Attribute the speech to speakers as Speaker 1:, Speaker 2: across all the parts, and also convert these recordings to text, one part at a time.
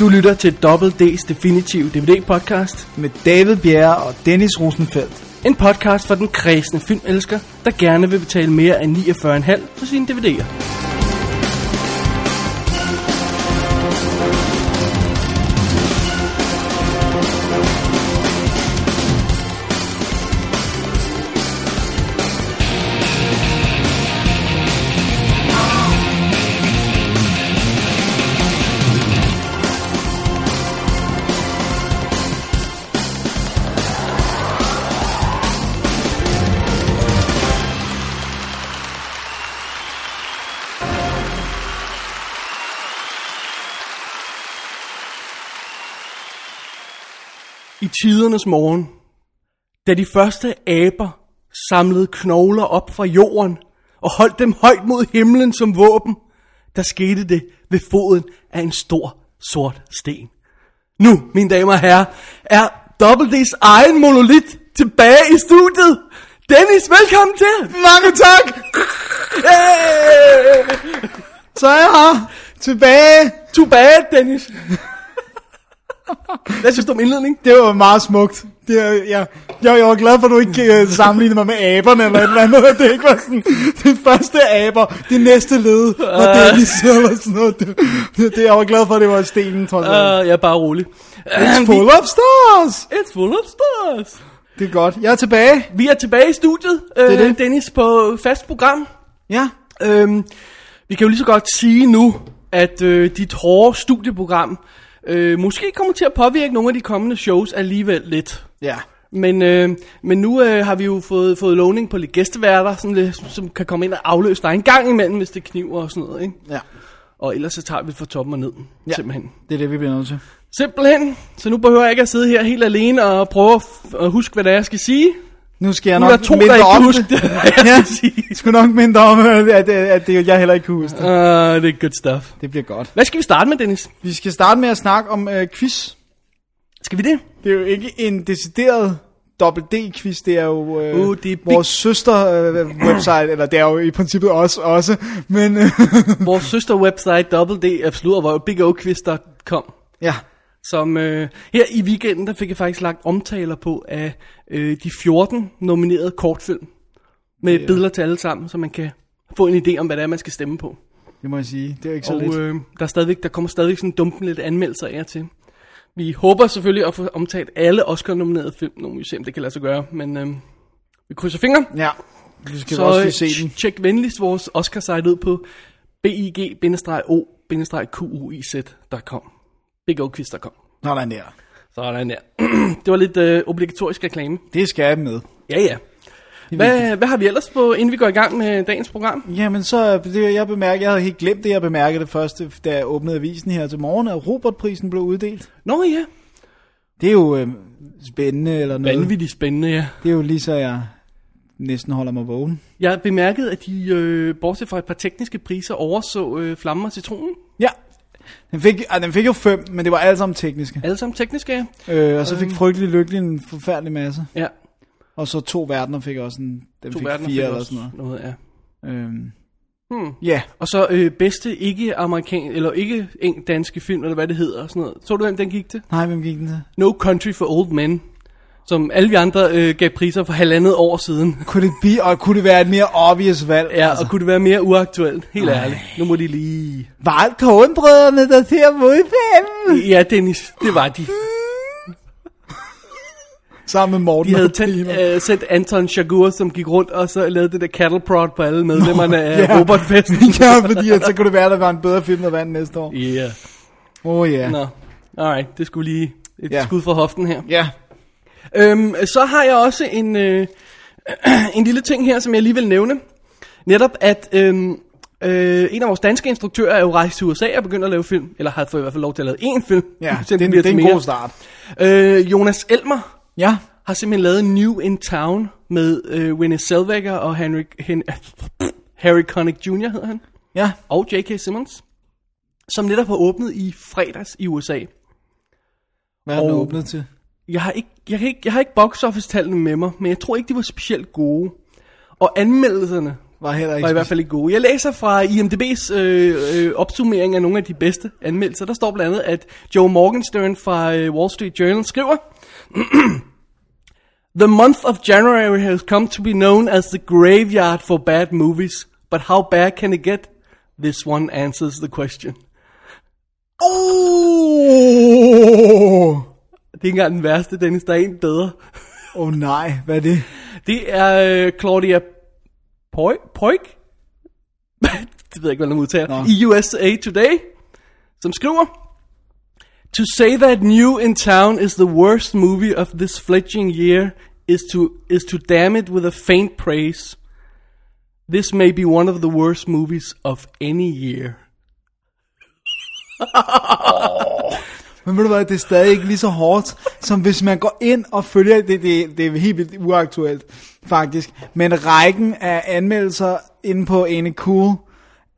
Speaker 1: Du lytter til Double D's Definitive DVD-podcast.
Speaker 2: med David Bjerre og Dennis Rosenfeldt.
Speaker 1: En podcast for den kredsende filmelsker, der gerne vil betale mere end 49,5 for sine DVD'er. I tidernes morgen, da de første aber samlede knogler op fra jorden og holdt dem højt mod himlen som våben, der skete det ved foden af en stor sort sten. Nu, mine damer og herrer, er WD's egen monolit tilbage i studiet. Dennis, velkommen til!
Speaker 2: Mange tak!
Speaker 1: Hey!
Speaker 2: Så er jeg her tilbage.
Speaker 1: Tilbage, Dennis! Hvad synes du om indledning?
Speaker 2: Det var meget smukt. Det, er- jeg, jeg, jeg var glad for, at du ikke øh, sammenlignede mig med aberne eller et eller andet. at Det ikke var sådan, det første aber, det næste led, og
Speaker 1: Øh.
Speaker 2: det er lige så- eller sådan noget. Det, det, jeg var glad for, at det var stenen, trods alt.
Speaker 1: Uh, jeg er bare rolig.
Speaker 2: Full of stars!
Speaker 1: It's full of stars!
Speaker 2: Det er godt. Jeg er tilbage.
Speaker 1: Vi er tilbage i studiet, det
Speaker 2: er
Speaker 1: øh,
Speaker 2: det.
Speaker 1: Dennis, på fast program.
Speaker 2: Ja.
Speaker 1: Øhm, vi kan jo lige så godt sige nu, at øh, dit hårde studieprogram øh, måske kommer til at påvirke nogle af de kommende shows alligevel lidt.
Speaker 2: Ja.
Speaker 1: Men, øh, men nu øh, har vi jo fået, fået lovning på lidt gæsteværter, sådan lidt, som kan komme ind og afløse dig en gang imellem, hvis det kniver og sådan noget. Ikke?
Speaker 2: Ja.
Speaker 1: Og ellers så tager vi det fra toppen og ned, ja. simpelthen.
Speaker 2: Det er det, vi bliver nødt til.
Speaker 1: Simpelthen. Så nu behøver jeg ikke at sidde her helt alene og prøve at, f- at huske, hvad det er, jeg skal sige.
Speaker 2: Nu skal jeg
Speaker 1: Nu
Speaker 2: nok
Speaker 1: er der to, der
Speaker 2: mindre
Speaker 1: ikke kan
Speaker 2: om
Speaker 1: huske det, hvad jeg
Speaker 2: ja,
Speaker 1: skal sige.
Speaker 2: jeg skulle nok mindre om, at, at, at det, jeg heller ikke kunne huske det.
Speaker 1: Uh, det er good stuff.
Speaker 2: Det bliver godt.
Speaker 1: Hvad skal vi starte med, Dennis?
Speaker 2: Vi skal starte med at snakke om øh, quiz.
Speaker 1: Skal vi det?
Speaker 2: Det er jo ikke en decideret dobbelt D-quiz, det er jo øh,
Speaker 1: Uh, det er big-
Speaker 2: vores søster-website, eller det er jo i princippet os også, men øh,
Speaker 1: Vores søster-website, www.absolut, var jo bigokvist.com.
Speaker 2: ja,
Speaker 1: Som øh, her i weekenden, der fik jeg faktisk lagt omtaler på af øh, de 14 nominerede kortfilm. Med yeah. billeder til alle sammen, så man kan få en idé om, hvad det er, man skal stemme på.
Speaker 2: det må jeg sige, det er jo ikke så lidt.
Speaker 1: Og øh, der, er stadigvæk, der kommer stadigvæk sådan dumpen lidt anmeldelser af jer til. Vi håber selvfølgelig at få omtalt alle Oscar-nominerede film, nogle vi ser, om det kan lade sig gøre, men øh, vi krydser fingre.
Speaker 2: Ja, vi skal
Speaker 1: Så
Speaker 2: så, også lige se
Speaker 1: øh,
Speaker 2: den.
Speaker 1: tjek venligst vores Oscar-site ud på big-o-quiz.com. Bigoquiz.com.
Speaker 2: Sådan der.
Speaker 1: Sådan der. det var lidt øh, obligatorisk reklame.
Speaker 2: Det skal jeg med.
Speaker 1: Ja, ja. Hvad, hvad har vi ellers på, inden vi går i gang med dagens program?
Speaker 2: Jamen så, øh, det jeg bemærker, jeg havde helt glemt det, jeg bemærkede det første, da jeg åbnede avisen her til morgen, at Robertprisen blev uddelt.
Speaker 1: Nå ja,
Speaker 2: Det er jo øh, spændende eller noget.
Speaker 1: vanvittigt spændende, ja.
Speaker 2: Det er jo lige så jeg næsten holder mig vågen.
Speaker 1: Jeg bemærkede, at de, øh, bortset fra et par tekniske priser, overså øh, flammen og citronen.
Speaker 2: Ja, den fik, ah, den fik jo fem, men det var alle sammen tekniske.
Speaker 1: Alle sammen tekniske, ja.
Speaker 2: Øh, og så
Speaker 1: Mm.
Speaker 2: fik frygtelig lykkelig en forfærdelig masse.
Speaker 1: ja
Speaker 2: Og så to verdener fik også en, den
Speaker 1: to
Speaker 2: fik
Speaker 1: verdener
Speaker 2: fire
Speaker 1: fik
Speaker 2: eller
Speaker 1: også
Speaker 2: sådan noget.
Speaker 1: noget ja.
Speaker 2: Øhm,
Speaker 1: Hmm.
Speaker 2: ja,
Speaker 1: Og så øh, bedste ikke amerikan eller ikke eng danske film, eller hvad det hedder og sådan noget. Så du, hvem den gik til?
Speaker 2: nej, hvem gik den til?
Speaker 1: No Country for Old Men, som alle vi andre øh, gav priser for halvandet år siden.
Speaker 2: Kunne det, blive, og kunne det være et mere obvious valg?
Speaker 1: Ja, altså. og kunne det være mere uaktuelt? Helt ærligt. Nu må de lige...
Speaker 2: Var alt kornbrødrene der til at modfælde?
Speaker 1: Ja, Dennis, det var de.
Speaker 2: Sammen med Morten.
Speaker 1: De havde
Speaker 2: og Prima.
Speaker 1: tændt, øh, sendt Anton Chagurh, som gik rundt og så lavede det der cattle prod på alle medlemmerne af
Speaker 2: ja.
Speaker 1: Robotfesten.
Speaker 2: ja, fordi at så kunne det være, at der var en bedre film, der vandt næste år.
Speaker 1: Ja. Yeah.
Speaker 2: Åh oh, ja. Yeah.
Speaker 1: Nå, alright, det skulle lige et
Speaker 2: Ja.
Speaker 1: yeah. skud fra hoften her.
Speaker 2: Ja,
Speaker 1: Øhm, så har jeg også en, øh, en lille ting her, som jeg lige vil nævne. Netop at øhm, øh, en af vores danske instruktører er jo rejst til USA og begyndt at lave film. Eller har fået i hvert fald lov til at lave én film.
Speaker 2: ja.
Speaker 1: Så
Speaker 2: det, er en-
Speaker 1: bliver
Speaker 2: det er
Speaker 1: til
Speaker 2: en
Speaker 1: mere.
Speaker 2: god start.
Speaker 1: Øh, Jonas Elmer
Speaker 2: Ja,
Speaker 1: har simpelthen lavet New in Town med øh, Winnie Zellweger og Henry, Hen, Harry Connick Jr. hedder han.
Speaker 2: ja.
Speaker 1: Og J.K. Simmons. Som netop har åbnet i fredags i USA.
Speaker 2: Hvad er den
Speaker 1: Og-
Speaker 2: åbnet til?
Speaker 1: Jeg har ikke, jeg kan ikke, jeg har ikke box office tallene med mig, men jeg tror ikke, de var specielt gode. Og anmeldelserne
Speaker 2: Var heller ikke
Speaker 1: var i hvert fald ikke gode. Jeg læser fra IMDb's øh, øh, opsummering af nogle af de bedste anmeldelser. Der står blandt andet, at Joe Morgenstern fra øh, Wall Street Journal skriver, The month of January has come to be known as the graveyard for bad movies, but how bad can it get? This one answers the question.
Speaker 2: Oh!
Speaker 1: Det er ikke engang den værste, Dennis. Der er en bedre.
Speaker 2: oh nej, hvad er det?
Speaker 1: Det er øh, Claudia Poi, Poik? det ved jeg ikke, hvordan man udtaler.
Speaker 2: Nå.
Speaker 1: I USA Today, som skriver... To say that New in Town is the worst movie of this fledgling year is to, is to damn it with a faint praise. This may be one of the worst movies of any year.
Speaker 2: Men ved du hvad, det er stadig ikke lige så hårdt, som hvis man går ind og følger, det, det, det er helt vildt uaktuelt faktisk, men rækken af anmeldelser inde på ene cool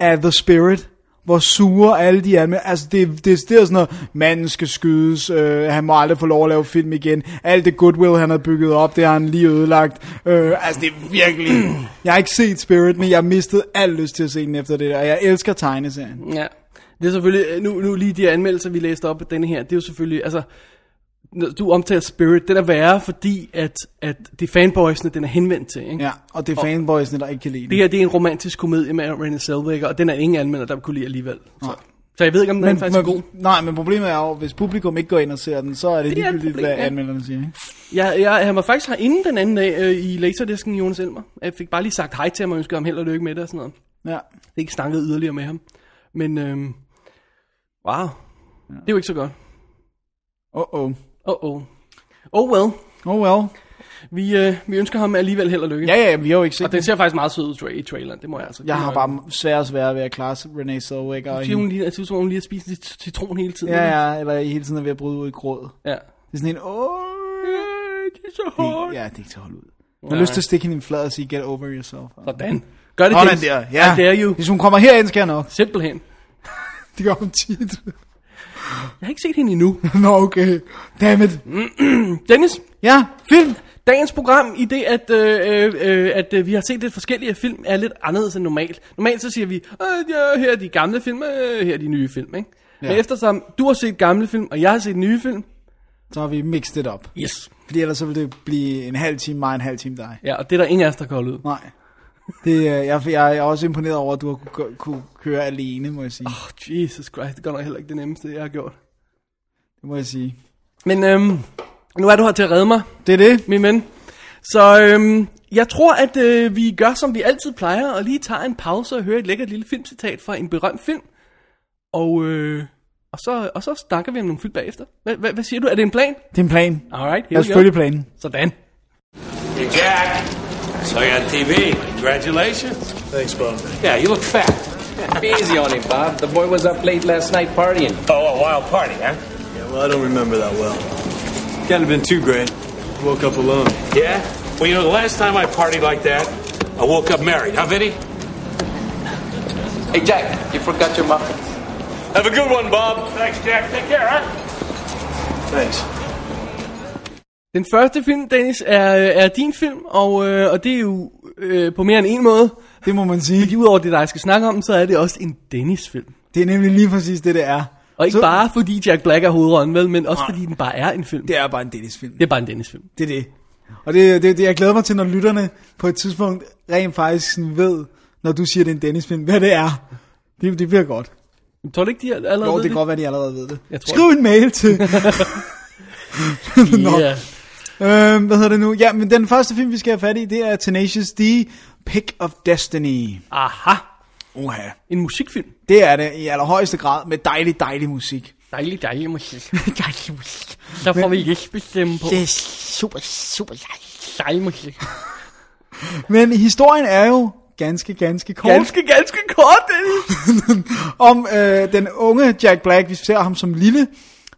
Speaker 2: af The Spirit, hvor sure alle de anmeldelser, altså det, det, det er sådan noget, manden skal skydes, øh, han må aldrig få lov at lave film igen, alt det goodwill han havde bygget op, det har han lige ødelagt, øh, altså det er virkelig, jeg har ikke set Spirit, men jeg mistede al lyst til at se den efter det der, og jeg elsker tegneserien.
Speaker 1: Ja, det er selvfølgelig, øh, nu, nu lige de anmeldelser, vi læste op af denne her, det er jo selvfølgelig, altså, når du omtaler Spirit, den er værre, fordi at, at det er fanboysene, den er henvendt til, ikke?
Speaker 2: Ja, og det er fanboysene, der ikke kan lide den.
Speaker 1: Det her, det er en romantisk komedie med René Zellweger, og den er ingen anmelder, der kunne lide alligevel. Så, så jeg ved ikke, om den men, er faktisk god.
Speaker 2: Nej, men problemet er jo, hvis publikum ikke går ind og ser den, så er det,
Speaker 1: Det er et
Speaker 2: ligegyldigt,
Speaker 1: problem,
Speaker 2: hvad
Speaker 1: ja.
Speaker 2: anmelderne siger. Ikke?
Speaker 1: Jeg, jeg, han var faktisk herinde den anden dag øh, i laserdisken, Jonas Elmer. Jeg fik bare lige sagt hej til ham og ønskede ham held og lykke med det og sådan noget.
Speaker 2: Ja.
Speaker 1: Det er ikke snakket yderligere med ham. Men, øhm, wow, det er jo ikke så godt.
Speaker 2: Oh oh.
Speaker 1: Oh, oh. Oh well.
Speaker 2: Oh well.
Speaker 1: Vi, øh, vi ønsker ham alligevel held og lykke.
Speaker 2: Ja, ja, vi har jo ikke set
Speaker 1: Og den ser faktisk meget sød ud tra- i traileren, det må jeg altså.
Speaker 2: Jeg har bare sværere og sværere ved at klare Renee Zellweger. og
Speaker 1: Siger hun
Speaker 2: hende.
Speaker 1: lige, altså, som om hun lige har spist lidt citron hele tiden.
Speaker 2: Ja, ja, eller hele tiden er ved at bryde ud i gråd.
Speaker 1: ja.
Speaker 2: Det er sådan en, åh,
Speaker 1: Det er så hårdt.
Speaker 2: ja, det er ikke til at holde ud. Jeg har lyst til at stikke hende i en flad og sige, get over yourself.
Speaker 1: Sådan. Gør det,
Speaker 2: Sådan
Speaker 1: Dennis.
Speaker 2: der,
Speaker 1: I dare you.
Speaker 2: ja. Hvis hun kommer herind, skal jeg nok.
Speaker 1: Simpelthen.
Speaker 2: Det gør hun tit.
Speaker 1: Jeg har ikke set hende endnu.
Speaker 2: Nå, okay. Dammit.
Speaker 1: Dennis,
Speaker 2: Ja, film.
Speaker 1: dagens program i det, at, øh, øh, øh, at øh, vi har set lidt forskellige film, er lidt anderledes end normalt. Normalt så siger vi, øh, ja, her er de gamle film, øh, her er de nye film, ikke? Ja. Men eftersom du har set gamle film, og jeg har set nye film,
Speaker 2: Så har vi mixed it up.
Speaker 1: yes.
Speaker 2: Fordi ellers så ville det blive en halv time mig, en halv time dig.
Speaker 1: Ja, og det er der ingen af os, der kan holde ud. Åh,
Speaker 2: Nej. Det, øh, jeg, jeg er også imponeret over, at du har kunne, kunne køre alene, må jeg sige.
Speaker 1: oh, Jesus Christ, det er godt nok heller ikke det nemmeste, jeg har gjort.
Speaker 2: Det må jeg sige.
Speaker 1: Men øhm, nu er du her til at redde mig,
Speaker 2: Det er det.
Speaker 1: min ven. Så øhm, jeg tror, at øh, vi gør, som vi altid plejer, og lige tager en pause og hører et lækkert lille filmcitat fra en berømt film. Og, øh, og, så, og så snakker vi om nogle film bagefter. Hvad, hvad, hvad siger du? Er det en plan?
Speaker 2: Det er en plan.
Speaker 1: Alright, here we
Speaker 2: Jeg har
Speaker 1: go.
Speaker 2: selvfølgelig planen.
Speaker 1: Sådan.
Speaker 3: Hey, Jack. Saw you on TV. Congratulations.
Speaker 4: Thanks, Bob.
Speaker 3: Yeah, you look fat.
Speaker 5: Be easy on him, Bob. The boy was up late last night partying.
Speaker 3: Oh, a wild party, huh?
Speaker 4: Yeah, well, I don't remember that well. Can't have been too great. Woke up alone.
Speaker 3: Yeah? Well, you know, the last time I partied like that, I woke up married, huh, Vinny?
Speaker 5: Hey, Jack, you forgot your muffins.
Speaker 3: Have a good one, Bob. Thanks, Jack. Take care, huh?
Speaker 4: Thanks.
Speaker 1: Den første film, Dennis, er, er din film, og, øh, og det er jo øh, på mere end en måde.
Speaker 2: Det må man sige.
Speaker 1: Fordi udover det, der jeg skal snakke om, så er det også en Dennis-film.
Speaker 2: Det er nemlig lige præcis det, det er.
Speaker 1: Og ikke
Speaker 2: Så-
Speaker 1: så... bare fordi Jack Black er hovedrollen, vel, men også fordi den bare er en film.
Speaker 2: Det er bare en Dennis-film.
Speaker 1: Det er bare en Dennis-film.
Speaker 2: Det er det. Og det, det, det, jeg glæder mig til, når lytterne på et tidspunkt rent faktisk sådan ved, når du siger, det er en Dennis-film, hvad det er. Det, det bliver godt.
Speaker 1: Men Tror du ikke, de allerede
Speaker 2: Jo,
Speaker 1: ved
Speaker 2: det kan godt være, de allerede ved det.
Speaker 1: Jeg tror
Speaker 2: Skriv en mail til... Nå.
Speaker 1: Ja.
Speaker 2: Øhm, hvad hedder det nu? Ja, men den første film, vi skal have fat i, det er Tenacious D, Pick of Destiny.
Speaker 1: Aha,
Speaker 2: Oha.
Speaker 1: en musikfilm.
Speaker 2: Det er det i allerhøjeste grad, med dejlig, dejlig musik.
Speaker 1: Dejlig, dejlig musik.
Speaker 2: dejlig musik.
Speaker 1: Så får vi Jesper stemme på.
Speaker 2: Det er super, super dejligt.
Speaker 1: Dejlig musik.
Speaker 2: Men historien er jo ganske, ganske kort.
Speaker 1: Ganske, ganske kort, Dennis.
Speaker 2: Om øh, den unge Jack Black, vi ser ham som lille,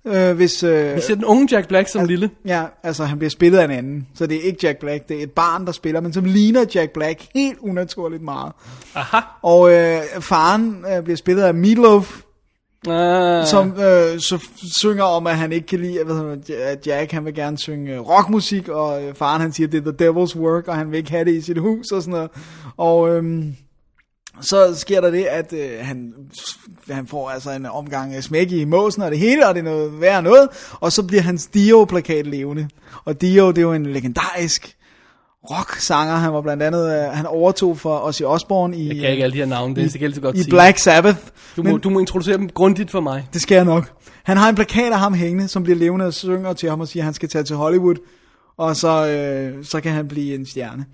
Speaker 2: øh, hvis... Øh,
Speaker 1: Vi ser den unge Jack Black som lille.
Speaker 2: Ja, altså han bliver spillet af en anden, så det er ikke Jack Black, det er et barn, der spiller, men som ligner Jack Black helt unaturligt meget.
Speaker 1: Aha.
Speaker 2: Og øh, faren øh, bliver spillet af Meatloaf,
Speaker 1: Ah,
Speaker 2: som øh, så f- synger om, at han ikke kan lide, hvad hedder det, at Jack han vil gerne synge øh, rockmusik, og øh, faren han siger, det er the devil's work, og han vil ikke have det i sit hus og sådan noget. Og øhm, så sker der det, at øh, han, han får altså en omgang af smæk i måsen og det hele, og det er noget værre noget, og så bliver hans Dio-plakat levende. Og Dio, det er jo en legendarisk rock-sanger, han var blandt andet, øh, han overtog for Ozzy Osbourne i,
Speaker 1: jeg kan ikke alle de her navne, det er så gælder så godt
Speaker 2: i
Speaker 1: sige.
Speaker 2: Black Sabbath.
Speaker 1: Du må, du må introducere dem grundigt for mig.
Speaker 2: Det skal jeg nok. Han har en plakat af ham hængende, som bliver levende og synger til ham og siger, at han skal tage til Hollywood, og så, øh, så kan han blive en stjerne.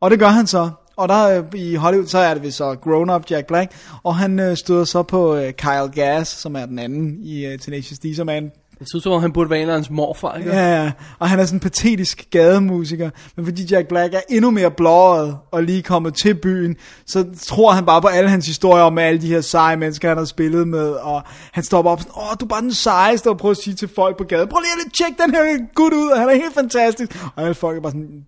Speaker 2: Og det gør han så. Og der øh, i Hollywood, så er det vist så Grown Up Jack Black, og han øh, støder så på øh, Kyle Gass, som er den anden i øh, Tenacious D, som er en
Speaker 1: Jeg synes, som om han burde være en af hans morfar, ikke?
Speaker 2: Ja, ja, og han er sådan en patetisk gademusiker, men fordi Jack Black er endnu mere blåret og lige kommet til byen, så tror han bare på alle hans historier om alle de her seje mennesker, han har spillet med, og han stopper op sådan, åh, du er bare den sejeste, og prøver at sige til folk på gaden, prøv lige at tjekke den her gut ud, og han er helt fantastisk, og alle folk er bare sådan,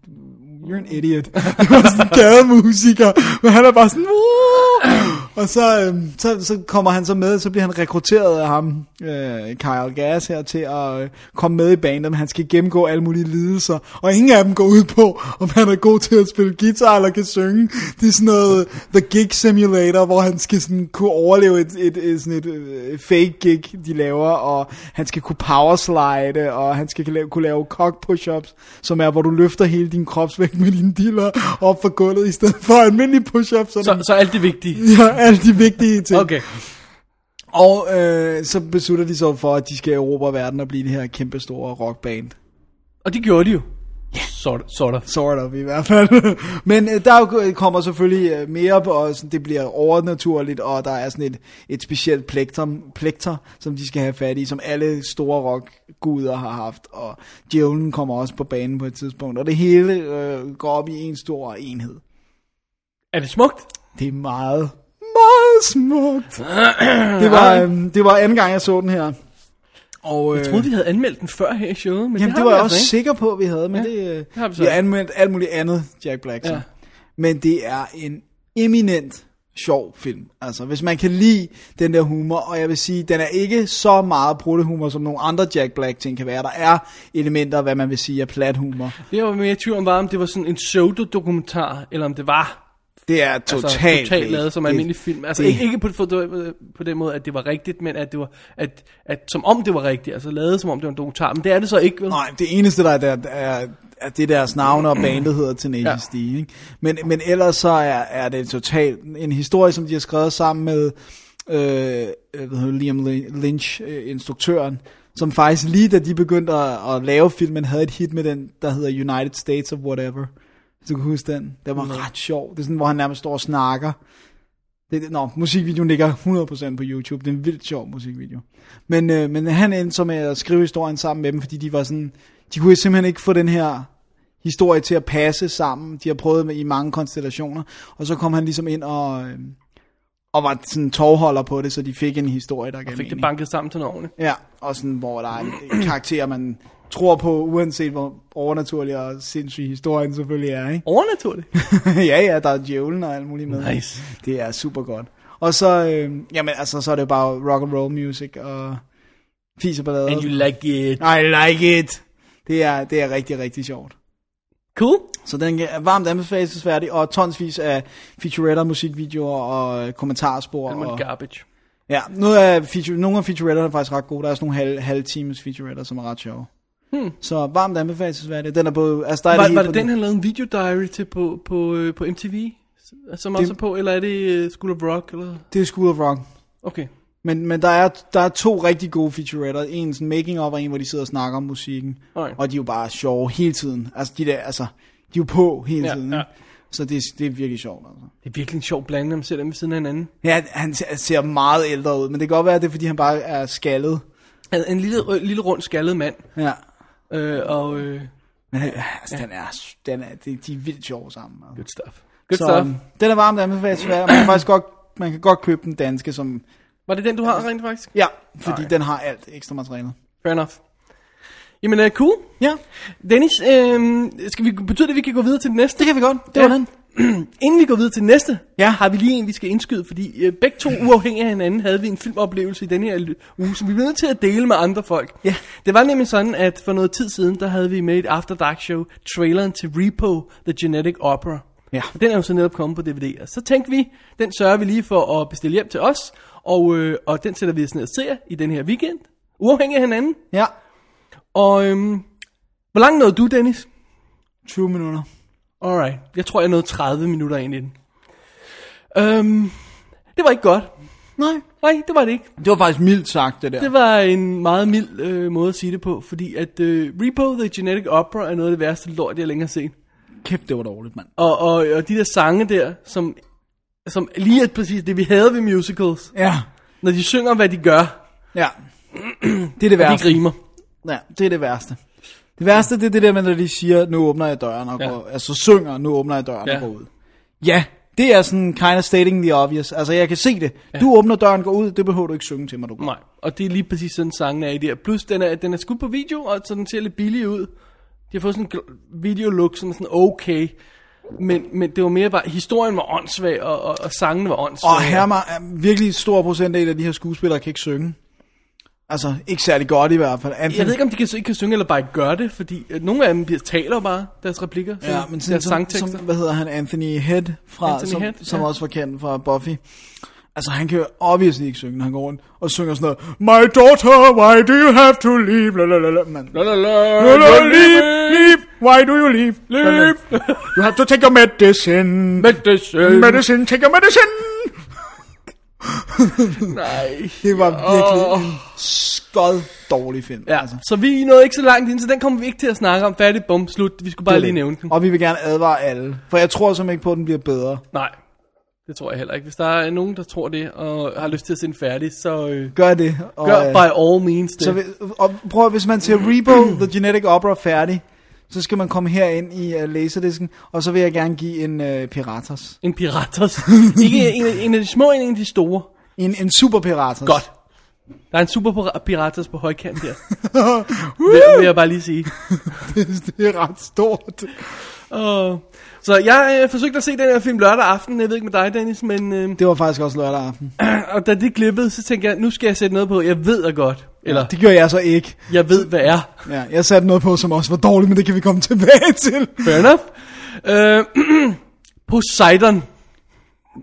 Speaker 2: you're an idiot. Det var sådan en gademusiker, men han er bare sådan, "Woo!" og så, øhm, så, så kommer han så med, så bliver han rekrutteret af ham, øh, Kyle Gass her, til at øh, komme med i bandet, men han skal gennemgå alle mulige lidelser, og ingen af dem går ud på, om han er god til at spille guitar eller kan synge. Det er sådan noget The Gig Simulator, hvor han skal sådan kunne overleve et, et, et, sådan et øh, fake gig, de laver, og han skal kunne powerslide, og han skal kunne lave, kunne lave cock push-ups, som er, hvor du løfter hele din kropsvægt med dine diller op fra gulvet, i stedet for almindelige push-ups. Så,
Speaker 1: Så, så alt det vigtige.
Speaker 2: Ja, alle de vigtige ting.
Speaker 1: Okay.
Speaker 2: Og øh, så beslutter de så for, at de skal erobre verden og blive det her kæmpe store rockband.
Speaker 1: Og det gjorde de jo. Sort, sort of.
Speaker 2: Sort of i hvert fald. Men øh, der er jo- kommer selvfølgelig øh, mere op, og sådan, det bliver overnaturligt, og der er sådan et, et specielt plektrum, plekter, som de skal have fat i, som alle store rockguder har haft, og djævlen kommer også på banen på et tidspunkt, og det hele øh, går op i en stor enhed.
Speaker 1: Er det smukt?
Speaker 2: Det er meget, meget smukt. Det var, øh, det var anden gang, jeg så den her. Og, øh,
Speaker 1: Jeg troede, vi havde anmeldt den før her i showet, men det,
Speaker 2: Jamen, det
Speaker 1: har
Speaker 2: var
Speaker 1: vi
Speaker 2: jeg
Speaker 1: altså
Speaker 2: også
Speaker 1: ikke.
Speaker 2: sikker på, at vi havde, men
Speaker 1: Ja,
Speaker 2: ja, det,
Speaker 1: har vi
Speaker 2: øh,
Speaker 1: så
Speaker 2: vi har
Speaker 1: ikke.
Speaker 2: anmeldt alt muligt andet Jack Black. Så.
Speaker 1: Ja.
Speaker 2: Ja. Men det er en eminent sjov film. Altså, hvis man kan lide den der humor, og jeg vil sige, den er ikke så meget bruttehumor, som nogle andre Jack Black ting kan være. Der er elementer, af, hvad man vil sige, er plat humor.
Speaker 1: Det jeg var mere i tvivl om, var, om det var sådan en pseudodokumentar, eller om det var
Speaker 2: Det er totalt
Speaker 1: altså, totalt
Speaker 2: væk.
Speaker 1: lavet som
Speaker 2: Det-
Speaker 1: almindelig film. Altså
Speaker 2: det-
Speaker 1: ikke, ikke på, på, på den måde, at det var rigtigt, men at det var, at, at som om det var rigtigt, altså lavet som om det var en dokumentar, men det er det så ikke, vel?
Speaker 2: Nej, det eneste, der er, der er, er det deres navne og bandet hedder Tenacious ja. D. Ikke? Men, men ellers så er, er det totalt en historie, som de har skrevet sammen med øh, hvad hedder det, Liam Lin- Lynch, øh, instruktøren, som faktisk lige da de begyndte at, at lave filmen, havde et hit med den, der hedder United States of Whatever. Hvis du kan huske den. Den var ret sjov. Det er sådan, hvor han nærmest står og snakker. Det, det- nå, musikvideoen ligger 100% på YouTube. Det er en vildt sjov musikvideo. Men, øh, men han endte så med at skrive historien sammen med dem, fordi de var sådan... De kunne simpelthen ikke få den her historie til at passe sammen. De har prøvet med i mange konstellationer. Og så kom han ligesom ind og, øh, og var sådan tovholder på det, så de fik en historie, der gav
Speaker 1: Fik det
Speaker 2: mening.
Speaker 1: banket sammen til noget ordentligt.
Speaker 2: Ja, og sådan, hvor der er en karakter, man tror på, uanset hvor overnaturlig og sindssyg historien selvfølgelig er, ikke?
Speaker 1: Overnaturligt.
Speaker 2: ja, ja, der er djævlen og alt muligt med.
Speaker 1: Nice.
Speaker 2: Det er super godt. Og så, øh, jamen, altså, så er det jo bare rock and roll music og fis og ballader.
Speaker 1: And you like it.
Speaker 2: I like it. Det er, det er rigtig, rigtig sjovt.
Speaker 1: Cool.
Speaker 2: Så den er varmt anbefalesværdig, og tonsvis af featuretter, musikvideoer og øh, kommentarspor.
Speaker 1: Alt
Speaker 2: Og,
Speaker 1: muligt garbage.
Speaker 2: ja, noget af feature, nogle af featuretterne er faktisk ret gode. Der er sådan nogle halv, halv times featuretter, som er ret sjove. Hmm. Så varmt anbefalesværdig. Den er både... Altså, der er
Speaker 1: Var,
Speaker 2: hele
Speaker 1: var
Speaker 2: på
Speaker 1: det den, han lavede en video diary til på, på, øh, på MTV? Som også er på, eller er det øh, School of Rock? Eller?
Speaker 2: Det er School of Rock.
Speaker 1: Okay.
Speaker 2: Men, men der, er, der er to rigtig gode featuretter. En sådan making of, og en, hvor de sidder og snakker om musikken.
Speaker 1: Alright.
Speaker 2: Og de er jo bare sjove hele tiden. Altså, de der, altså, de er jo på hele
Speaker 1: Ja,
Speaker 2: tiden.
Speaker 1: ja.
Speaker 2: ikke? Så det, er- det er virkelig sjovt, altså.
Speaker 1: Det er virkelig en sjov blanding, når man ser dem ved siden af hinanden.
Speaker 2: Ja, han ser- ser meget ældre ud, men det kan godt være, at det er, fordi han bare er skaldet.
Speaker 1: Altså, En lille, øh, lille rund skaldet mand.
Speaker 2: Ja.
Speaker 1: Øh, og øh,
Speaker 2: Men han- altså, den er, den er, de, de er vildt sjove sammen. Altså.
Speaker 1: good stuff. um, Good
Speaker 2: så,
Speaker 1: stuff.
Speaker 2: øhm, den er varmt anbefalet svær. Man kan faktisk godt, man kan godt købe den danske, som...
Speaker 1: Var det den, du har rent faktisk?
Speaker 2: Ja, fordi den har alt ekstra materiale.
Speaker 1: Fair enough. Jamen, uh, cool.
Speaker 2: Ja,
Speaker 1: Dennis, øh, skal vi, øhm, betyder det, at vi kan gå videre til den næste?
Speaker 2: det kan vi godt. Det var den.
Speaker 1: Inden vi går videre til næste,
Speaker 2: Ja.
Speaker 1: har vi lige en, vi skal indskyde, fordi øh, begge to uafhængig af hinanden havde vi en filmoplevelse i den her l- uge, som vi blev nødt til at dele med andre folk.
Speaker 2: Ja.
Speaker 1: Det var nemlig sådan, at for noget tid siden, der havde vi med i et After Dark Show traileren til Repo, The Genetic Opera.
Speaker 2: Ja.
Speaker 1: Og den er jo så netop kommet på DVD, og så tænkte vi, den sørger vi lige for at bestille hjem til os, og, øh, og den sætter vi os ned og ser i den her weekend, uafhængig af hinanden.
Speaker 2: Ja.
Speaker 1: Og øhm, hvor langt nåede du, Dennis?
Speaker 2: 20 minutter.
Speaker 1: Alright. Jeg tror, jeg nåede 30 minutter ind i den. Øhm, det var ikke godt.
Speaker 2: Nej.
Speaker 1: Nej, det var det ikke.
Speaker 2: Det var faktisk mildt sagt, det der.
Speaker 1: Det var en meget mild øh, måde at sige det på, fordi at øh, Repo The Genetic Opera er noget af det værste lort, jeg længere har set.
Speaker 2: Kæft, det var dårligt, mand.
Speaker 1: Og, og, og de der sange der, som, som lige er præcis det, vi havde ved musicals.
Speaker 2: Ja.
Speaker 1: Når de synger, hvad de gør,
Speaker 2: Ja. Det er det
Speaker 1: og de
Speaker 2: værste.
Speaker 1: grimer.
Speaker 2: Ja, det er det værste. Det værste, det er det der med, når de siger, nu åbner jeg døren og
Speaker 1: Ja.
Speaker 2: ja. går, altså synger, nu åbner jeg døren ja.
Speaker 1: Ja.
Speaker 2: og går ud. Ja, det er sådan kind of stating the obvious. Altså, jeg kan se det. Ja. Du åbner døren, går ud, det behøver du ikke synge til mig, du går.
Speaker 1: Nej, og det er lige præcis sådan sangen er i der. Plus, den er, den er skudt på video, og så den ser lidt billig ud. De har fået sådan en gl- videolook, som er sådan okay. Men, men det var mere bare, historien var åndssvag, og, og, og sangen var åndssvag.
Speaker 2: Og Herman er virkelig stor procentdel af de her skuespillere kan ikke synge. Altså, ikke særlig godt i hvert fald. Anthony,
Speaker 1: Jeg ved ikke, om de kan, ikke kan synge, eller bare ikke gør det, fordi øh, nogle af dem bliver, taler jo bare deres replikker, sådan,
Speaker 2: Ja, men sådan,
Speaker 1: deres
Speaker 2: som,
Speaker 1: sangtekster.
Speaker 2: som, hvad hedder han, Anthony Head, fra,
Speaker 1: Anthony
Speaker 2: som,
Speaker 1: Head,
Speaker 2: som
Speaker 1: ja.
Speaker 2: også var kendt fra Buffy. Altså, han kan jo obviously ikke synge, når han går rundt og synger sådan noget, My daughter, why do you have to leave? La, la, la, la. Man.
Speaker 1: la, la,
Speaker 2: La,
Speaker 1: la,
Speaker 2: la, leave, leave, why do you leave? La, la.
Speaker 1: Leave.
Speaker 2: You have to take your medicine.
Speaker 1: Medicine.
Speaker 2: Medicine, take your medicine.
Speaker 1: Nej.
Speaker 2: Det var virkelig oh. en skod dårlig film.
Speaker 1: Ja, altså. så vi nåede ikke så langt ind, så den kommer vi ikke til at snakke om. Færdig, bum, slut. Vi skulle bare lige nævne den.
Speaker 2: Og vi vil gerne advare alle, for jeg tror simpelthen ikke på, at den bliver bedre.
Speaker 1: Nej, det tror jeg heller ikke. Hvis der er nogen, der tror det, og har lyst til at se den færdig, så øh,
Speaker 2: Gør det. Og,
Speaker 1: gør
Speaker 2: øh,
Speaker 1: by all means det.
Speaker 2: Så vi, og prøv, at- hvis man ser Rebo, The Genetic Opera færdig, så skal man komme herind i uh, laserdisken, og så vil jeg gerne give en uh, piratas.
Speaker 1: En piratos. ikke en, af- en af de små, en af de store.
Speaker 2: En, en super piratas.
Speaker 1: Godt. Der er en super pira- piratos på højkant her. vil, vil jeg bare lige sige.
Speaker 2: det er ret stort.
Speaker 1: Uh, så jeg øh, forsøgte at se den her film lørdag aften. Jeg ved ikke med dig, Dennis, men øh,
Speaker 2: Det var faktisk også lørdag aften.
Speaker 1: og da det glippede, så tænkte jeg, nu skal jeg sætte noget på. Jeg ved er godt. Eller,
Speaker 2: Det gjorde jeg så ikke.
Speaker 1: jeg ved, hvad er.
Speaker 2: Ja, jeg satte noget på, som også var dårligt, men det kan vi komme tilbage til.
Speaker 1: Fair enough. Øh, Poseidon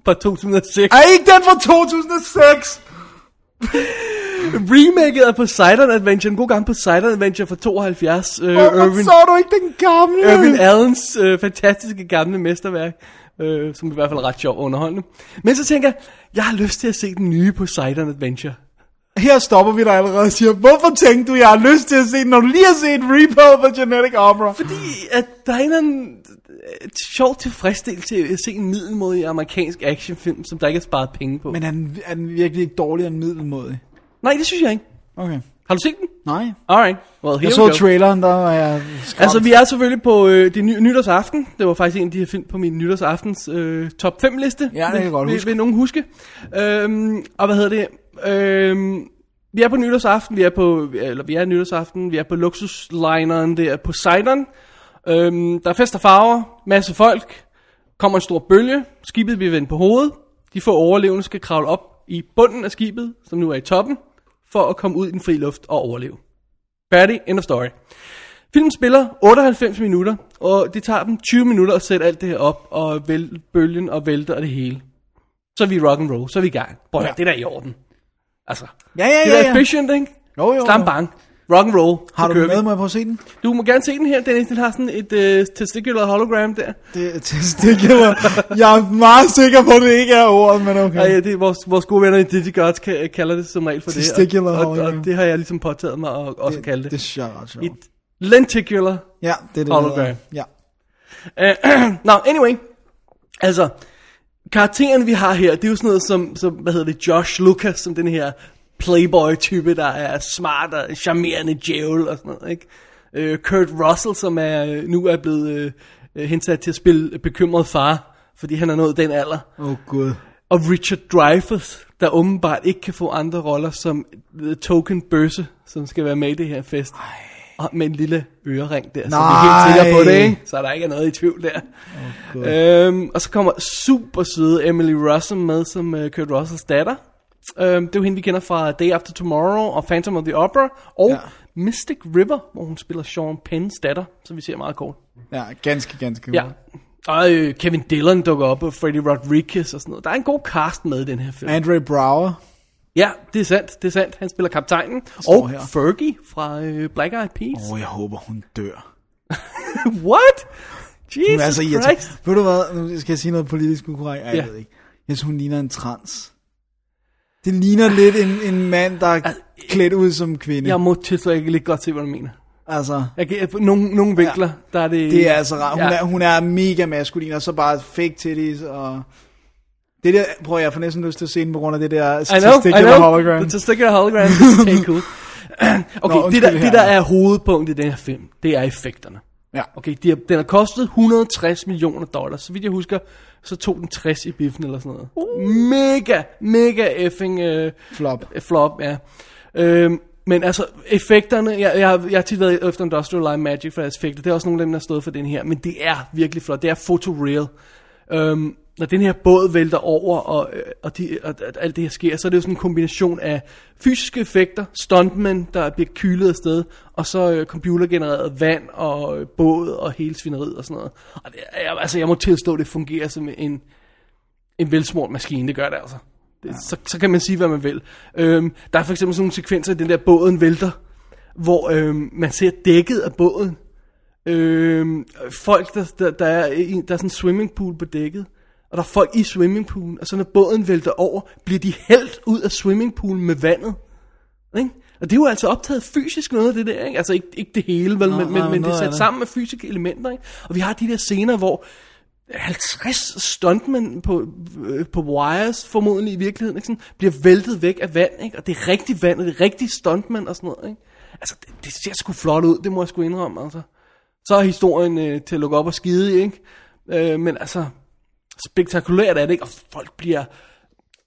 Speaker 1: fra 2006.
Speaker 2: Er ikke den fra 2006?
Speaker 1: Remaket af Poseidon Adventure, en god gang Poseidon Adventure fra 72. Øh,
Speaker 2: Hvorfor
Speaker 1: Irvin-
Speaker 2: så du ikke den gamle?
Speaker 1: Irvin Allens øh, fantastiske gamle mesterværk, øh, som i hvert fald er ret sjov og underholdende. Men så tænker jeg, jeg har lyst til at se den nye Poseidon Adventure.
Speaker 2: Her stopper vi dig allerede og siger, hvorfor tænkte du, jeg har lyst til at se den, når du lige har set Repo på Genetic Opera?
Speaker 1: Fordi at der er en eller anden øh, sjov tilfredsstillelse i at se en middelmodig amerikansk actionfilm, som der ikke er sparet penge på. Men...
Speaker 2: Men er den, er den virkelig ikke dårligere end middelmådig?
Speaker 1: Nej, det synes jeg ikke.
Speaker 2: Okay.
Speaker 1: Har du set den?
Speaker 2: Nej.
Speaker 1: Alright, well, here
Speaker 2: Jeg
Speaker 1: we
Speaker 2: så
Speaker 1: go.
Speaker 2: traileren, der var jeg skræmt.
Speaker 1: Altså, vi er selvfølgelig på øh, det ny- nytårsaften. Det var faktisk en af de her film på min nytårsaftens øh, top 5 liste.
Speaker 2: Ja, det kan jeg godt
Speaker 1: vil,
Speaker 2: huske.
Speaker 1: Vil nogen huske. Øhm, og hvad hedder det? Øhm, vi er på nytårsaften, vi er på, eller vi er nytårsaften, vi er på luksuslineren der på Poseidon. Øhm, der er fest og farver, masse folk, kommer en stor bølge, skibet bliver vendt på hovedet. De få overlevende skal kravle op i bunden af skibet, som nu er i toppen, for at komme ud i den fri luft og overleve. Færdig, end of story. Filmen spiller 98 minutter, og det tager dem 20 minutter at sætte alt det her op, og væl, bølgen og vælte og det hele. Så er vi rock and roll, så er vi i gang. Prøv ja. det der er i orden. Altså,
Speaker 2: Ja, ja,
Speaker 1: det
Speaker 2: ja,
Speaker 1: der
Speaker 2: ja.
Speaker 1: er efficient, ikke?
Speaker 2: Jo, jo, jo.
Speaker 1: Slam bang. Rock and roll.
Speaker 2: Har
Speaker 1: så
Speaker 2: du
Speaker 1: kører
Speaker 2: den
Speaker 1: vi.
Speaker 2: med mig på at se den?
Speaker 1: Du må gerne se den her, Dennis. Den har sådan et øh, testicular hologram der.
Speaker 2: Det er testicular. jeg er meget sikker på, at det ikke er ordet, men okay.
Speaker 1: Ej, det er vores, vores gode venner i DigiGuards ka- kalder det som regel for
Speaker 2: Testicular
Speaker 1: det. Og, og,
Speaker 2: hologram.
Speaker 1: og, det har jeg ligesom påtaget mig at også kalde det.
Speaker 2: Det synes jeg er ret sjovt.
Speaker 1: Et lenticular
Speaker 2: Ja, det er det.
Speaker 1: Hologram.
Speaker 2: der hedder. Ja.
Speaker 1: Øh, Nå, anyway. Altså, karakteren vi har her, det er jo sådan noget som, som hvad hedder det, Josh Lucas, som den her playboy-type, der er smart og charmerende djævel og sådan noget, ikke? Øh, Kurt Russell, som er øh, nu er blevet øh, øh, hensat til at spille bekymret far, fordi han er nået den alder.
Speaker 2: Åh, oh, gud.
Speaker 1: Og Richard Dreyfuss, der åbenbart ikke kan få andre roller som The Token Bøsse, som skal være med i det her fest. og med en lille ørering der, så vi
Speaker 2: Nej.
Speaker 1: er helt sikre på det, ikke? Så der ikke er noget i tvivl der. Oh, øhm, og så kommer super søde Emily Rossum med som uh, Kurt Russells datter. Øhm, det er jo hende, vi kender fra Day After Tomorrow og Phantom of the Opera, og ja. Mystic River, hvor hun spiller Sean Penns datter, som vi ser meget kort.
Speaker 2: Ja, ganske, ganske
Speaker 1: Ja. Og øh, Kevin Dillon dukker op, og Freddy Rodriguez og sådan noget. Der er en god cast med i den her film.
Speaker 2: Andre Brower.
Speaker 1: Ja, det er sandt, det er sandt. Han spiller kaptajnen. Og
Speaker 2: her.
Speaker 1: Fergie fra øh, Black Eyed Peas.
Speaker 2: Åh, oh, jeg håber, hun dør.
Speaker 1: What? Jesus
Speaker 2: Hun er altså så
Speaker 1: Christ.
Speaker 2: irriterende. Ved du hvad, nu skal jeg sige noget politisk ukorrekt. Ej,
Speaker 1: Ja.
Speaker 2: jeg ved ikke. Jeg synes, hun ligner en trans. Det ligner lidt en, en mand, der er klædt ud som kvinde.
Speaker 1: Jeg må tilstå, jeg kan lidt godt se, hvad du mener.
Speaker 2: Altså,
Speaker 1: Jeg kan, på nogle, nogle vinkler, ja. der er det...
Speaker 2: det er altså rart. Hun,
Speaker 1: Ja.
Speaker 2: er, hun er mega maskulin, og så bare fake titties, og... Det der, prøv at jeg får næsten lyst til at se den på grund af det
Speaker 1: I
Speaker 2: der
Speaker 1: know,
Speaker 2: statistik,
Speaker 1: I
Speaker 2: der
Speaker 1: know.
Speaker 2: hologram.
Speaker 1: The testicular hologram is helt cool. okay,
Speaker 2: Nå,
Speaker 1: Nå, det,
Speaker 2: undskyld,
Speaker 1: der,
Speaker 2: det
Speaker 1: det,
Speaker 2: her.
Speaker 1: der er hovedpunkt i den her film, det er effekterne.
Speaker 2: Ja.
Speaker 1: Okay, de har, den har kostet 160 millioner dollars. Så vidt jeg husker, så tog den 60 i biffen eller sådan noget. Uh. Mega, mega effing øh,
Speaker 2: Flop.
Speaker 1: øh, flop, ja. Øhm, men altså, effekterne, jeg, jeg, har- jeg har tit været efter Industrial Light Magic for deres effekter, det er også nogle af dem, der har stået for den her, men det er virkelig flot, det er photoreal. Øhm, når den her båd vælter over, og, øh, og, de, og, og alt det her sker, så er det jo sådan en kombination af fysiske effekter, stuntmen, der bliver kylet afsted, og så øh, computergenereret vand og øh, båd og hele svineriet og sådan noget. Og det, er- jeg, altså, jeg må tilstå, det fungerer som en, en velsmurt maskine, det gør det altså. Det, ja. så, så kan man sige, hvad man vil. Øhm, der er for eksempel sådan nogle sekvenser, i den der båden vælter, hvor øhm, man ser dækket af båden. Øhm, folk, der, der, der, er, i- der er sådan en swimmingpool på dækket, og der er folk i swimmingpoolen, og så når båden vælter over, bliver de hældt ud af swimmingpoolen med vandet. Ikke? Og det er jo altså optaget fysisk noget af det der, ikke? Altså ikke, ikke det hele, vel, men,
Speaker 2: nej,
Speaker 1: men, men det
Speaker 2: noget
Speaker 1: er
Speaker 2: af
Speaker 1: sat
Speaker 2: det.
Speaker 1: sammen med fysiske elementer, ikke? Og vi har de der scener, hvor 50 stuntmænd på, øh, på wires, formodentlig i virkeligheden, ikke? Sådan, bliver væltet væk af vand, ikke? og det er rigtig vand, og det er rigtig stuntmænd og sådan noget. Ikke? Altså, det, det ser sgu flot ud, det må jeg sgu indrømme. Altså. Så er historien øh, til at lukke op og skide, i, ikke? Øh, men altså, spektakulært er det, ikke? og folk bliver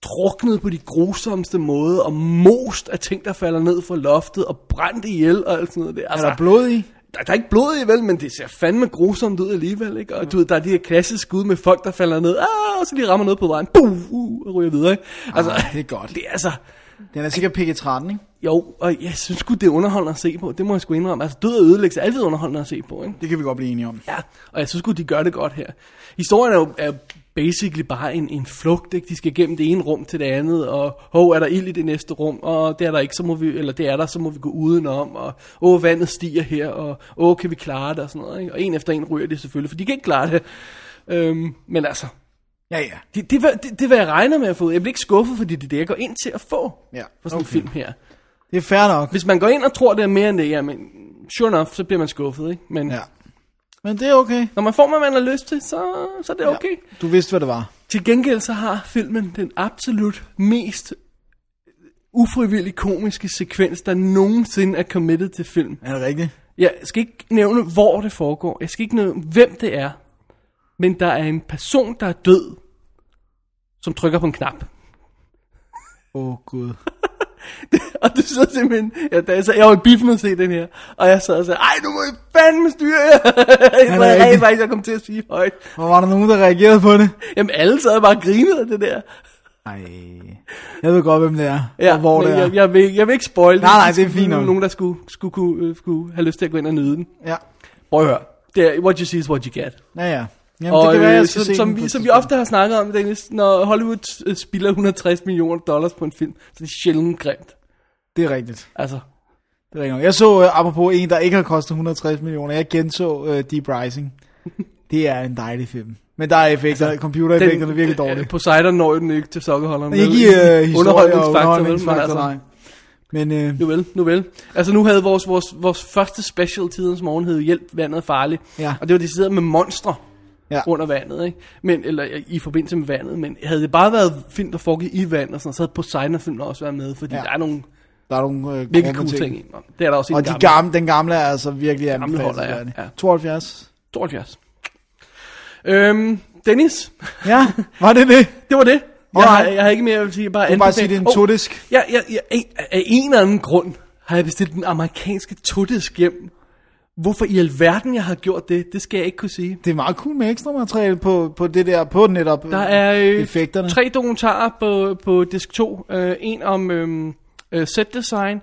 Speaker 1: druknet på de grusomste måde, og most af ting, der falder ned fra loftet, og brændt ihjel og alt sådan noget der.
Speaker 2: Er
Speaker 1: Altså,
Speaker 2: der blod i?
Speaker 1: der, der er ikke blod i, vel, men det ser fandme grusomt ud alligevel, ikke? Og du ved, der er de her klassiske skud med folk, der falder ned, ah, og så lige rammer noget på vejen, buh, uh, og ryger videre, ikke? Altså,
Speaker 2: Ah, det er godt.
Speaker 1: Det er altså,
Speaker 2: Den er sikkert PG-13, ikke?
Speaker 1: jo, og jeg synes sgu, det er underholdende at se på, det må jeg sgu indrømme. Altså, død og ødelæggelse er altid underholdende at se på, ikke?
Speaker 2: Det kan vi godt blive enige om.
Speaker 1: Ja, og jeg synes sgu, de gør det godt her. Historien er jo er basically bare en, en flugt, ikke? De skal gennem det ene rum til det andet, og hov, er der ild i det næste rum, og det er der ikke, så må vi, eller det er der, så må vi gå udenom, og åh, vandet stiger her, og åh, kan vi klare det, og sådan noget, ikke? Og en efter en ryger det selvfølgelig, for de kan ikke klare det. Øhm, men altså,
Speaker 2: Ja, ja.
Speaker 1: det, det, var- det, det var jeg regner med at få ud. Jeg bliver ikke skuffet, fordi det er det, jeg går ind til at få
Speaker 2: Ja,
Speaker 1: for sådan okay. en film her.
Speaker 2: Det er fair nok.
Speaker 1: Hvis man går ind og tror, det er mere end det, jamen, sure enough, så bliver man skuffet, ikke? Men ja.
Speaker 2: Ja. Men det er okay.
Speaker 1: når man får, hvad man har lyst til, så, så er det okay.
Speaker 2: Ja. Du vidste, hvad det var.
Speaker 1: Til gengæld så har filmen den absolut mest ufrivillig komiske sekvens, der nogensinde er committed til film.
Speaker 2: Er det rigtigt?
Speaker 1: Jeg skal ikke nævne, hvor det foregår. Jeg skal ikke nævne, hvem det er. Men der er en person, der er død, som trykker på en knap.
Speaker 2: Åh, oh, Gud.
Speaker 1: Og det sidder simpelthen... Ja, da jeg, sad, jeg var i biffen og se den her, og jeg sad og sagde, ej, nu må I fandme styre jer. jeg
Speaker 2: er
Speaker 1: sagde,
Speaker 2: rigtig-
Speaker 1: rent faktisk, jeg kom til at sige højt.
Speaker 2: Og var der nogen, der reagerede på det?
Speaker 1: Jamen, alle sad bare og grinede af det der.
Speaker 2: Ej. Jeg ved godt, hvem det er. og hvor
Speaker 1: men
Speaker 2: det er.
Speaker 1: Jeg, jeg, vil, jeg vil ikke spoil det.
Speaker 2: Nej, nej, det er fint nok.
Speaker 1: Nogen, der skulle, skulle, kunne, øh, skulle have lyst til at gå ind og nyde den.
Speaker 2: Ja.
Speaker 1: Prøv at høre. Det er, what you see is what you get.
Speaker 2: Ja, ja. Jamen,
Speaker 1: Og
Speaker 2: det kan være,
Speaker 1: øh,
Speaker 2: jeg skal
Speaker 1: som,
Speaker 2: se den
Speaker 1: som,
Speaker 2: på
Speaker 1: vi,
Speaker 2: et
Speaker 1: som vi
Speaker 2: tidspunkt.
Speaker 1: ofte har snakket om, Dennis, når Hollywood øh, spiller 160 millioner dollars på en film, så det er sjældent grimt.
Speaker 2: Det er rigtigt.
Speaker 1: Altså,
Speaker 2: Det er rigtigt. nok. Jeg så, uh, apropos en, der ikke har kostet 160 millioner, jeg genså uh, Deep Rising. det er en dejlig film. Men der er effekter, altså, computereffekterne er virkelig dårlige.
Speaker 1: øh, Poseidon når jo den ikke til sokkeholderen.
Speaker 2: Øh, ikke i uh, historie og
Speaker 1: altså-
Speaker 2: underholdningsfaktor, nej. Men øh,
Speaker 1: nu vel, nu vel. Altså nu havde vores, vores, vores første special tidens morgen hed Hjælp, vandet er farligt.
Speaker 2: Ja.
Speaker 1: Og det var decideret med monstre
Speaker 2: ja.
Speaker 1: under vandet, ikke? Men, eller øh, i forbindelse med vandet, men havde det bare været film, der foregik i vand, og sådan, så havde Poseidon filmen også været med, fordi
Speaker 2: Ja.
Speaker 1: ja. der er nogle
Speaker 2: der er nogle øh,
Speaker 1: virkelig
Speaker 2: grumme
Speaker 1: cool ting. i. Nå, Det er der også i
Speaker 2: Og
Speaker 1: den
Speaker 2: de gamle, den gamle er altså virkelig
Speaker 1: holder jeg,
Speaker 2: anbefalesværdig.
Speaker 1: ja.
Speaker 2: 72.
Speaker 1: 72. Øhm, Dennis,
Speaker 2: Ja, var det det?
Speaker 1: det var det. Jeg,
Speaker 2: Alright.
Speaker 1: har, jeg har ikke mere, jeg vil sige. Bare
Speaker 2: Du kan bare sige, det er en
Speaker 1: Åh,
Speaker 2: todisk.
Speaker 1: Ja, ja, ja, af- af en eller anden grund har jeg bestilt den amerikanske todisk hjem Hvorfor i alverden jeg har gjort det, det skal jeg ikke kunne sige.
Speaker 2: Det er meget cool med ekstra materiale på, på det der, på netop
Speaker 1: Der er øh,
Speaker 2: effekterne.
Speaker 1: tre dokumentarer på, på disk 2. Øh, en om øh, øh, set design,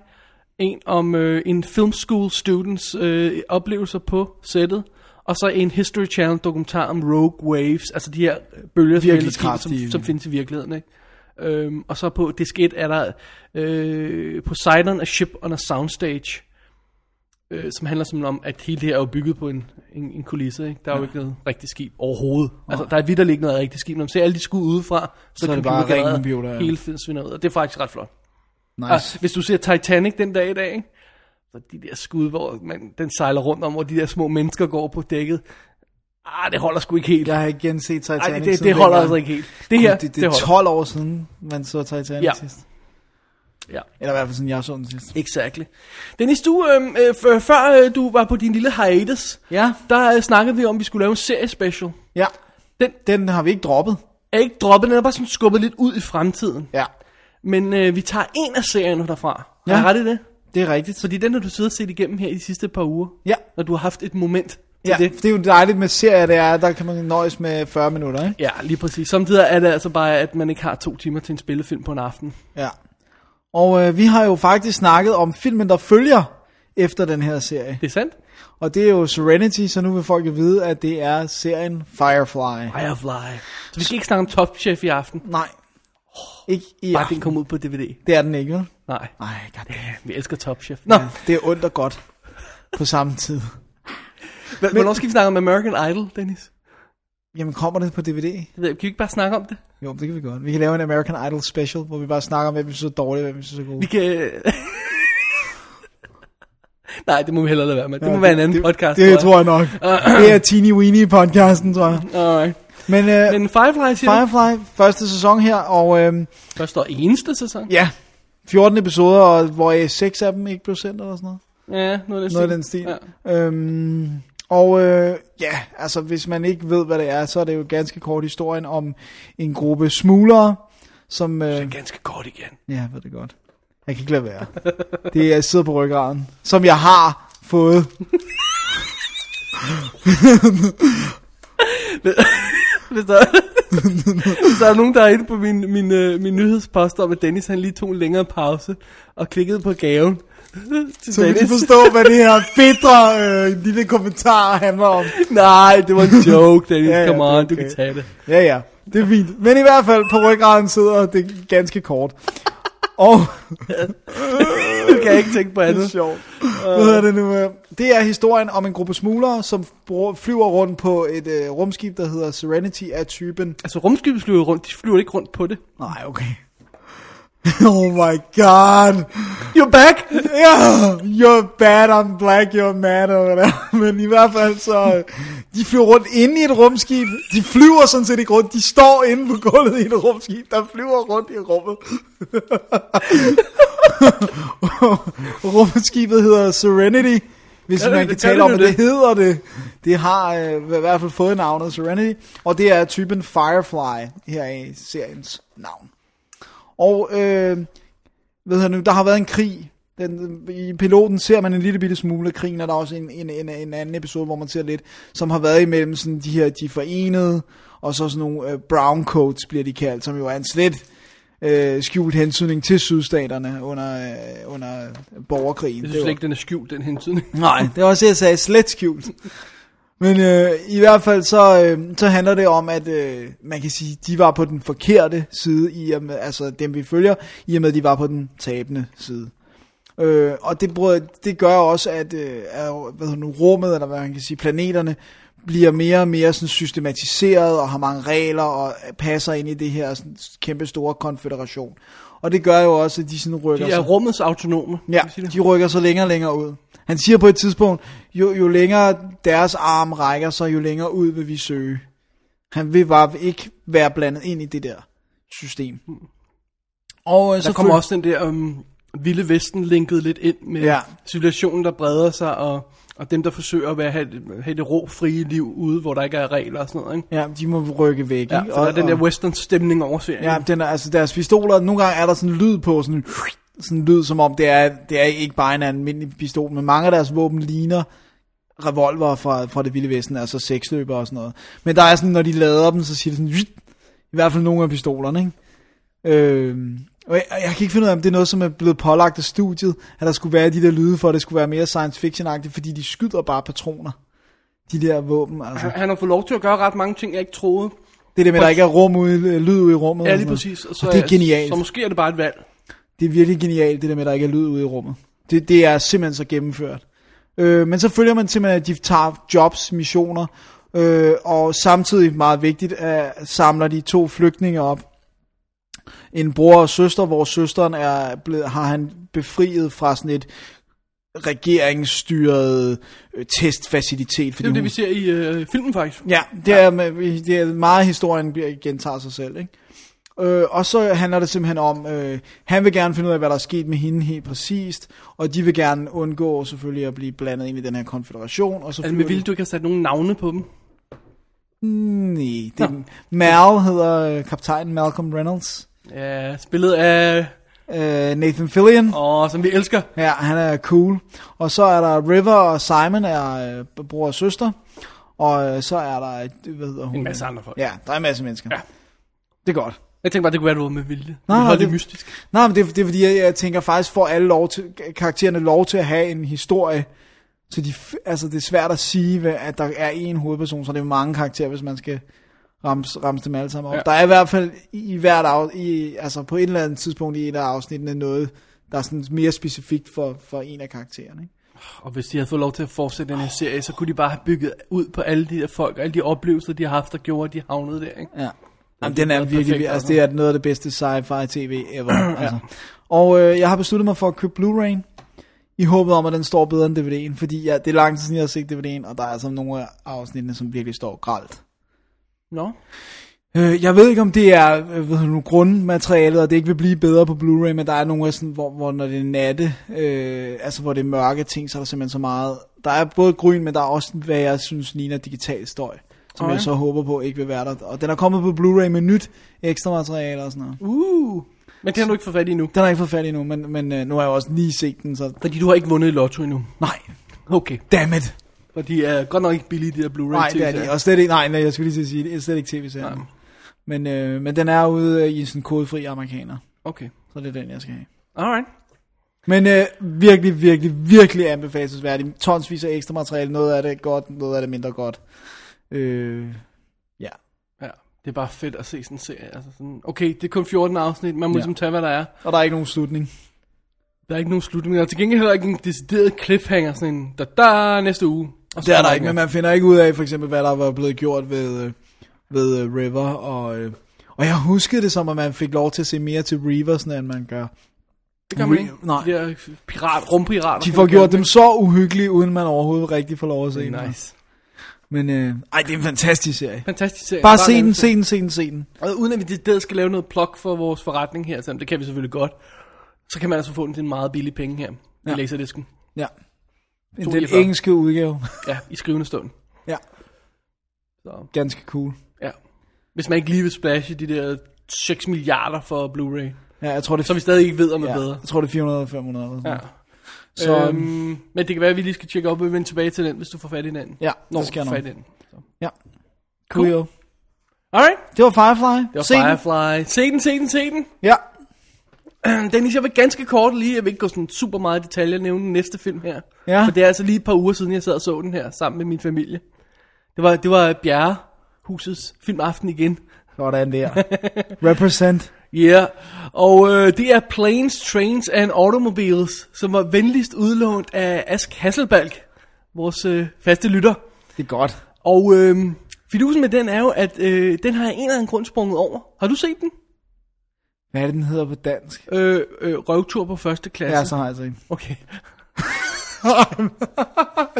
Speaker 1: en om øh, en film school students øh, oplevelser på sættet, og så en History Channel dokumentar om rogue waves, altså de her bølger, som,
Speaker 2: Virkelig
Speaker 1: ellers gik, som,
Speaker 2: kraftige.
Speaker 1: som findes i virkeligheden. Ikke? Øhm, og så på disk 1 er der øh, Poseidon, A Ship on a Soundstage, øh, som handler simpelthen om, at hele det her er jo bygget på en, en, en kulisse. Ikke? Der er jo ikke noget rigtigt skib overhovedet. Altså, der er vidderligt ikke noget rigtigt skib. Når man ser alle de skud udefra, så,
Speaker 2: er det bare
Speaker 1: computergenereret
Speaker 2: ren computer, ja.
Speaker 1: Hele tiden svinder ud, og det er faktisk ret flot.
Speaker 2: Nice.
Speaker 1: Altså, hvis du ser Titanic den dag i dag, ikke? så de der skud, hvor man, den sejler rundt om, hvor de der små mennesker går på dækket, ah, det holder sgu ikke helt.
Speaker 2: Jeg har ikke genset Titanic
Speaker 1: Ej, det, det
Speaker 2: siden
Speaker 1: holder
Speaker 2: dengang.
Speaker 1: altså ikke helt. Det her,
Speaker 2: Gud, det, det, er
Speaker 1: holder.
Speaker 2: 12 år siden, man så Titanic
Speaker 1: Ja.
Speaker 2: ja. sidst.
Speaker 1: Ja.
Speaker 2: Eller i hvert fald sådan, jeg så den sidst.
Speaker 1: Exactly. Dennis, du, øh, øh, f- før øh, du var på din lille hiatus,
Speaker 2: Ja.
Speaker 1: der øh, snakkede vi om, at vi skulle lave en seriespecial.
Speaker 2: Ja.
Speaker 1: Den-
Speaker 2: Den, den har vi ikke droppet.
Speaker 1: er ikke droppet, den er bare sådan skubbet lidt ud i fremtiden.
Speaker 2: Ja.
Speaker 1: Men øh, vi tager en af serierne derfra. Ja.
Speaker 2: Ja.
Speaker 1: Har jeg ret i det?
Speaker 2: Det er rigtigt.
Speaker 1: Fordi den har du siddet og set igennem her i de sidste par uger.
Speaker 2: Ja.
Speaker 1: Når du har haft et moment til
Speaker 2: Ja,
Speaker 1: det.
Speaker 2: det. det er jo dejligt med serier, det er, der kan man nøjes med 40 minutter, ikke?
Speaker 1: Ja, lige præcis. Samtidig er det altså bare, at man ikke har to timer til en spillefilm på en aften.
Speaker 2: Ja. Og øh, vi har jo faktisk snakket om filmen, der følger efter den her serie.
Speaker 1: Det er sandt?
Speaker 2: Og det er jo Serenity, så nu vil folk jo vide, at det er serien Firefly.
Speaker 1: Firefly. Så vi skal ikke snakke om Top Chef i aften.
Speaker 2: Nej. Ikke i
Speaker 1: Bare
Speaker 2: ja.
Speaker 1: den kommer ud på DVD.
Speaker 2: Det er den ikke, vel?
Speaker 1: Nej.
Speaker 2: Nej, goddamn.
Speaker 1: Vi elsker Top Chef. Nå, ja.
Speaker 2: Det er ondt og godt på samme tid.
Speaker 1: hvornår skal vi snakke om American Idol, Dennis?
Speaker 2: Jamen, kommer det på DVD?
Speaker 1: Det ved jeg, kan vi ikke bare snakke om det?
Speaker 2: Jo, det kan vi godt. Vi kan lave en American Idol special, hvor vi bare snakker om, hvem vi synes er dårlig, hvem vi synes er god.
Speaker 1: Vi kan... Nej, det må vi hellere lade være med. Det
Speaker 2: Ja,
Speaker 1: må være en anden
Speaker 2: det,
Speaker 1: podcast.
Speaker 2: Det, det
Speaker 1: tror jeg.
Speaker 2: tror jeg nok. det er teeny weeny podcasten, tror jeg.
Speaker 1: Alright.
Speaker 2: Men, øh,
Speaker 1: Men Firefly siger Fire...
Speaker 2: Firefly, første sæson her, og øh,
Speaker 1: første og eneste sæson.
Speaker 2: ja, 14 episoder, og hvor øh, 6 af dem ikke blev sendt, eller sådan noget.
Speaker 1: Ja, noget af den
Speaker 2: Noget af den
Speaker 1: stil.
Speaker 2: stil.
Speaker 1: Ja.
Speaker 2: Ja. Øhm, og øh, ja, altså hvis man ikke ved, hvad det er, så er det jo ganske kort historien om en gruppe smuglere, som... Øh,
Speaker 1: Ganske kort igen.
Speaker 2: Ja, jeg ved det godt. Jeg kan ikke lade være. Det er sidder på ryggraden, som jeg har fået.
Speaker 1: Hvis der, hvis der er nogen, der er inde på min, min, øh, min nyhedspost om, at Dennis han lige tog en længere pause og klikkede på gaven. til
Speaker 2: Så vi kan
Speaker 1: Dennis.
Speaker 2: forstå, hvad det her bedre øh, lille kommentar handler om.
Speaker 1: Nej, det var en joke, Dennis.
Speaker 2: Ja,
Speaker 1: ja,
Speaker 2: ja,
Speaker 1: Come
Speaker 2: det er
Speaker 1: on, du
Speaker 2: okay.
Speaker 1: kan tage det.
Speaker 2: Ja, ja, det er fint. Men i hvert fald, på ryggraden sidder det ganske kort. Og...
Speaker 1: Du kan ikke tænke på
Speaker 2: Det er
Speaker 1: andet.
Speaker 2: sjovt. Hvad hedder det nu? øh? Det er historien om en gruppe smuglere, som bro- flyver rundt på et øh, rumskib, der hedder Serenity af typen...
Speaker 1: Altså, rumskibet flyver rundt. De flyver ikke rundt på det.
Speaker 2: Nej, okay. oh my god.
Speaker 1: You're back!
Speaker 2: Yeah, you're bad, I'm black, you're mad, og hvad der er. Men i hvert fald så, øh, de flyver rundt inde i et rumskib. De flyver sådan set ikke rundt, de står inde på gulvet i et rumskib, der flyver rundt i rummet. Rumskibet hedder Serenity, hvis
Speaker 1: Ja,
Speaker 2: ja,
Speaker 1: det-
Speaker 2: man kan
Speaker 1: det-
Speaker 2: tale
Speaker 1: ja, det
Speaker 2: om,
Speaker 1: er
Speaker 2: at
Speaker 1: det.
Speaker 2: det, hedder det. Det har øh, i hvert fald fået navnet Serenity, og det er typen Firefly her i seriens navn. Og øh, ved jeg nu, der har været en krig. Den, I piloten ser man en lille bitte smule af krigen, og der er også en, en, en, en anden episode, hvor man ser lidt, som har været imellem sådan de her, de forenede, og så sådan nogle øh, brown coats bliver de kaldt, som jo er en slet øh, skjult hensynning til sydstaterne under, øh, under borgerkrigen.
Speaker 1: Jeg
Speaker 2: Det
Speaker 1: synes
Speaker 2: var-
Speaker 1: ikke, den er skjult, den hensyn.
Speaker 2: Nej, det var også det, jeg sagde, slet skjult. Men øh, i hvert fald så, øh, så handler det om, at øh, man kan sige, de var på den forkerte side, i og med, altså dem vi følger, i og med, at de var på den tabende side. Øh, og det, brød- det gør også, at øh, er, hvad hedder nu, rummet, eller hvad man kan sige, planeterne, bliver mere og mere sådan systematiseret og har mange regler og passer ind i det her sådan, kæmpe store konfederation. Og det gør jo også, at de sådan rykker
Speaker 1: De er
Speaker 2: sig.
Speaker 1: rummets autonome.
Speaker 2: Ja,
Speaker 1: kan vi sige det?
Speaker 2: de rykker så længere og længere ud. Han siger på et tidspunkt, jo, jo længere deres arm rækker sig, jo længere ud vil vi søge. Han vil bare ikke være blandet ind i det der system.
Speaker 1: Hmm.
Speaker 2: Og øh,
Speaker 1: Der
Speaker 2: så
Speaker 1: kommer
Speaker 2: føl-
Speaker 1: også den der um, vilde vesten linket lidt ind med ja.
Speaker 2: Ja.
Speaker 1: situationen, der breder sig, og, og dem, der forsøger at være, have, det- have det rå, frie liv ude, hvor der ikke er regler og sådan noget. Ikke?
Speaker 2: Ja, de må rykke væk.
Speaker 1: Ja,
Speaker 2: ikke?
Speaker 1: for der er den der western stemning over serien.
Speaker 2: ja, den er, altså deres pistoler, nogle gange er der sådan en lyd på, sådan en sådan en lyd, som om det er, det er ikke bare en almindelig pistol, men mange af deres våben ligner revolver fra, fra det vilde vesten, altså seksløber og sådan noget. Men der er sådan, når de lader dem, så siger det sådan, "Zzt!" i hvert fald nogle af pistolerne, ikke? Øh, og jeg, og jeg kan ikke finde ud af, om det er noget, som er blevet pålagt af studiet, at der skulle være de der lyde for, at det skulle være mere science fiction-agtigt, fordi de skyder bare patroner, de der våben, altså.
Speaker 1: Han, han har fået lov til at gøre ret mange ting, jeg ikke troede.
Speaker 2: Det er det med, at der ikke er rum ude, øh, lyd ude i rummet.
Speaker 1: Ja,
Speaker 2: og
Speaker 1: lige
Speaker 2: sådan noget.
Speaker 1: præcis.
Speaker 2: Og det er genialt.
Speaker 1: Så måske er det bare et valg.
Speaker 2: Det er virkelig genialt, det der med, at der ikke er lyd ude i rummet. Det, det er simpelthen så gennemført. Øh, men så følger man simpelthen, at de tager jobs, missioner, øh, og samtidig meget vigtigt, at samler de to flygtninge op. En bror og søster, hvor søsteren er blevet, har han befriet fra sådan et regeringsstyret øh, testfacilitet.
Speaker 1: Det er jo det, vi ser i øh, filmen faktisk.
Speaker 2: Ja, det er, med- det er meget historien bliver- gentager sig selv, ikke? Øh, og så handler det simpelthen om, øh, han vil gerne finde ud af, hvad der er sket med hende helt præcist, og de vil gerne undgå selvfølgelig at blive blandet ind i den her konfederation, og så
Speaker 1: Altså, men
Speaker 2: de-
Speaker 1: ville du ikke have sat nogen navne på dem?
Speaker 2: Nej, det er, Mal hedder øh, kaptajnen Malcolm Reynolds,
Speaker 1: Ja, spillet af...
Speaker 2: øh, Nathan Fillion,
Speaker 1: Åh, som vi elsker.
Speaker 2: ja, han er cool, og så er der River og Simon er øh, bror og søster, og øh, så er der, øh, hvad hedder hun?
Speaker 1: En masse andre folk.
Speaker 2: Ja, der er en masse mennesker.
Speaker 1: Ja.
Speaker 2: Det er godt.
Speaker 1: Jeg tænkte bare, det kunne være noget med vilje.
Speaker 2: Nej,
Speaker 1: Nej,
Speaker 2: nej,
Speaker 1: det, det
Speaker 2: det-
Speaker 1: mystisk.
Speaker 2: Nej, men det er, det er fordi, jeg, jeg tænker faktisk, får alle lov til, karaktererne lov til at have en historie. Så de, f- altså, det er svært at sige, hvad- at der er én hovedperson, så det er mange karakterer, hvis man skal ramse, ramse dem alle sammen op.
Speaker 1: Ja.
Speaker 2: Ja. Der er i hvert fald i, i hvert af, i, altså på et eller andet tidspunkt i et af afsnittene noget, der er sådan mere specifikt for, for en af karaktererne. Ikke?
Speaker 1: Og hvis de havde fået lov til at fortsætte den her serie, så kunne de bare have bygget ud på alle de der folk, og alle de oplevelser, de har haft, der gjorde, at de havnede der, ikke?
Speaker 2: Ja. Jamen,
Speaker 1: det
Speaker 2: den er
Speaker 1: er
Speaker 2: virkelig,
Speaker 1: perfekt,
Speaker 2: perfekt, altså
Speaker 1: altså.
Speaker 2: det er noget af det bedste sci-fi tv ever. altså. Og øh, jeg har besluttet mig for at købe Blu-ray, i håbet om, at den står bedre end DVD'en, fordi ja, det er lang tid siden, jeg har set DVD'en, og der er altså nogle af afsnittene, som virkelig står gralt.
Speaker 1: Nå?
Speaker 2: Øh, jeg ved ikke, om det er øh, ved du, nu, grundmaterialet, og det ikke vil blive bedre på Blu-ray, men der er nogle af sådan, hvor, hvor når det er natte, øh, altså hvor det er mørke ting, så er der simpelthen så meget. Der er både grøn, men der er også, hvad jeg synes ligner digital støj,
Speaker 1: Åh,
Speaker 2: som okay.
Speaker 1: ja.
Speaker 2: jeg så håber på ikke vil være der. Og den er kommet på Blu-ray med nyt ekstra materiale og sådan noget.
Speaker 1: Uh! Men det har du ikke fået fat i endnu.
Speaker 2: Den har jeg ikke fået fat i endnu, men, men øh, nu har jeg jo også lige set den, så
Speaker 1: Fordi du har ikke vundet i lotto endnu.
Speaker 2: nej,
Speaker 1: Okay.
Speaker 2: damn it.
Speaker 1: Og de er godt nok ikke billige, de der Blu-ray
Speaker 2: Nej, det er det.
Speaker 1: TV-serier.
Speaker 2: Og slet ikke, nej, nej, jeg skulle lige til at sige det. Det er slet ikke tv-serien.
Speaker 1: Nej.
Speaker 2: Men, øh, men den er ude øh, i sådan en kodefri amerikaner,
Speaker 1: Okay.
Speaker 2: så det er den, jeg skal have.
Speaker 1: Alright.
Speaker 2: Men øh, virkelig, virkelig, virkelig anbefalesværdig. Tonsvis af ekstra materiale. Noget af det er godt, noget af det er mindre godt. Øh, ja.
Speaker 1: Ja. Det er bare fedt at se sådan en serie. Altså sådan, okay, det er kun 14 afsnit, man må ja.
Speaker 2: Ja.
Speaker 1: ligesom tage, hvad der er.
Speaker 2: Og der er ikke nogen slutning.
Speaker 1: Der er ikke nogen slutning. Der er til gengæld heller ikke en decideret cliffhanger, sådan en, der der næste uge. Og så
Speaker 2: Det er der ikke, men man finder ikke ud af, for eksempel, hvad der var blevet gjort ved, øh, ved øh, River. Og, øh, og jeg huskede det som, at man fik lov til at se mere til Reavers, end man gør.
Speaker 1: Det gør man ikke.
Speaker 2: Nej.
Speaker 1: De der pirat, rumpirater.
Speaker 2: De får gjort dem så uhyggelige, uden man overhovedet rigtig får lov at se dem.
Speaker 1: Nice.
Speaker 2: Men øh, ej, det er en fantastisk serie.
Speaker 1: Fantastisk serie.
Speaker 2: Bare se
Speaker 1: en
Speaker 2: den,
Speaker 1: anbefaling.
Speaker 2: se den, se den, se den.
Speaker 1: Og uden at vi det skal lave noget plug for vores forretning her, selvom det kan vi selvfølgelig godt, så kan man altså få den til en meget billig penge her ja. i
Speaker 2: Ja.
Speaker 1: Laserdisken.
Speaker 2: Ja. Den
Speaker 1: 42.
Speaker 2: engelske udgave.
Speaker 1: Ja, i skrivende stund.
Speaker 2: Ja,
Speaker 1: Så,
Speaker 2: ganske cool.
Speaker 1: ja. Hvis man ikke lige vil splashe de der 6 milliarder for Blu-ray,
Speaker 2: Ja, jeg tror, det
Speaker 1: så vi stadig ikke ved, om det er
Speaker 2: ja,
Speaker 1: bedre.
Speaker 2: Jeg tror, det er 400 eller 500. Eller sådan.
Speaker 1: Ja.
Speaker 2: Ja. Så
Speaker 1: øhm,
Speaker 2: øhm,
Speaker 1: men det kan være, at vi lige skal tjekke op og vende tilbage til den, hvis du får fat i den.
Speaker 2: ja,
Speaker 1: Når du
Speaker 2: det skal
Speaker 1: får
Speaker 2: jeg
Speaker 1: fat i den.
Speaker 2: nok.
Speaker 1: Så.
Speaker 2: Ja.
Speaker 1: Cool.
Speaker 2: Cool.
Speaker 1: Alright,
Speaker 2: Det var Firefly.
Speaker 1: det var
Speaker 2: Se den.
Speaker 1: Firefly. Se den, se den, se den.
Speaker 2: Ja.
Speaker 1: Dennis, jeg vil ganske kort lige, jeg vil ikke gå sådan super meget i detaljer, nævne den næste film her.
Speaker 2: Ja.
Speaker 1: For det er altså lige et par uger siden, jeg sad og så den her sammen med min familie. Det var, det var Bjerrehusets filmaften igen.
Speaker 2: Sådan der. Represent.
Speaker 1: Ja, yeah. og øh, det er Planes, Trains and Automobiles, som var venligst udlånt af Ask Hasselbalg, vores øh, faste lytter.
Speaker 2: Det er godt.
Speaker 1: Og øh, fidusen med den er jo, at øh, den har jeg en eller anden grund sprunget over. Har du set den?
Speaker 2: Hvad er det, den hedder på dansk?
Speaker 1: Øh, øh, røvtur på første klasse.
Speaker 2: Ja, så har jeg altså ikke.
Speaker 1: Okay.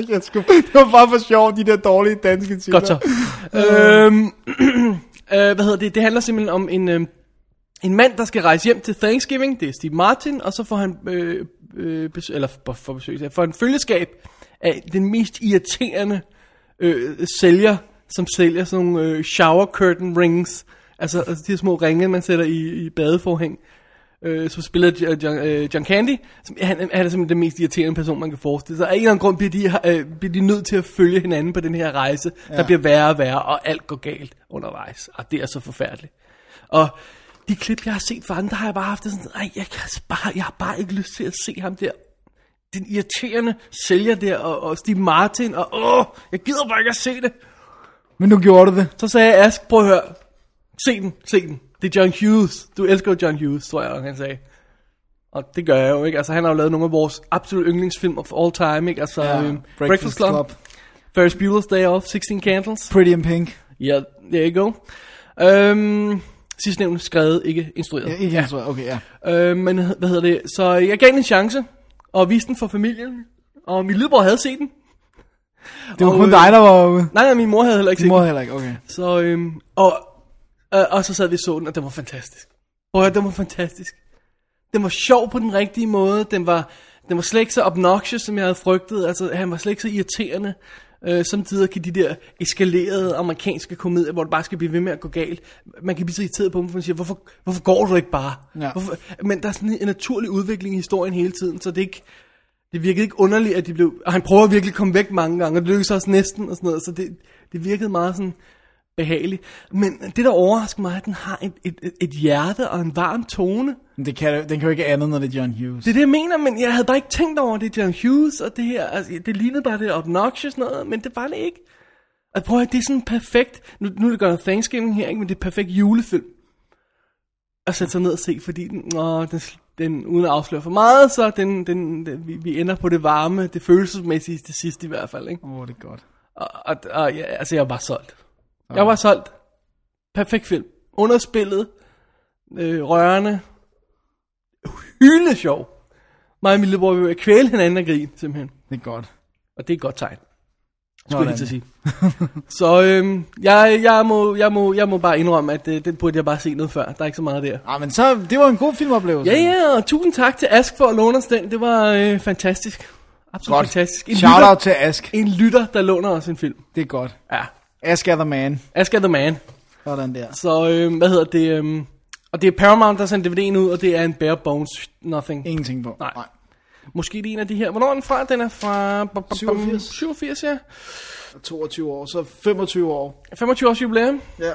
Speaker 2: jeg skulle... Det var bare for sjovt, de der dårlige danske titler.
Speaker 1: Godt så. øhm, øh, hvad hedder det? Det handler simpelthen om en, øh, en mand, der skal rejse hjem til Thanksgiving. Det er Steve Martin, og så får han, øh, øh, besøg, eller for, for besøg, får en følgeskab af den mest irriterende øh, sælger, som sælger sådan nogle øh, shower curtain rings. Altså, altså de her små ringe, man sætter i, i badeforhæng. øh, som spiller J- John, øh, John Candy. Som, han, han er simpelthen den mest irriterende person, man kan forestille sig. Og af en eller anden grund bliver de, har- øh, bliver de nødt til at følge hinanden på den her rejse, ja. der bliver værre og værre, og alt går galt undervejs. Og det er så forfærdeligt. Og de klip, jeg har set fra andre, har jeg bare haft det sådan, nej, jeg, kan altså bare, jeg har bare ikke lyst til at se ham der den irriterende sælger der, og, og Steve Martin, og åh, jeg gider bare ikke at se det.
Speaker 2: Men nu gjorde du det.
Speaker 1: Så sagde jeg, Ask, prøv at høre. Se den, se den. Det er John Hughes. Du elsker jo John Hughes, tror jeg, han sagde. Og det gør jeg jo, ikke? Altså, han har jo lavet nogle af vores absolut yndlingsfilm of all time, ikke? Altså,
Speaker 2: Øhm,
Speaker 1: ja, Breakfast, Breakfast Club, Club. Ferris Bueller's Day Off, 16 Candles.
Speaker 2: Pretty in Pink.
Speaker 1: Ja, there you go. Øhm, sidstnævnte skrevet, ikke instrueret.
Speaker 2: Ja, ikke ja. tror jeg. Okay, ja.
Speaker 1: Øh, men hvad hedder det? Så jeg gav den en chance, og viste den for familien. Og min lillebror havde set den.
Speaker 2: Det var
Speaker 1: Og,
Speaker 2: kun
Speaker 1: øh,
Speaker 2: dig, der var ude.
Speaker 1: Nej, nej, min mor havde heller ikke
Speaker 2: Din
Speaker 1: set
Speaker 2: mor
Speaker 1: den.
Speaker 2: heller ikke, okay.
Speaker 1: Så, øhm, og, øh, og så sad vi og så den, og den var fantastisk. Prøv at høre, den var fantastisk. Den var sjov på den rigtige måde. Den var, den var slet ikke så obnoxious, som jeg havde frygtet. Altså, han var slet ikke så irriterende. Øh, samtidig kan de der eskalerede amerikanske komedier, hvor det bare skal blive ved med at gå galt, man kan blive så irriteret på dem, for man siger, hvorfor, hvorfor går du ikke bare?
Speaker 2: Ja.
Speaker 1: Hvorfor? Men der er sådan en naturlig udvikling i historien hele tiden, så det er ikke, det virkede ikke underligt, at de blev... Og han prøver virkelig at komme væk mange gange, og det lykkedes også næsten og sådan noget, så det, det virkede meget sådan behageligt. Men det, der overrasker mig, er, at den har et, et, et- et hjerte og en varm tone.
Speaker 2: Men det kan, den kan jo ikke andet, når det er John Hughes.
Speaker 1: Det er det, jeg mener, men jeg havde bare ikke tænkt over det, John Hughes og det her. Altså, det lignede bare det obnoxious noget, men det var det ikke. Og prøv at høre, det er sådan perfekt... Nu, nu er det godt Thanksgiving her, ikke? men det er perfekt julefilm. At sætte sig ned og se, fordi den, åh, den, den uden at afsløre for meget, så den, den, den, vi, vi ender på det varme, det følelsesmæssige til sidst i hvert fald. Ikke?
Speaker 2: Åh, oh, det er godt.
Speaker 1: Og, og, og ja, altså, jeg var solgt. Jeg var solgt. Perfekt film. Underspillet. Øh, rørende. Hylende sjov. Mig og min lillebror vi var ved at kvæle hinanden af grin, simpelthen.
Speaker 2: Det er godt.
Speaker 1: Og det er et godt tegn, skulle
Speaker 2: Sådan.
Speaker 1: jeg lige til at sige. Så øhm, jeg, jeg, må, jeg, må, jeg må bare indrømme, at øh, den burde jeg bare se noget før. Der er ikke så meget der.
Speaker 2: Ah, men så, det var en god filmoplevelse.
Speaker 1: Ja, ja, og tusind tak til Ask for at låne os den. Det var øh, fantastisk. Absolut
Speaker 2: Godt.
Speaker 1: fantastisk. En
Speaker 2: Shout
Speaker 1: lytter,
Speaker 2: out til Ask.
Speaker 1: en lytter, der låner os en film.
Speaker 2: Det er godt.
Speaker 1: Ja,
Speaker 2: Ask er the man.
Speaker 1: Ask er the man.
Speaker 2: Sådan der.
Speaker 1: Så øh, hvad hedder det? Øh, og det er Paramount, der sendte DVD'en ud, og det er en bare bones nothing.
Speaker 2: Ingenting på.
Speaker 1: Nej. Måske det er en af de her. Hvornår er den fra? Den er fra... bum, bum, bum,
Speaker 2: 87.
Speaker 1: 87, ja.
Speaker 2: 22 år, så 25 år.
Speaker 1: 25 års jubilæum.
Speaker 2: Ja.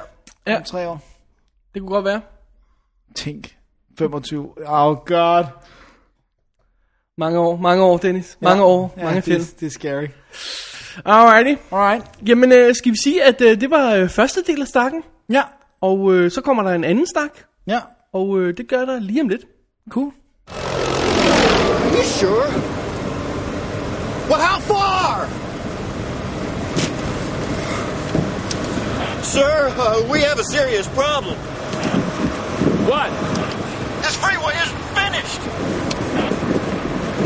Speaker 1: Ja.
Speaker 2: Om tre år.
Speaker 1: Det kunne godt være.
Speaker 2: Tænk. 25. Oh god.
Speaker 1: Mange år, mange år, Dennis. Mange år,
Speaker 2: ja,
Speaker 1: mange
Speaker 2: det,
Speaker 1: film.
Speaker 2: Det er scary.
Speaker 1: Alrighty.
Speaker 2: Alright.
Speaker 1: Jamen, øh, skal vi sige, at øh, det var øh, første del af stakken.
Speaker 2: Ja.
Speaker 1: Og øh, så kommer der en anden stak.
Speaker 2: Ja.
Speaker 1: Og øh, det gør der lige om lidt.
Speaker 2: Cool.
Speaker 6: You sure? Well, how far? Sir, uh, we have a serious problem.
Speaker 7: What?
Speaker 6: This freeway isn't finished.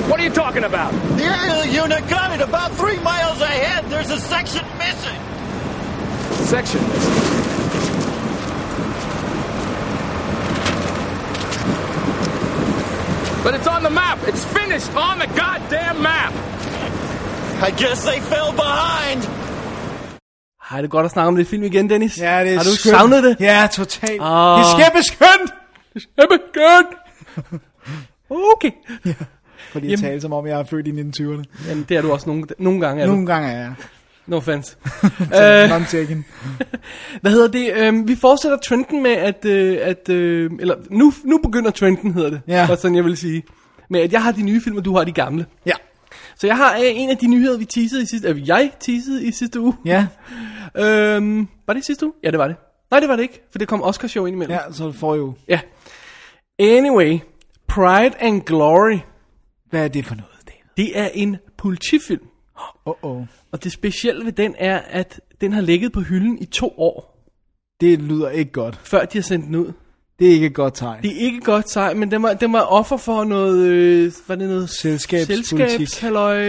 Speaker 7: What are you talking about?
Speaker 6: The aerial unit got it about three miles ahead. There's a section missing.
Speaker 7: Section. But it's on the map. It's finished on the goddamn map.
Speaker 6: I guess they fell behind.
Speaker 1: Hej, det er godt at snakke om det film igen, Dennis.
Speaker 2: Ja, det er
Speaker 1: Har du
Speaker 2: skønt.
Speaker 1: savnet det?
Speaker 2: Ja, totalt.
Speaker 1: Ah.
Speaker 2: Det skal skønt.
Speaker 1: Jamen, godt. Okay.
Speaker 2: Fordi jeg
Speaker 1: Jamen.
Speaker 2: taler som om, jeg er født i 1920'erne.
Speaker 1: Jamen, det er du også nogle, nogle gange. Er du.
Speaker 2: Nogle gange er jeg.
Speaker 1: No offense.
Speaker 2: Øh. Non-taken.
Speaker 1: Hvad hedder det? Øhm, vi fortsætter trenden med, at... Øh, at øh, eller nu, nu begynder trenden, hedder det.
Speaker 2: Ja.
Speaker 1: Var sådan, jeg vil sige. Med at jeg har de nye film, og du har de gamle.
Speaker 2: Ja.
Speaker 1: Så jeg har øh, en af de nyheder, vi teasede i sidste... Øh, jeg teasede i sidste uge.
Speaker 2: Ja.
Speaker 1: Øhm, var det i sidste uge? Ja, det var det. Nej, det var det ikke, for det kom Oscar-show ind imellem.
Speaker 2: Ja, så får jeg jo.
Speaker 1: ja. Anyway, Pride and Glory,
Speaker 2: Hvad er det for noget, David?
Speaker 1: det er en politifilm.
Speaker 2: Oh, oh.
Speaker 1: Og det specielle ved den er, at den har ligget på hylden i to år,
Speaker 2: Det lyder ikke godt.
Speaker 1: før de har sendt den ud.
Speaker 2: Det er ikke et godt tegn.
Speaker 1: Det er ikke godt sej, men den var, den var offer for noget, øh, var det noget
Speaker 2: Selskabspolitik.
Speaker 1: selskabs halløj,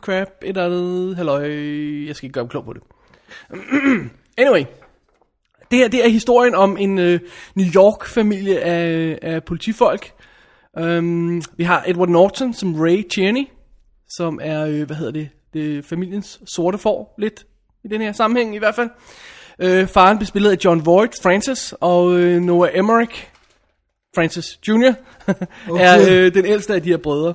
Speaker 1: crap, et eller andet, halløj, jeg skal ikke gøre mig klog på det. anyway, det her det er historien om en øh, New York-familie af, af politifolk. Um, vi har Edward Norton som Ray Tierney, som er, øh, hvad hedder det, det er familiens sorte får, lidt i den her sammenhæng i hvert fald. Øh, faren blev spillet af John Voight Francis og øh, Noah Emmerich Francis Jr., er øh, den ældste af de her brødre.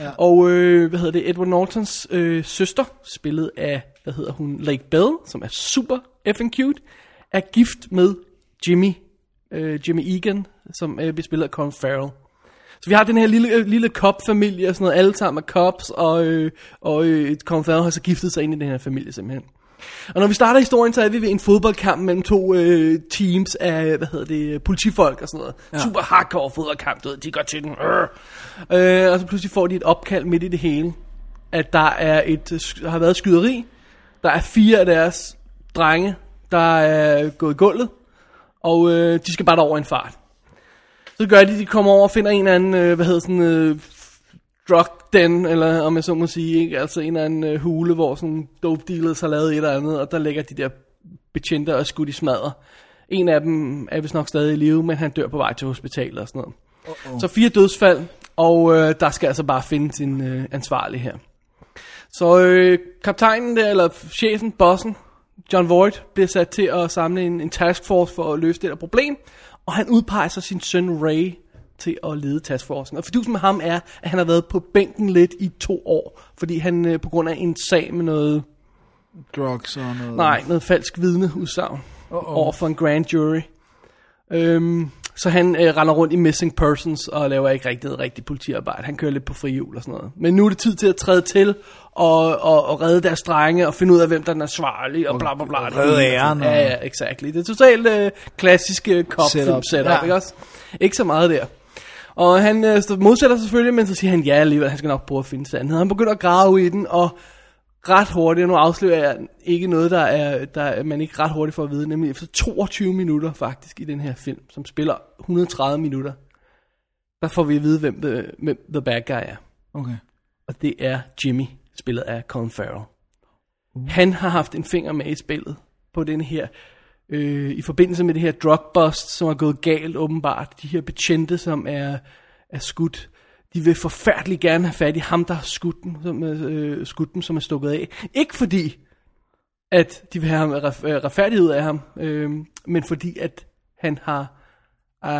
Speaker 1: Ja. Og øh, hvad hedder det? Edward Nortons øh, søster, spillet af, hvad hedder hun, Lake Bell, som er super effing cute, er gift med Jimmy, øh, Jimmy Egan, som øh, bliver spillet af Colin Farrell. Så vi har den her lille, øh, lille cop-familie og sådan noget, alle sammen er cops, og, øh, og øh, Colin Farrell har så giftet sig ind i den her familie simpelthen. Og når vi starter historien, så er vi ved en fodboldkamp mellem to øh, teams af, hvad hedder det, politifolk og sådan noget. Ja. Super hardcore fodboldkamp, du ved, de går til den. Øh. Øh, og så pludselig får de et opkald midt i det hele, at der er et, øh, sk- har været et skyderi. Der er fire af deres drenge, der er gået i gulvet, og øh, de skal bare derover i en fart. Så gør de, de kommer over og finder en eller anden, øh, hvad hedder sådan, øh, drug den, eller om jeg så må sige, ikke? altså en eller anden øh, hule, hvor sådan dope dealers har lavet et eller andet, og der ligger de der betjente og er skudt i smadder. En af dem er vist nok stadig i live, men han dør på vej til hospitalet og sådan noget. Uh-oh. Så fire dødsfald, og øh, der skal altså bare finde sin øh, ansvarlig her. Så øh, kaptajnen der, eller chefen, bossen, John Voight, bliver sat til at samle en, en taskforce for at løse det der problem, og han udpeger så sin søn Ray til at lede taskforcen. Og fidusen med ham er, at han har været på bænken lidt i to år, fordi han øh, på grund af en sag med noget,
Speaker 2: Drugs og noget.
Speaker 1: nej, noget falsk vidneudsagn over for en grand jury. Øhm, så han øh, render rundt i missing persons og laver ikke rigtig rigtig politiarbejde. Han kører lidt på frihjul og sådan noget. Men nu er det tid til at træde til og, og, og redde deres drenge og finde ud af, hvem der er den ansvarlig og bla bla bla.
Speaker 2: og redde æren og-
Speaker 1: Ja, ja, exactly. Det er totalt øh, klassiske cop
Speaker 2: Setup.
Speaker 1: setup, setup
Speaker 2: Ja.
Speaker 1: ja. ikke også? Ikke så meget der. Og han øh, står- modsætter sig selvfølgelig, men så siger han ja alligevel, han skal nok prøve at finde sandheden. Han begynder at grave i den, og ret hurtigt, og nu afslører jeg ikke noget, der er, der er- man ikke ret hurtigt får at vide, nemlig efter 22 minutter faktisk i den her film, som spiller 130 minutter, der får vi at vide, hvem the, hvem the bad guy er.
Speaker 2: Okay.
Speaker 1: Og det er Jimmy, spillet af Colin Farrell. Mm. Han har haft en finger med i spillet på den her, øh, i forbindelse med det her drug bust, som er gået galt åbenbart. De her betjente, som er, er skudt, de vil forfærdeligt gerne have fat i ham, der har skudt dem, som, er, øh, skudt dem, som er stukket af. Ikke fordi, at de vil have ham, ref, øh, retfærdighed af ham, øh, men fordi, at han har Uh,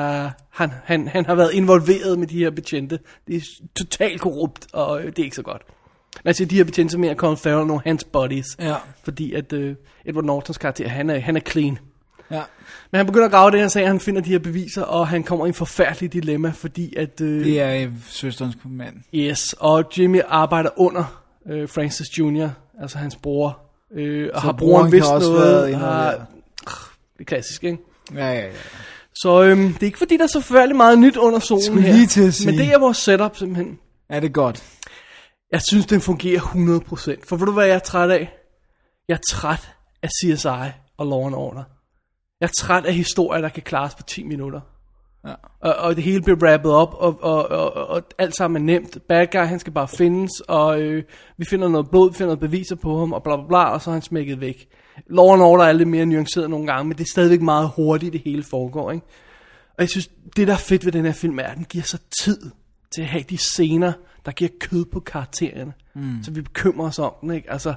Speaker 1: han, han, han har været involveret med de her betjente. Det er totalt korrupt, og øh, det er ikke så godt. Men altså, de her betjente som mere Colin Farrell og nogle af hans buddies.
Speaker 2: Ja.
Speaker 1: Fordi at øh, Edward Nortons karakter, han er, han er clean.
Speaker 2: Ja.
Speaker 1: Men han begynder at grave i den her sag, han finder de her beviser, og han kommer i en forfærdelig dilemma, fordi at... Øh,
Speaker 2: Det er øh, søsterens mand.
Speaker 1: Yes, og Jimmy arbejder under øh, Francis Jr., altså hans bror. Øh, og
Speaker 2: Så
Speaker 1: har
Speaker 2: broren
Speaker 1: broren
Speaker 2: kan
Speaker 1: vidst
Speaker 2: også
Speaker 1: noget.
Speaker 2: være
Speaker 1: har,
Speaker 2: involveret.
Speaker 1: det er klassisk, ikke?
Speaker 2: Ja, ja, ja.
Speaker 1: Så øhm, det er ikke fordi, der er så forfærdelig meget nyt under solen
Speaker 2: Skulle
Speaker 1: her.
Speaker 2: lige til at sige.
Speaker 1: Men det er vores setup simpelthen.
Speaker 2: Er det godt?
Speaker 1: Jeg synes, den fungerer 100%. For ved du, hvad jeg er træt af? Jeg er træt af CSI og Law and Order. Jeg er træt af historier, der kan klares på 10 minutter.
Speaker 2: Ja.
Speaker 1: Og, og det hele bliver rappet op, og, og, og, og, og alt sammen er nemt. Bad guy, han skal bare findes, og øh, vi finder noget blod, vi finder noget beviser på ham, og bla bla bla, og så er han smækket væk. Law and Order er lidt mere nuanceret nogle gange, men det er stadigvæk meget hurtigt, det hele foregår, ikke? Og jeg synes, det der er fedt ved den her film er, at den giver sig tid til at have de scener, der giver kød på karaktererne. Mm. Så vi bekymrer os om den, ikke? Altså,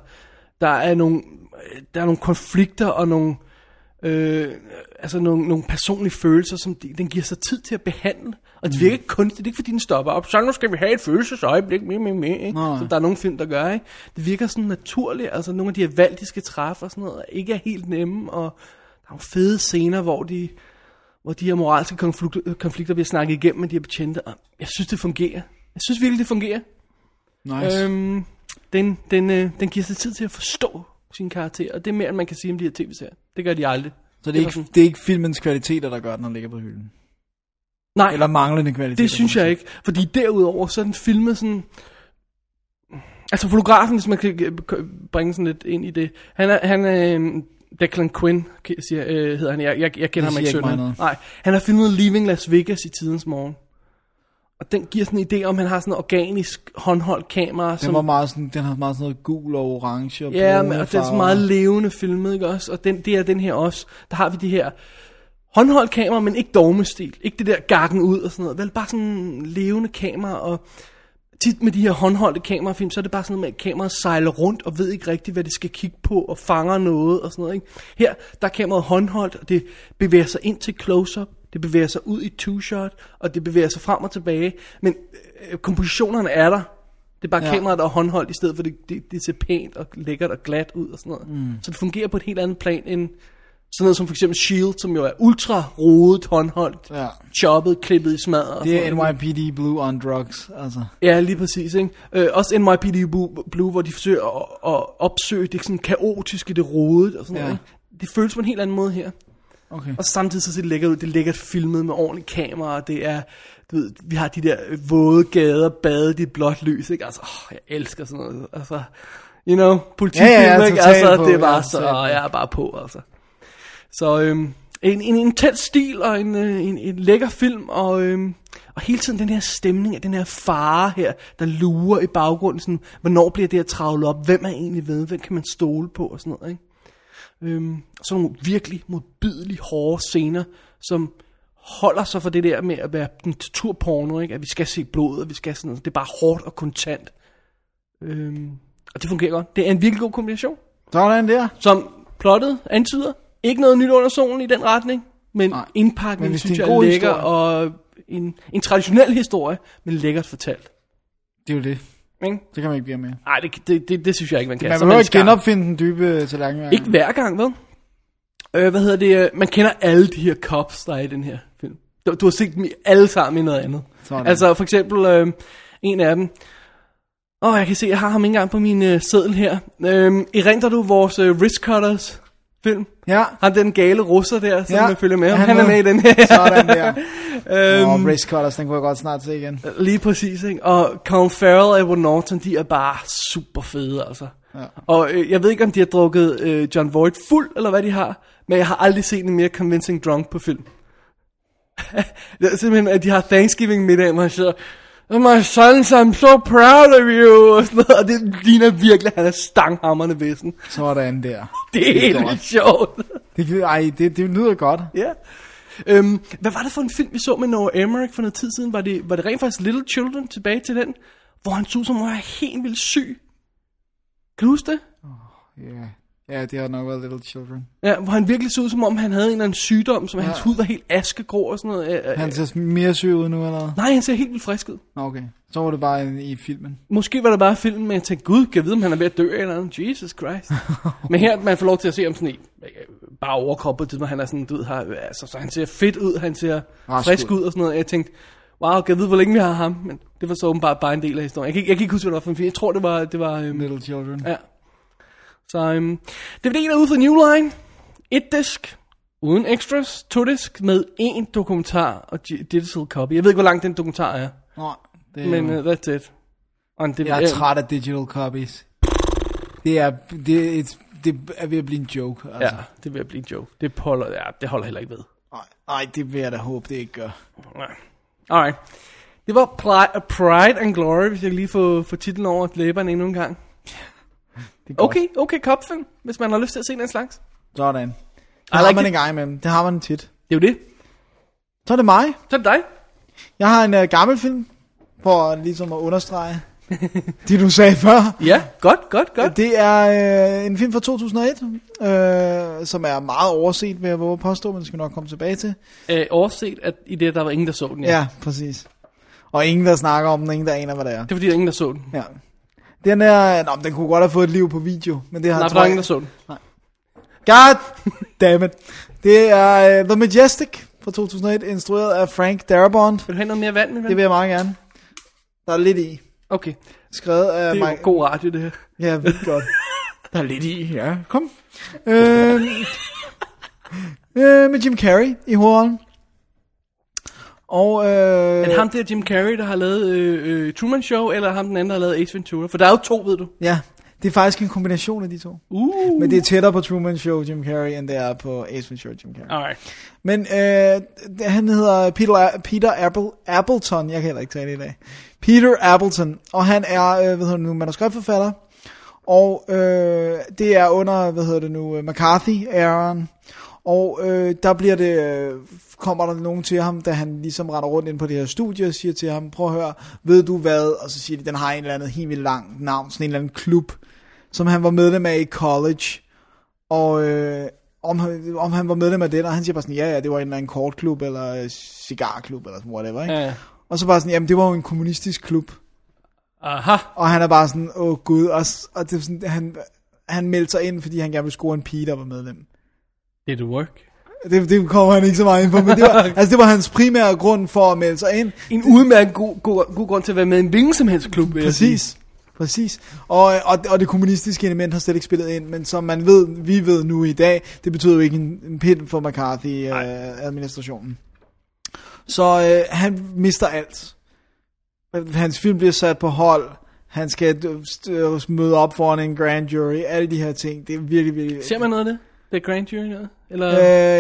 Speaker 1: der er nogle, der er nogle konflikter og nogle, øh, altså nogle, nogle personlige følelser, som de, den giver sig tid til at behandle. Og det virker ikke kunstigt, det er ikke fordi den stopper op. Så nu skal vi have et følelsesøjeblik, me, me, me, ikke?
Speaker 2: Nej.
Speaker 1: Som der er nogle film, der gør. Ikke? Det virker sådan naturligt, altså nogle af de her valg, de skal træffe og sådan noget, ikke er helt nemme. Og der er nogle fede scener, hvor de, hvor de her moralske konflikter, konflikter bliver snakket igennem med de her betjente. Og jeg synes, det fungerer. Jeg synes virkelig, det fungerer.
Speaker 2: Nice. Øhm,
Speaker 1: Øhm, den, den, øh, den giver sig tid til at forstå sin karakter, og det er mere, end man kan sige om de her tv-serier. Det gør de aldrig.
Speaker 2: så det er,
Speaker 1: var
Speaker 2: ikke,
Speaker 1: sådan-
Speaker 2: det er ikke filmens kvaliteter, der gør, at den ligger på hylden?
Speaker 1: Nej,
Speaker 2: Eller manglende kvaliteter?
Speaker 1: det synes jeg ikke. Fordi derudover, så er den filmet sådan... Altså fotografen, hvis man kan øh, bringe sådan lidt ind i det. Han er... Han er øh, Declan Quinn, kan- siger, øh, hedder han. Jeg, jeg, jeg kender
Speaker 2: Det
Speaker 1: ham ikke
Speaker 2: siger ikke mig
Speaker 1: sønder.
Speaker 2: noget.
Speaker 1: Nej, han har filmet Leaving Las Vegas i tidens morgen. Og den giver sådan en idé om, at han har sådan en organisk håndholdt kamera,
Speaker 2: Den,
Speaker 1: som
Speaker 2: var meget sådan, den har meget sådan noget gul og orange og
Speaker 1: Ja,
Speaker 2: brune
Speaker 1: men, og det er så
Speaker 2: farver.
Speaker 1: meget levende filmet, ikke også? Og den, det er den her også. Der har vi de her håndholdt kamera, men ikke dogmestil. Ikke det der gakken ud og sådan noget. Vel, bare sådan levende kamera, og tit med de her håndholdte kamerafilm, så er det bare sådan noget med, at kameraet sejler rundt og ved ikke rigtigt, hvad det skal kigge på, og fanger noget og sådan noget. Ikke? Her, der er kameraet håndholdt, og det bevæger sig ind til close-up, det bevæger sig ud i two-shot, og det bevæger sig frem og tilbage, men øh, kompositionerne er der. Det er bare
Speaker 2: Ja.
Speaker 1: ja. kameraet, der er håndholdt, i stedet for det, det, det ser pænt og lækkert og glat ud og sådan noget. Mm. Så det fungerer på et helt andet plan end sådan noget som for eksempel S.H.I.E.L.D., som jo er ultra rodet, håndholdt,
Speaker 2: Ja.
Speaker 1: choppet, klippet i smadret. og
Speaker 2: Det er
Speaker 1: sådan noget.
Speaker 2: NYPD Blue on drugs, altså.
Speaker 1: Ja, lige præcis. Ikke? Øh, også NYPD Blue, Blue, hvor de forsøger at, at opsøge det sådan kaotiske, det rodet og sådan
Speaker 2: Ja.
Speaker 1: ja. noget. Ikke? Det føles på en helt anden måde her.
Speaker 2: Okay.
Speaker 1: Og samtidig så ser det lækkert ud. Det er lækkert filmet med ordentligt kamera. og Det er, du ved, vi har de der øh, våde gader, badet i blåt lys. Ikke? Altså, åh, jeg elsker sådan noget. Altså, you know, politifilm,
Speaker 2: Ja, ja, ja,
Speaker 1: ikke?
Speaker 2: totalt
Speaker 1: Altså,
Speaker 2: på,
Speaker 1: det er bare
Speaker 2: ja,
Speaker 1: så,
Speaker 2: totalt på.
Speaker 1: og jeg er bare på, altså. Så øhm, en, en intens stil og en, øh, en, en lækker film, og, øhm, og hele tiden den her stemning af den her fare her, der lurer i baggrunden, sådan, hvornår bliver det her travlet op, hvem er egentlig ved, hvem kan man stole på og sådan noget, ikke? Øhm, sådan nogle virkelig modbydelige, hårde scener, som holder sig for det der med at være den torturporno, ikke? at vi skal se blod, og vi skal sådan noget. Det er bare hårdt og kontant. Øhm, og det fungerer godt. Det er en virkelig god kombination
Speaker 2: Sådan der.
Speaker 1: som plottet antyder. Ikke noget nyt under solen i den retning, men Nej.
Speaker 2: Men
Speaker 1: indpakningen
Speaker 2: hvis
Speaker 1: synes
Speaker 2: det
Speaker 1: jeg
Speaker 2: er en
Speaker 1: er
Speaker 2: god
Speaker 1: lækker,
Speaker 2: historie.
Speaker 1: og en, en traditionel historie, men lækkert fortalt.
Speaker 2: Det er jo det.
Speaker 1: Ikke?
Speaker 2: Det kan man ikke blive med.
Speaker 1: Ej, det, det, det, det synes jeg ikke, Altså, man kan.
Speaker 2: Man
Speaker 1: Så er
Speaker 2: behøver
Speaker 1: det
Speaker 2: ikke
Speaker 1: en skam.
Speaker 2: genopfinde den dybe tallerken. hver gang.
Speaker 1: Ikke hver gang, vel? Øh, hvad hedder det? øh, Man kender alle de her cops, der er i den her film. Du, du har set dem i- alle sammen i noget andet.
Speaker 2: Sådan.
Speaker 1: Altså for eksempel øh, en af dem. Åh, oh, jeg kan se, jeg har ham ikke engang på min øh, seddel her. Øh, erindrer du vores øh, Risk Cutters film?
Speaker 2: Ja.
Speaker 1: Ham den gale russer der, som
Speaker 2: Ja.
Speaker 1: ja. følger med ham.
Speaker 2: Han
Speaker 1: Han
Speaker 2: er
Speaker 1: er med i den her.
Speaker 2: Sådan der.
Speaker 1: Øhm,
Speaker 2: Nå, race cutters, den kunne jeg godt snart se igen.
Speaker 1: Lige præcis, ikke? Og Colin Farrell og Edward Norton, de er bare super fede, altså. Ja. Og øh, jeg ved ikke, om de har drukket øh, John Voight fuld, eller hvad de har, men jeg har aldrig set en mere convincing drunk på film. det er simpelthen, at de har Thanksgiving middag, hvor han siger, "Oh, My sons, I'm so proud of you, og sådan noget, og det ligner virkelig, at han er stanghammerne væsen.
Speaker 2: Sådan der.
Speaker 1: Det er helt
Speaker 2: godt.
Speaker 1: vildt sjovt.
Speaker 2: Det, gider- ej, det, det lyder godt.
Speaker 1: Ja. Øhm, hvad var det for en film, vi så med Noah Emmerich for noget tid siden? Var det, var det rent faktisk Little Children tilbage til den? Hvor han så ud som om han var helt vildt syg. Kan du huske det?
Speaker 2: Ja, ja det har nok været Little Children.
Speaker 1: Ja, hvor han virkelig så ud som om han havde en eller anden sygdom, som ja. hans hud var helt askegrå og sådan noget. Øh, øh,
Speaker 2: Han ser mere syg ud nu, eller hvad?
Speaker 1: Nej, han ser helt vildt frisk ud.
Speaker 2: Nå, Okay, så var det bare i, i filmen.
Speaker 1: Måske var det bare filmen, men jeg tænkte, gud, kan jeg vide, om han er ved at dø eller noget? Jesus Christ. men her, man får lov til at se om sådan en, øh, bare overkrop på det, når han er sådan, du ved, har, altså, så han ser fedt ud, han ser
Speaker 2: Rask
Speaker 1: frisk
Speaker 2: ud.
Speaker 1: ud og sådan noget. Jeg tænkte, wow, kan jeg vide, hvor længe vi har ham? Men det var så åbenbart bare en del af historien. Jeg kan, ikke- jeg kan ikke huske, hvad det var for en film. Jeg tror, det var, det var, øhm,
Speaker 2: Little Children.
Speaker 1: ja. Så øhm, det var det ene ude for New Line. Et disk, uden extras, to disk, med én dokumentar og gi- digital copy. Jeg ved ikke, hvor lang den dokumentar er,
Speaker 2: Nå, det er
Speaker 1: men
Speaker 2: jo-
Speaker 1: uh, that's it. Og en
Speaker 2: Jeg er
Speaker 1: DVD
Speaker 2: træt af digital copies. Det er, det, et, det er ved at blive en joke. Altså.
Speaker 1: Ja, det vil blive en joke. Det holder, ja, det holder heller ikke ved.
Speaker 2: Nej, nej, det vil jeg da håbe, det ikke gør.
Speaker 1: Nej. Alright. Det var Pli- Pride and Glory, hvis jeg kan lige får få titlen over læberne endnu en gang.
Speaker 2: Det er godt.
Speaker 1: Okay, okay, kopfilm, hvis man har lyst til at se den slags.
Speaker 2: Sådan. Det
Speaker 1: I
Speaker 2: har
Speaker 1: like
Speaker 2: man
Speaker 1: it.
Speaker 2: en gang imellem. Det har man tit.
Speaker 1: Det er jo det.
Speaker 2: Så er det mig.
Speaker 1: Så er det dig.
Speaker 2: Jeg har en uh, gammel film, for ligesom at understrege det, du sagde før.
Speaker 1: Ja, godt, godt, godt.
Speaker 2: Det er øh, en film fra 2001, øh, som er meget overset, vil jeg våge at påstå, men det skal vi nok komme tilbage til.
Speaker 1: Øh, overset, at i det, der var ingen, der så den.
Speaker 2: Ja, ja præcis. Og ingen, der snakker om den, ingen, der aner, hvad det er.
Speaker 1: Det er fordi, der er ingen, der så den.
Speaker 2: Ja. Den er, nå, men den kunne godt have fået et liv på video, men det har
Speaker 1: Nej, for
Speaker 2: tror
Speaker 1: der er
Speaker 2: jeg-
Speaker 1: ingen, der så den.
Speaker 2: God damn it. Det er uh, The Majestic fra 2001, instrueret af Frank Darabont.
Speaker 1: Vil du have noget mere vand, min ven?
Speaker 2: Det vil jeg meget gerne. Der er lidt i.
Speaker 1: Okay,
Speaker 2: Skrevet af
Speaker 1: det er
Speaker 2: Mike...
Speaker 1: jo god radio, det her.
Speaker 2: Ja, vildt godt. Der er lidt i, ja. Kom. Øh, øh, med Jim Carrey i hovedrollen. Og øh,
Speaker 1: Er det ham der, Jim Carrey, der har lavet øh, øh, Truman Show, eller er ham den anden, der har lavet Ace Ventura? For der er jo to, ved du.
Speaker 2: ja, det er faktisk en kombination af de to.
Speaker 1: Uh.
Speaker 2: Men det er tættere på Truman Show Jim Carrey, end det er på Ace Ventura Jim Carrey.
Speaker 1: Alright.
Speaker 2: Men øh, det- han hedder Peter, Peter Apple, Appleton, jeg kan heller ikke tale i dag. Peter Appleton, og han er, øh, hvad hedder det nu, manuskriptforfatter. Og øh, det er under, hvad hedder det nu, McCarthy-æren. Og øh, der bliver det, øh, kommer der nogen til ham, da han ligesom render rundt ind på det her studie og siger til ham, prøv at høre, ved du hvad? Og så siger de, den har en eller anden helt vildt lang navn, sådan en eller anden klub, som han var medlem af i college. Og, øh, om, han- om han var medlem af det, og han siger bare sådan, ja, ja, det var en eller anden kortklub, eller cigarklub, eller whatever, ikke?
Speaker 1: Ja.
Speaker 2: Og så bare sådan, jamen det var jo en kommunistisk klub.
Speaker 1: Aha.
Speaker 2: Og han er bare sådan, åh oh, gud, og, s- og det er sådan, han, han meldte sig ind, fordi han gerne ville score en pige, der var medlem.
Speaker 1: Did it work?
Speaker 2: Det, det kommer han ikke så meget ind på, men det var, altså, det var hans primære grund for at melde sig ind.
Speaker 1: En udmærket god, god, god grund til at være med i en hvilken som helst klub, vil jeg sige.
Speaker 2: Præcis. Præcis. Og, og, og det kommunistiske element har slet ikke spillet ind, men som man ved, vi ved nu i dag, det betyder jo ikke en, en pind for McCarthy-administrationen. så øh, han mister alt. Hans film bliver sat på hold, han skal øh, st- øh, møde op foran en grand jury, alle de her ting. Det er virkelig, virkelig...
Speaker 1: Ser man noget af det? The Grand Jury noget? Eller?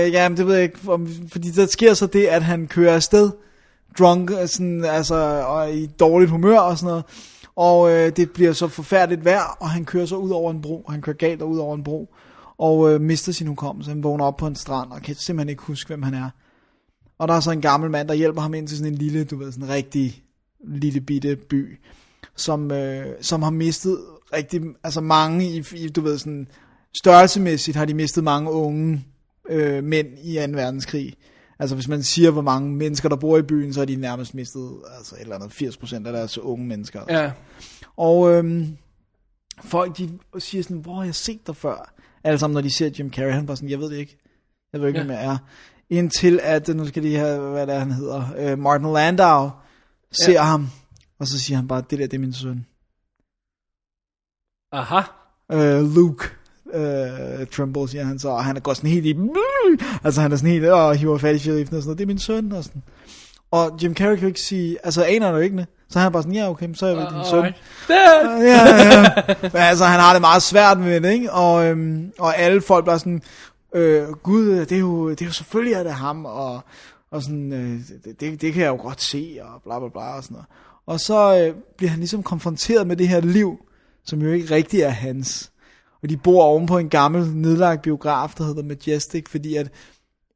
Speaker 2: Øh, ja, men det ved jeg ikke, om, fordi der sker så det, at han kører afsted, drunk, og sådan, altså, og i dårligt humør og sådan noget, og øh, det bliver så forfærdeligt vejr, og han kører så ud over en bro, han kører galt og ud over en bro, og øh, mister sin hukommelse, han vågner op på en strand, og kan simpelthen ikke huske, hvem han er. Og der er så en gammel mand, der hjælper ham ind til sådan en lille, du ved, sådan en rigtig lille bitte by, som, øh, som har mistet rigtig, altså mange, i, i, du ved, sådan størrelsemæssigt har de mistet mange unge øh, mænd i 2. verdenskrig. Altså hvis man siger, hvor mange mennesker, der bor i byen, så har de nærmest mistet altså et eller andet 80% af deres unge mennesker.
Speaker 1: Ja.
Speaker 2: Og øhm, folk de siger sådan, hvor har jeg set dig før? Alle sammen, når de ser Jim Carrey, han bare sådan, jeg ved det ikke. Jeg ved ikke,
Speaker 1: Ja.
Speaker 2: ja. hvem jeg er. Indtil at, øh, nu skal de have, hvad det er, han hedder, øh, Martin Landau, ser
Speaker 1: Ja.
Speaker 2: ja. ham, og så siger han bare, det der, det er min søn.
Speaker 1: Aha.
Speaker 2: Øh, Luke øh, Trimble, siger han så, og han er godt sådan helt i, altså han er sådan helt, og hiver fat i sheriften og sådan noget, det er min søn, og sådan. Og Jim Carrey kan jo ikke sige, altså aner han jo ikke det, så han er bare sådan, ja okay, men så er jeg vel din søn.
Speaker 1: Alright. Der!
Speaker 2: ja, ja. Men altså, han har det meget svært med det, ikke? Og, øhm, og alle folk bliver sådan, øh, gud, det er, jo, det er jo selvfølgelig, at det er ham, og, og sådan, øh, det- det, det kan jeg jo godt se, og bla bla bla, og sådan noget. Og så øh, bliver han ligesom konfronteret med det her liv, som jo ikke rigtig er hans. Og de bor ovenpå en gammel, nedlagt biograf, der hedder Majestic, fordi at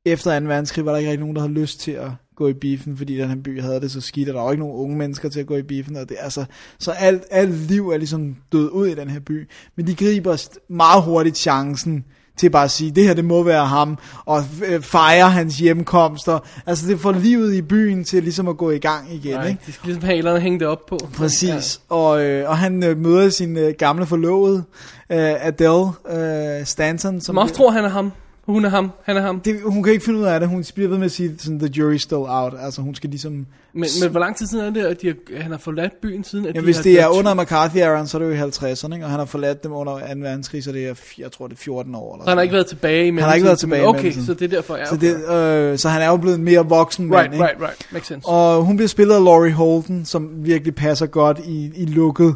Speaker 2: efter 2. verdenskrig var der ikke rigtig nogen, der havde lyst til at gå i biffen, fordi den her by havde det så skidt, og der var ikke nogen unge mennesker til at gå i biffen, og det, altså, så alt, alt liv er ligesom død ud i den her by. Men de griber st- meget hurtigt chancen til bare at sige, det her det må være ham, og øh, fejre hans hjemkomster. Altså det får livet i byen til ligesom at gå i gang igen.
Speaker 1: Nej,
Speaker 2: ikke?
Speaker 1: de skal ligesom have et eller andet at hænge det op på.
Speaker 2: Præcis, og, øh, og han øh, møder sin øh, gamle forlovede, øh, Adele øh, Stanton.
Speaker 1: Som også tror, han er ham. Hun er ham. Han er ham.
Speaker 2: det, hun kan ikke finde ud af det. Hun bliver ved med at sige, sådan, the jury's still out. Altså, hun skal ligesom...
Speaker 1: Men, men hvor lang tid siden er det, at de har, han har forladt byen siden? At
Speaker 2: Ja,
Speaker 1: de
Speaker 2: hvis
Speaker 1: har
Speaker 2: det er
Speaker 1: dømt-
Speaker 2: under McCarthy-æraen, så er det jo i 50'erne, ikke? Og han har forladt dem under 2. verdenskrig, så det er, fi- jeg tror, det er 14 år. Eller
Speaker 1: Så han har ikke været tilbage i
Speaker 2: Han har ikke været
Speaker 1: mellemtiden, men
Speaker 2: tilbage i
Speaker 1: Okay,
Speaker 2: mellemtiden.
Speaker 1: så det er derfor, jeg
Speaker 2: så, det, øh, så han er jo blevet en mere voksen
Speaker 1: Right,
Speaker 2: mand, ikke?
Speaker 1: right, right. Makes sense.
Speaker 2: Og hun bliver spillet af Laurie Holden, som virkelig passer godt i, i lukket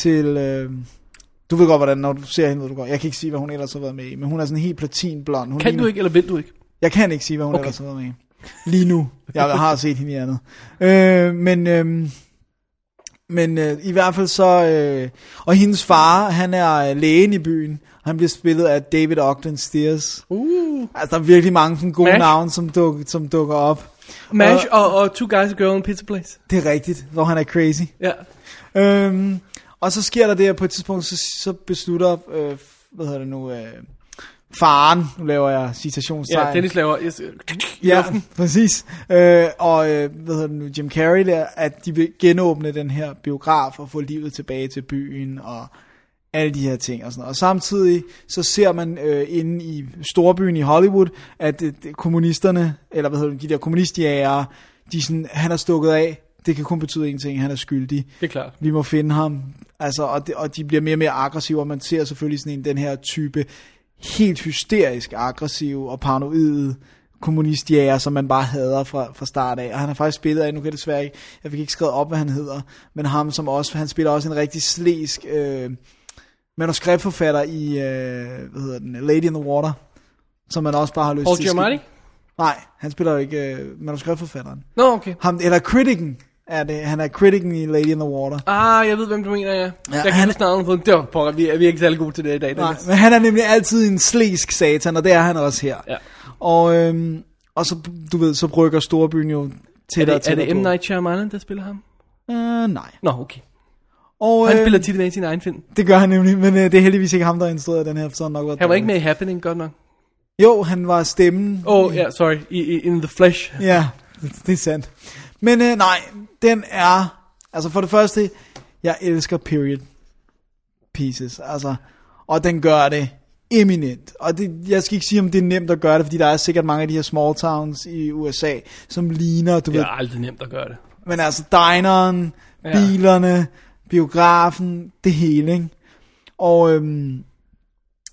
Speaker 2: til... Øh, du ved godt, hvordan, når du ser hende, ved du godt. Jeg kan ikke sige, hvad hun ellers har været med i, men hun er sådan helt platinblond. Hun
Speaker 1: Kan
Speaker 2: ligner-
Speaker 1: du ikke, eller vil du ikke?
Speaker 2: Jeg kan ikke sige, hvad hun
Speaker 1: Okay.
Speaker 2: okay. ellers har været med. i. Lige nu. Jeg har set hende i andet. Øh, men øh, men øh, i hvert fald så... Øh, og hendes far, han er øh, lægen i byen. Han bliver spillet af David Ogden Stiers.
Speaker 1: Uh.
Speaker 2: Altså, der er virkelig mange sådan, gode
Speaker 1: Mash.
Speaker 2: Mash. navne, som, duk, som dukker op.
Speaker 1: Mash og, og Two Guys a Girl in a Pizza Place.
Speaker 2: Det er rigtigt, hvor han er crazy.
Speaker 1: Ja.
Speaker 2: Øhm, og så sker der det, at på et tidspunkt, så, så beslutter, øh, hvad hedder det nu, øh, faren, nu laver jeg
Speaker 1: Ja,
Speaker 2: citationstegn.
Speaker 1: Dennis laver... Yes.
Speaker 2: Ja, præcis. Øh, og øh, hvad hedder det nu, Jim Carrey der, at de vil genåbne den her biograf og få livet tilbage til byen og alle de her ting og sådan noget. Og samtidig så ser man øh, inde i storbyen i Hollywood, at øh, det- kommunisterne, eller hvad hedder det, de der kommunistjægere, de er sådan, han er stukket af, det kan kun betyde en ting, han er skyldig
Speaker 1: Det er klart.
Speaker 2: vi må finde ham. Altså, og, det, og de bliver mere og mere aggressive, og man ser selvfølgelig sådan en, den her type helt hysterisk aggressiv og paranoid kommunistjæger, som man bare hader fra, fra start af. Og han har faktisk spillet af, nu kan jeg desværre ikke, jeg fik ikke skrevet op, hvad han hedder, men ham som også, han spiller også en rigtig slæsk øh, manuskriptforfatter i, øh, hvad hedder den, Lady in the Water, som man også bare har lyst
Speaker 1: Paul
Speaker 2: til. at skide-
Speaker 1: Giamatti?
Speaker 2: Nej, han spiller jo ikke øh, manuskriptforfatteren.
Speaker 1: Nå, okay.
Speaker 2: Ham, eller critikken er det, han er critikken i Lady in the Water.
Speaker 1: Ah, jeg ved, hvem du mener, ja. jeg kan
Speaker 2: han-
Speaker 1: ikke snart på den. Det var pokker, vi er, vi er ikke særlig gode til det i dag.
Speaker 2: Nej,
Speaker 1: Dennis.
Speaker 2: men han er nemlig altid en slesk satan, og det er han også her.
Speaker 1: Ja.
Speaker 2: Og, øhm, og så, du ved, så brygger storbyen jo
Speaker 1: Er
Speaker 2: tættere
Speaker 1: det, er
Speaker 2: til
Speaker 1: det M. Night Shyamalan, der spiller ham?
Speaker 2: Øh, nej.
Speaker 1: Nå, okay.
Speaker 2: Og,
Speaker 1: Han
Speaker 2: øh,
Speaker 1: spiller tit med i sin egen film.
Speaker 2: Det gør han nemlig, men øh, det er heldigvis ikke ham, der har instrueret den her, for så har han nok været
Speaker 1: Han var ikke
Speaker 2: dårlig.
Speaker 1: med i Happening, godt nok.
Speaker 2: Jo, han var stemmen.
Speaker 1: Åh, oh, ja, yeah, sorry. I, i, in the flesh.
Speaker 2: Mm. Ja, det er sandt. Men øh, nej, den er... Altså for det første, jeg elsker period pieces. Altså, og den gør det eminent. Og det, jeg skal ikke sige, om det er nemt at gøre det, fordi der er sikkert mange af de her small towns i USA, som ligner, du
Speaker 1: Det
Speaker 2: ved.
Speaker 1: er aldrig nemt at gøre det.
Speaker 2: Men altså, dineren,
Speaker 1: Ja.
Speaker 2: bilerne, biografen, det hele, ikke? Og øhm,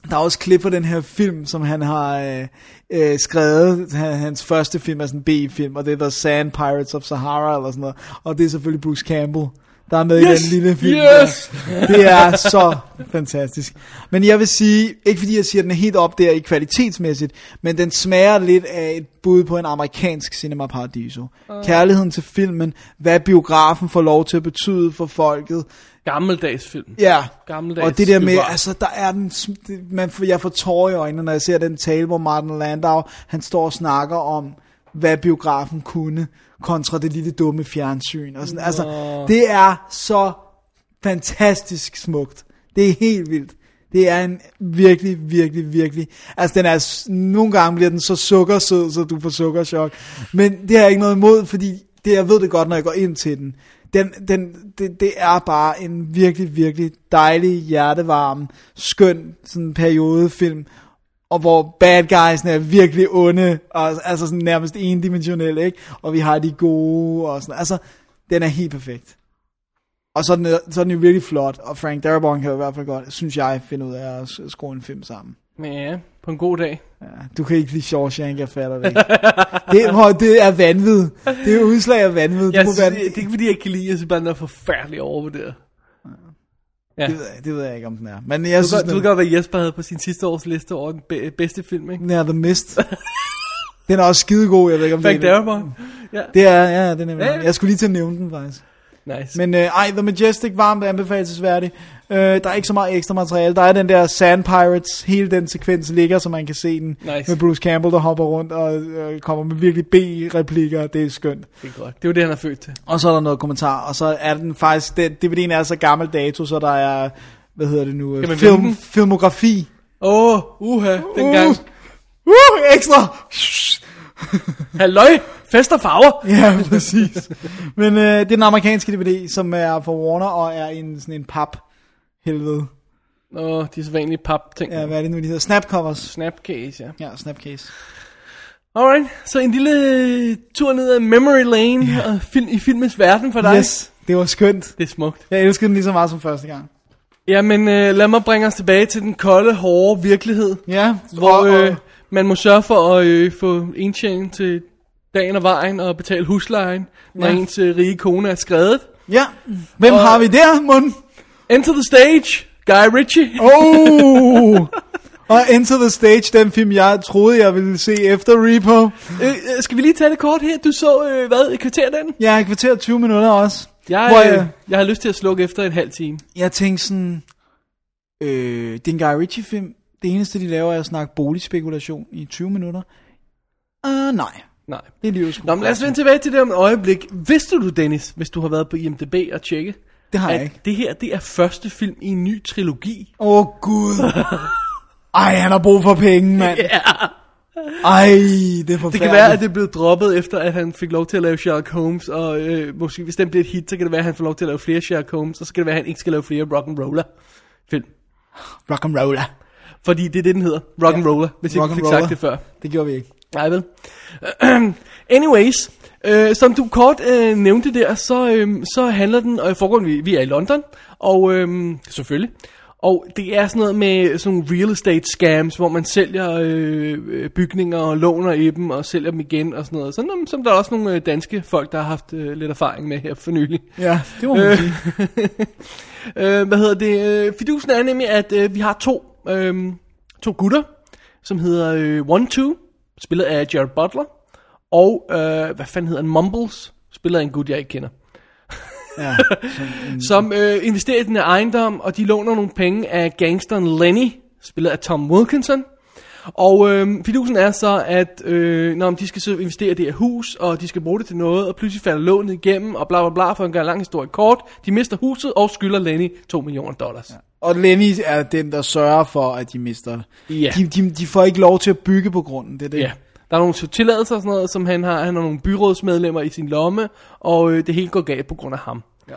Speaker 2: der er også klip fra den her film, som han har øh, øh, skrevet. Han, hans første film er sådan en B-film, og det hedder Sand Pirates of Sahara, eller sådan noget. Og det er selvfølgelig Bruce Campbell, der er med
Speaker 1: Yes!
Speaker 2: i den lille film.
Speaker 1: Yes!
Speaker 2: Der. Det er så fantastisk. Men jeg vil sige, ikke fordi jeg siger, at den er helt op der i kvalitetsmæssigt, men den smager lidt af et bud på en amerikansk cinema paradiso. Kærligheden til filmen, hvad biografen får lov til at betyde for folket,
Speaker 1: Gammeldags film.
Speaker 2: Ja,
Speaker 1: Gammeldags
Speaker 2: og det der med,
Speaker 1: biograf.
Speaker 2: altså der er den, sm- det- man, får- jeg får tårer i øjnene, når jeg ser den tale, hvor Martin Landau, han står og snakker om, hvad biografen kunne, kontra det lille dumme fjernsyn. Og sådan. Altså, det er så fantastisk smukt. Det er helt vildt. Det er en virkelig, virkelig, virkelig... Altså, den er, s- nogle gange bliver den så sukkersød, så du får sukkerchok. Men det har jeg ikke noget imod, fordi det, jeg ved det godt, når jeg går ind til den. den, den det, det er bare en virkelig, virkelig dejlig, hjertevarm, skøn sådan periodefilm, og hvor bad guysene er virkelig onde, og altså sådan nærmest endimensionelle, ikke? Og vi har de gode, og sådan. Altså, den er helt perfekt. Og så er, den, så er den jo virkelig flot, og Frank Darabont kan jo i hvert fald godt, synes jeg, finde ud af at s- skrue en film sammen.
Speaker 1: Men ja, på en god dag.
Speaker 2: Du kan ikke lide Shawshank, jeg fatter det ikke. det, prøv, at- det er vanvid. Det er udslag af vanvid. Det,
Speaker 1: Jeg
Speaker 2: må
Speaker 1: synes,
Speaker 2: være,
Speaker 1: det, det er ikke fordi, jeg ikke kan lide, jeg synes bare, den er forfærdelig overvurderet. Ja.
Speaker 2: det, ved jeg, det ved jeg ikke, om den er. Men jeg
Speaker 1: Du,
Speaker 2: synes,
Speaker 1: synes, du ved godt, hvad Jesper havde på sin sidste års liste over den be- bedste film, ikke?
Speaker 2: den er The Mist. den er også skidegod, jeg ved ikke, om
Speaker 1: Frank
Speaker 2: det er
Speaker 1: Darabont. Ja.
Speaker 2: Det er, ja, den er
Speaker 1: Ja, ja.
Speaker 2: nemlig. Jeg skulle lige til at nævne den, faktisk.
Speaker 1: Nice. Men,
Speaker 2: Men øh, ej, The Majestic, varmt anbefalesværdig. Øh, der er ikke så meget ekstra materiale. Der er den der Sand Pirates, hele den sekvens ligger, så man kan se den.
Speaker 1: Nice.
Speaker 2: Med Bruce Campbell, der hopper rundt og øh, kommer med virkelig B-replikker. Det er skønt.
Speaker 1: det er godt. Det er jo det, han er født til.
Speaker 2: Og så er der noget kommentar, og så er den faktisk, den, DVD'en er så gammel dato, så der er, hvad hedder det nu,
Speaker 1: Kan man
Speaker 2: øh, film,
Speaker 1: vinde
Speaker 2: filmografi.
Speaker 1: Åh, oh, uha, dengang.
Speaker 2: Uh, uh, ekstra!
Speaker 1: Halløj, fest og farver.
Speaker 2: Ja, præcis. Men øh, det er den amerikanske DVD, som er fra Warner, og er en, sådan en pap helvede.
Speaker 1: Nå, de er så vanlige pap-ting.
Speaker 2: Ja, hvad er det nu, de hedder? Snapcovers.
Speaker 1: Snapcase, ja.
Speaker 2: Ja, snapcase.
Speaker 1: Alright, så en lille øh, tur ned ad memory lane yeah. og film, i filmens verden for dig.
Speaker 2: Yes, det var skønt.
Speaker 1: Det er smukt.
Speaker 2: Jeg elskede den lige så meget som første gang.
Speaker 1: Jamen, øh, lad mig bringe os tilbage til den kolde, hårde virkelighed,
Speaker 2: Ja,
Speaker 1: hvor
Speaker 2: og,
Speaker 1: øh,
Speaker 2: øh,
Speaker 1: man må sørge for at øh, få indtjening til dagen og vejen og betale huslejen, når
Speaker 2: Ja.
Speaker 1: ens øh, rige kone er skrevet.
Speaker 2: ja. Hvem
Speaker 1: og-
Speaker 2: har vi der, mund?
Speaker 1: Enter the stage, Guy Ritchie.
Speaker 2: Oh! og Enter the Stage, den film, jeg troede, jeg ville se efter Repo.
Speaker 1: Øh, øh, skal vi lige tage det kort her? Du så, øh, hvad, et kvarter den?
Speaker 2: Jeg har kvarter 20 minutter også.
Speaker 1: Jeg,
Speaker 2: hvor
Speaker 1: øh,
Speaker 2: jeg,
Speaker 1: jeg har lyst til at slukke efter en halv time.
Speaker 2: jeg tænkte sådan, øh, det er en Guy Ritchie-film. Det eneste, de laver, er at snakke boligspekulation i 20 minutter. Uh, nej,
Speaker 1: Nej.
Speaker 2: det er livet sgu.
Speaker 1: Nå, men lad os vende tilbage til det om et øjeblik. Vidste du, Dennis, hvis du har været på IMDb og tjekke,
Speaker 2: Det har jeg ikke.
Speaker 1: at det her, det er første film i en ny trilogi?
Speaker 2: Åh, oh, Gud. Ej, han har brug for penge, mand.
Speaker 1: Ja.
Speaker 2: Ej, det er forfærdeligt.
Speaker 1: Det kan være, at det er blevet droppet efter, at han fik lov til at lave Sherlock Holmes, og øh, måske hvis den bliver et hit, så kan det være, at han får lov til at lave flere Sherlock Holmes, og så kan det være, at han ikke skal lave flere rock'n'roller film.
Speaker 2: Rock and roller.
Speaker 1: Fordi det er det, den hedder. Rock'n'roller, ja. hvis ikke du fik
Speaker 2: Rock'n'roller.
Speaker 1: sagt det før.
Speaker 2: Det gjorde vi ikke.
Speaker 1: Nej vel. Anyways, øh, som du kort øh, nævnte der, så, øh, så handler den, og øh, foregår den- vi, vi er i London, og øh, selvfølgelig, og det er sådan noget med sådan nogle real estate scams, hvor man sælger øh, øh, bygninger og låner i dem og sælger dem igen og sådan noget. Sådan, noget, som der er også nogle øh, danske folk, der har haft øh, lidt erfaring med her for nylig.
Speaker 2: Ja, det må man
Speaker 1: Øh,
Speaker 2: sige.
Speaker 1: Øh, hvad hedder det? Øh, Fidusen er nemlig, at øh, vi har to, øh, to gutter, som hedder øh, One Two, spillet af Jared Butler, og øh, hvad fanden hedder han? Mumbles, spillet af en gut, jeg ikke kender.
Speaker 2: Ja,
Speaker 1: Som øh, investerer i den her ejendom, og de låner nogle penge af gangsteren Lenny, spillet af Tom Wilkinson. Og øh, fidusen er så, at øh, når de skal så investere i det her hus, og de skal bruge det til noget, og pludselig falder lånet igennem, og bla bla bla, for at gøre en lang historie kort. De mister huset og skylder Lenny 2 millioner dollars. Ja.
Speaker 2: Og Lenny er den, der sørger for, at de mister.
Speaker 1: Ja.
Speaker 2: De, de, de får ikke lov til at bygge på grunden, det er det.
Speaker 1: Ja. Der er nogle tilladelser og sådan noget, som han har. Han har nogle byrådsmedlemmer i sin lomme, og øh, det hele går galt på grund af ham. Ja.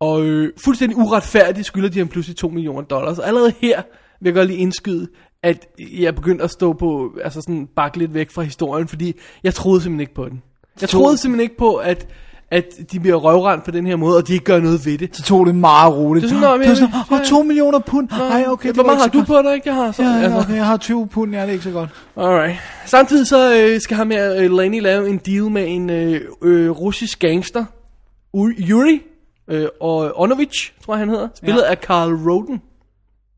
Speaker 1: Og øh, fuldstændig uretfærdigt skylder de ham pludselig 2 millioner dollars. Og allerede her vil jeg godt lige indskyde, at jeg er begyndt at stå på, altså sådan bakke lidt væk fra historien, fordi jeg troede simpelthen ikke på den. Jeg troede simpelthen ikke på, at, at de bliver røvrendt på den her måde, og de ikke gør noget ved det.
Speaker 2: Så tog det meget roligt.
Speaker 1: Det er sådan, "Nå, men
Speaker 2: det er sådan,
Speaker 1: jeg vil-
Speaker 2: åh, to millioner pund. Nej, okay, det
Speaker 1: Hvor
Speaker 2: var
Speaker 1: meget har
Speaker 2: ikke
Speaker 1: du
Speaker 2: så
Speaker 1: på dig, ikke? Jeg har så, altså-
Speaker 2: godt. Ja, ja, okay, jeg har 20 pund, ja, det er ikke så godt.
Speaker 1: Alright. Samtidig så øh, skal ham her, øh, Lenny, lave en deal med en øh, øh, russisk gangster, U- Yuri, øh, og Onovich, tror jeg han hedder, spillet
Speaker 2: Ja.
Speaker 1: af Carl Roden.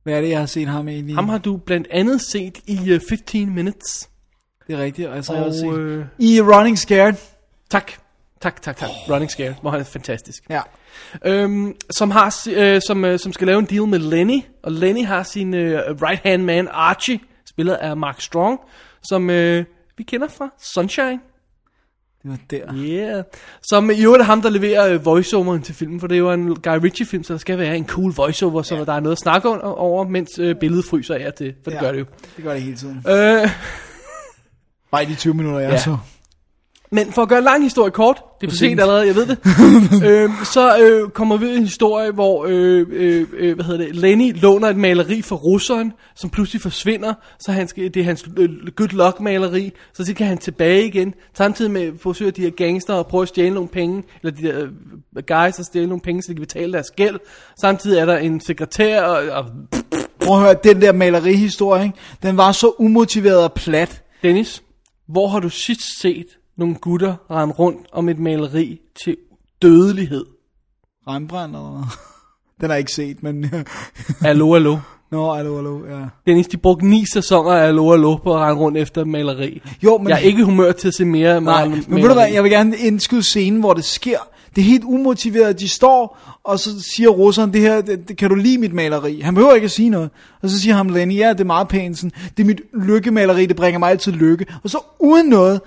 Speaker 2: Hvad er det, jeg har set ham egentlig?
Speaker 1: Ham har du blandt andet set i øh, 15 Minutes.
Speaker 2: Det er rigtigt, og så har jeg også
Speaker 1: Og,
Speaker 2: set.
Speaker 1: øh,
Speaker 2: I Running Scared.
Speaker 1: tak. Tak, tak, tak. Running Scare, hvor han er fantastisk.
Speaker 2: Ja.
Speaker 1: øhm, som, har, si- øh, som, øh, som skal lave en deal med Lenny, og Lenny har sin øh, right-hand man Archie, spillet af Mark Strong, som øh, vi kender fra Sunshine.
Speaker 2: Det var der.
Speaker 1: Yeah. Som i øvrigt er ham, der leverer øh, voiceoveren til filmen, for det er jo en Guy Ritchie-film, så der skal være en cool voiceover, så der er noget at snakke under, over, mens øh, billedet fryser af og til, for det
Speaker 2: Ja.
Speaker 1: gør det jo.
Speaker 2: Det gør det hele tiden.
Speaker 1: Øh,
Speaker 2: Bare i de 20 minutter, jeg
Speaker 1: Ja.
Speaker 2: ja. så.
Speaker 1: men for at gøre en lang historie kort, det er for sent
Speaker 2: sent.
Speaker 1: allerede, jeg ved det, øh, så øh, kommer vi ud i en historie, hvor øh, øh, øh, hvad hedder det, Lenny låner et maleri fra russeren, som pludselig forsvinder, så han skal, det er hans øh, good luck maleri, så det kan han tilbage igen, samtidig med forsøger de her gangster at prøve at stjæle nogle penge, eller de der øh, guys at stjæle nogle penge, så de kan betale deres gæld, samtidig er der en sekretær, og, og
Speaker 2: Prøv at høre, den der malerihistorie, ikke? den var så umotiveret og plat.
Speaker 1: Dennis, hvor har du sidst set nogle gutter rende rundt om et maleri til dødelighed?
Speaker 2: Rembrandt eller noget. Den har jeg ikke set, men...
Speaker 1: Allo, allo.
Speaker 2: Nå, hallo, hallo, ja.
Speaker 1: Dennis, de brugte ni sæsoner af Allo Allo på at rende rundt efter et maleri.
Speaker 2: Jo, men-
Speaker 1: Jeg er ikke i humør til at se mere af
Speaker 2: Nej,
Speaker 1: maleri.
Speaker 2: men ved du hvad, jeg vil gerne indskyde scenen, hvor det sker. Det er helt umotiveret, de står, og så siger russeren, det her, det, det, kan du lide mit maleri? Han behøver ikke at sige noget. Og så siger ham Lenny, ja, det er meget pænt, sådan, det er mit lykkemaleri, det bringer mig altid lykke. Og så uden noget,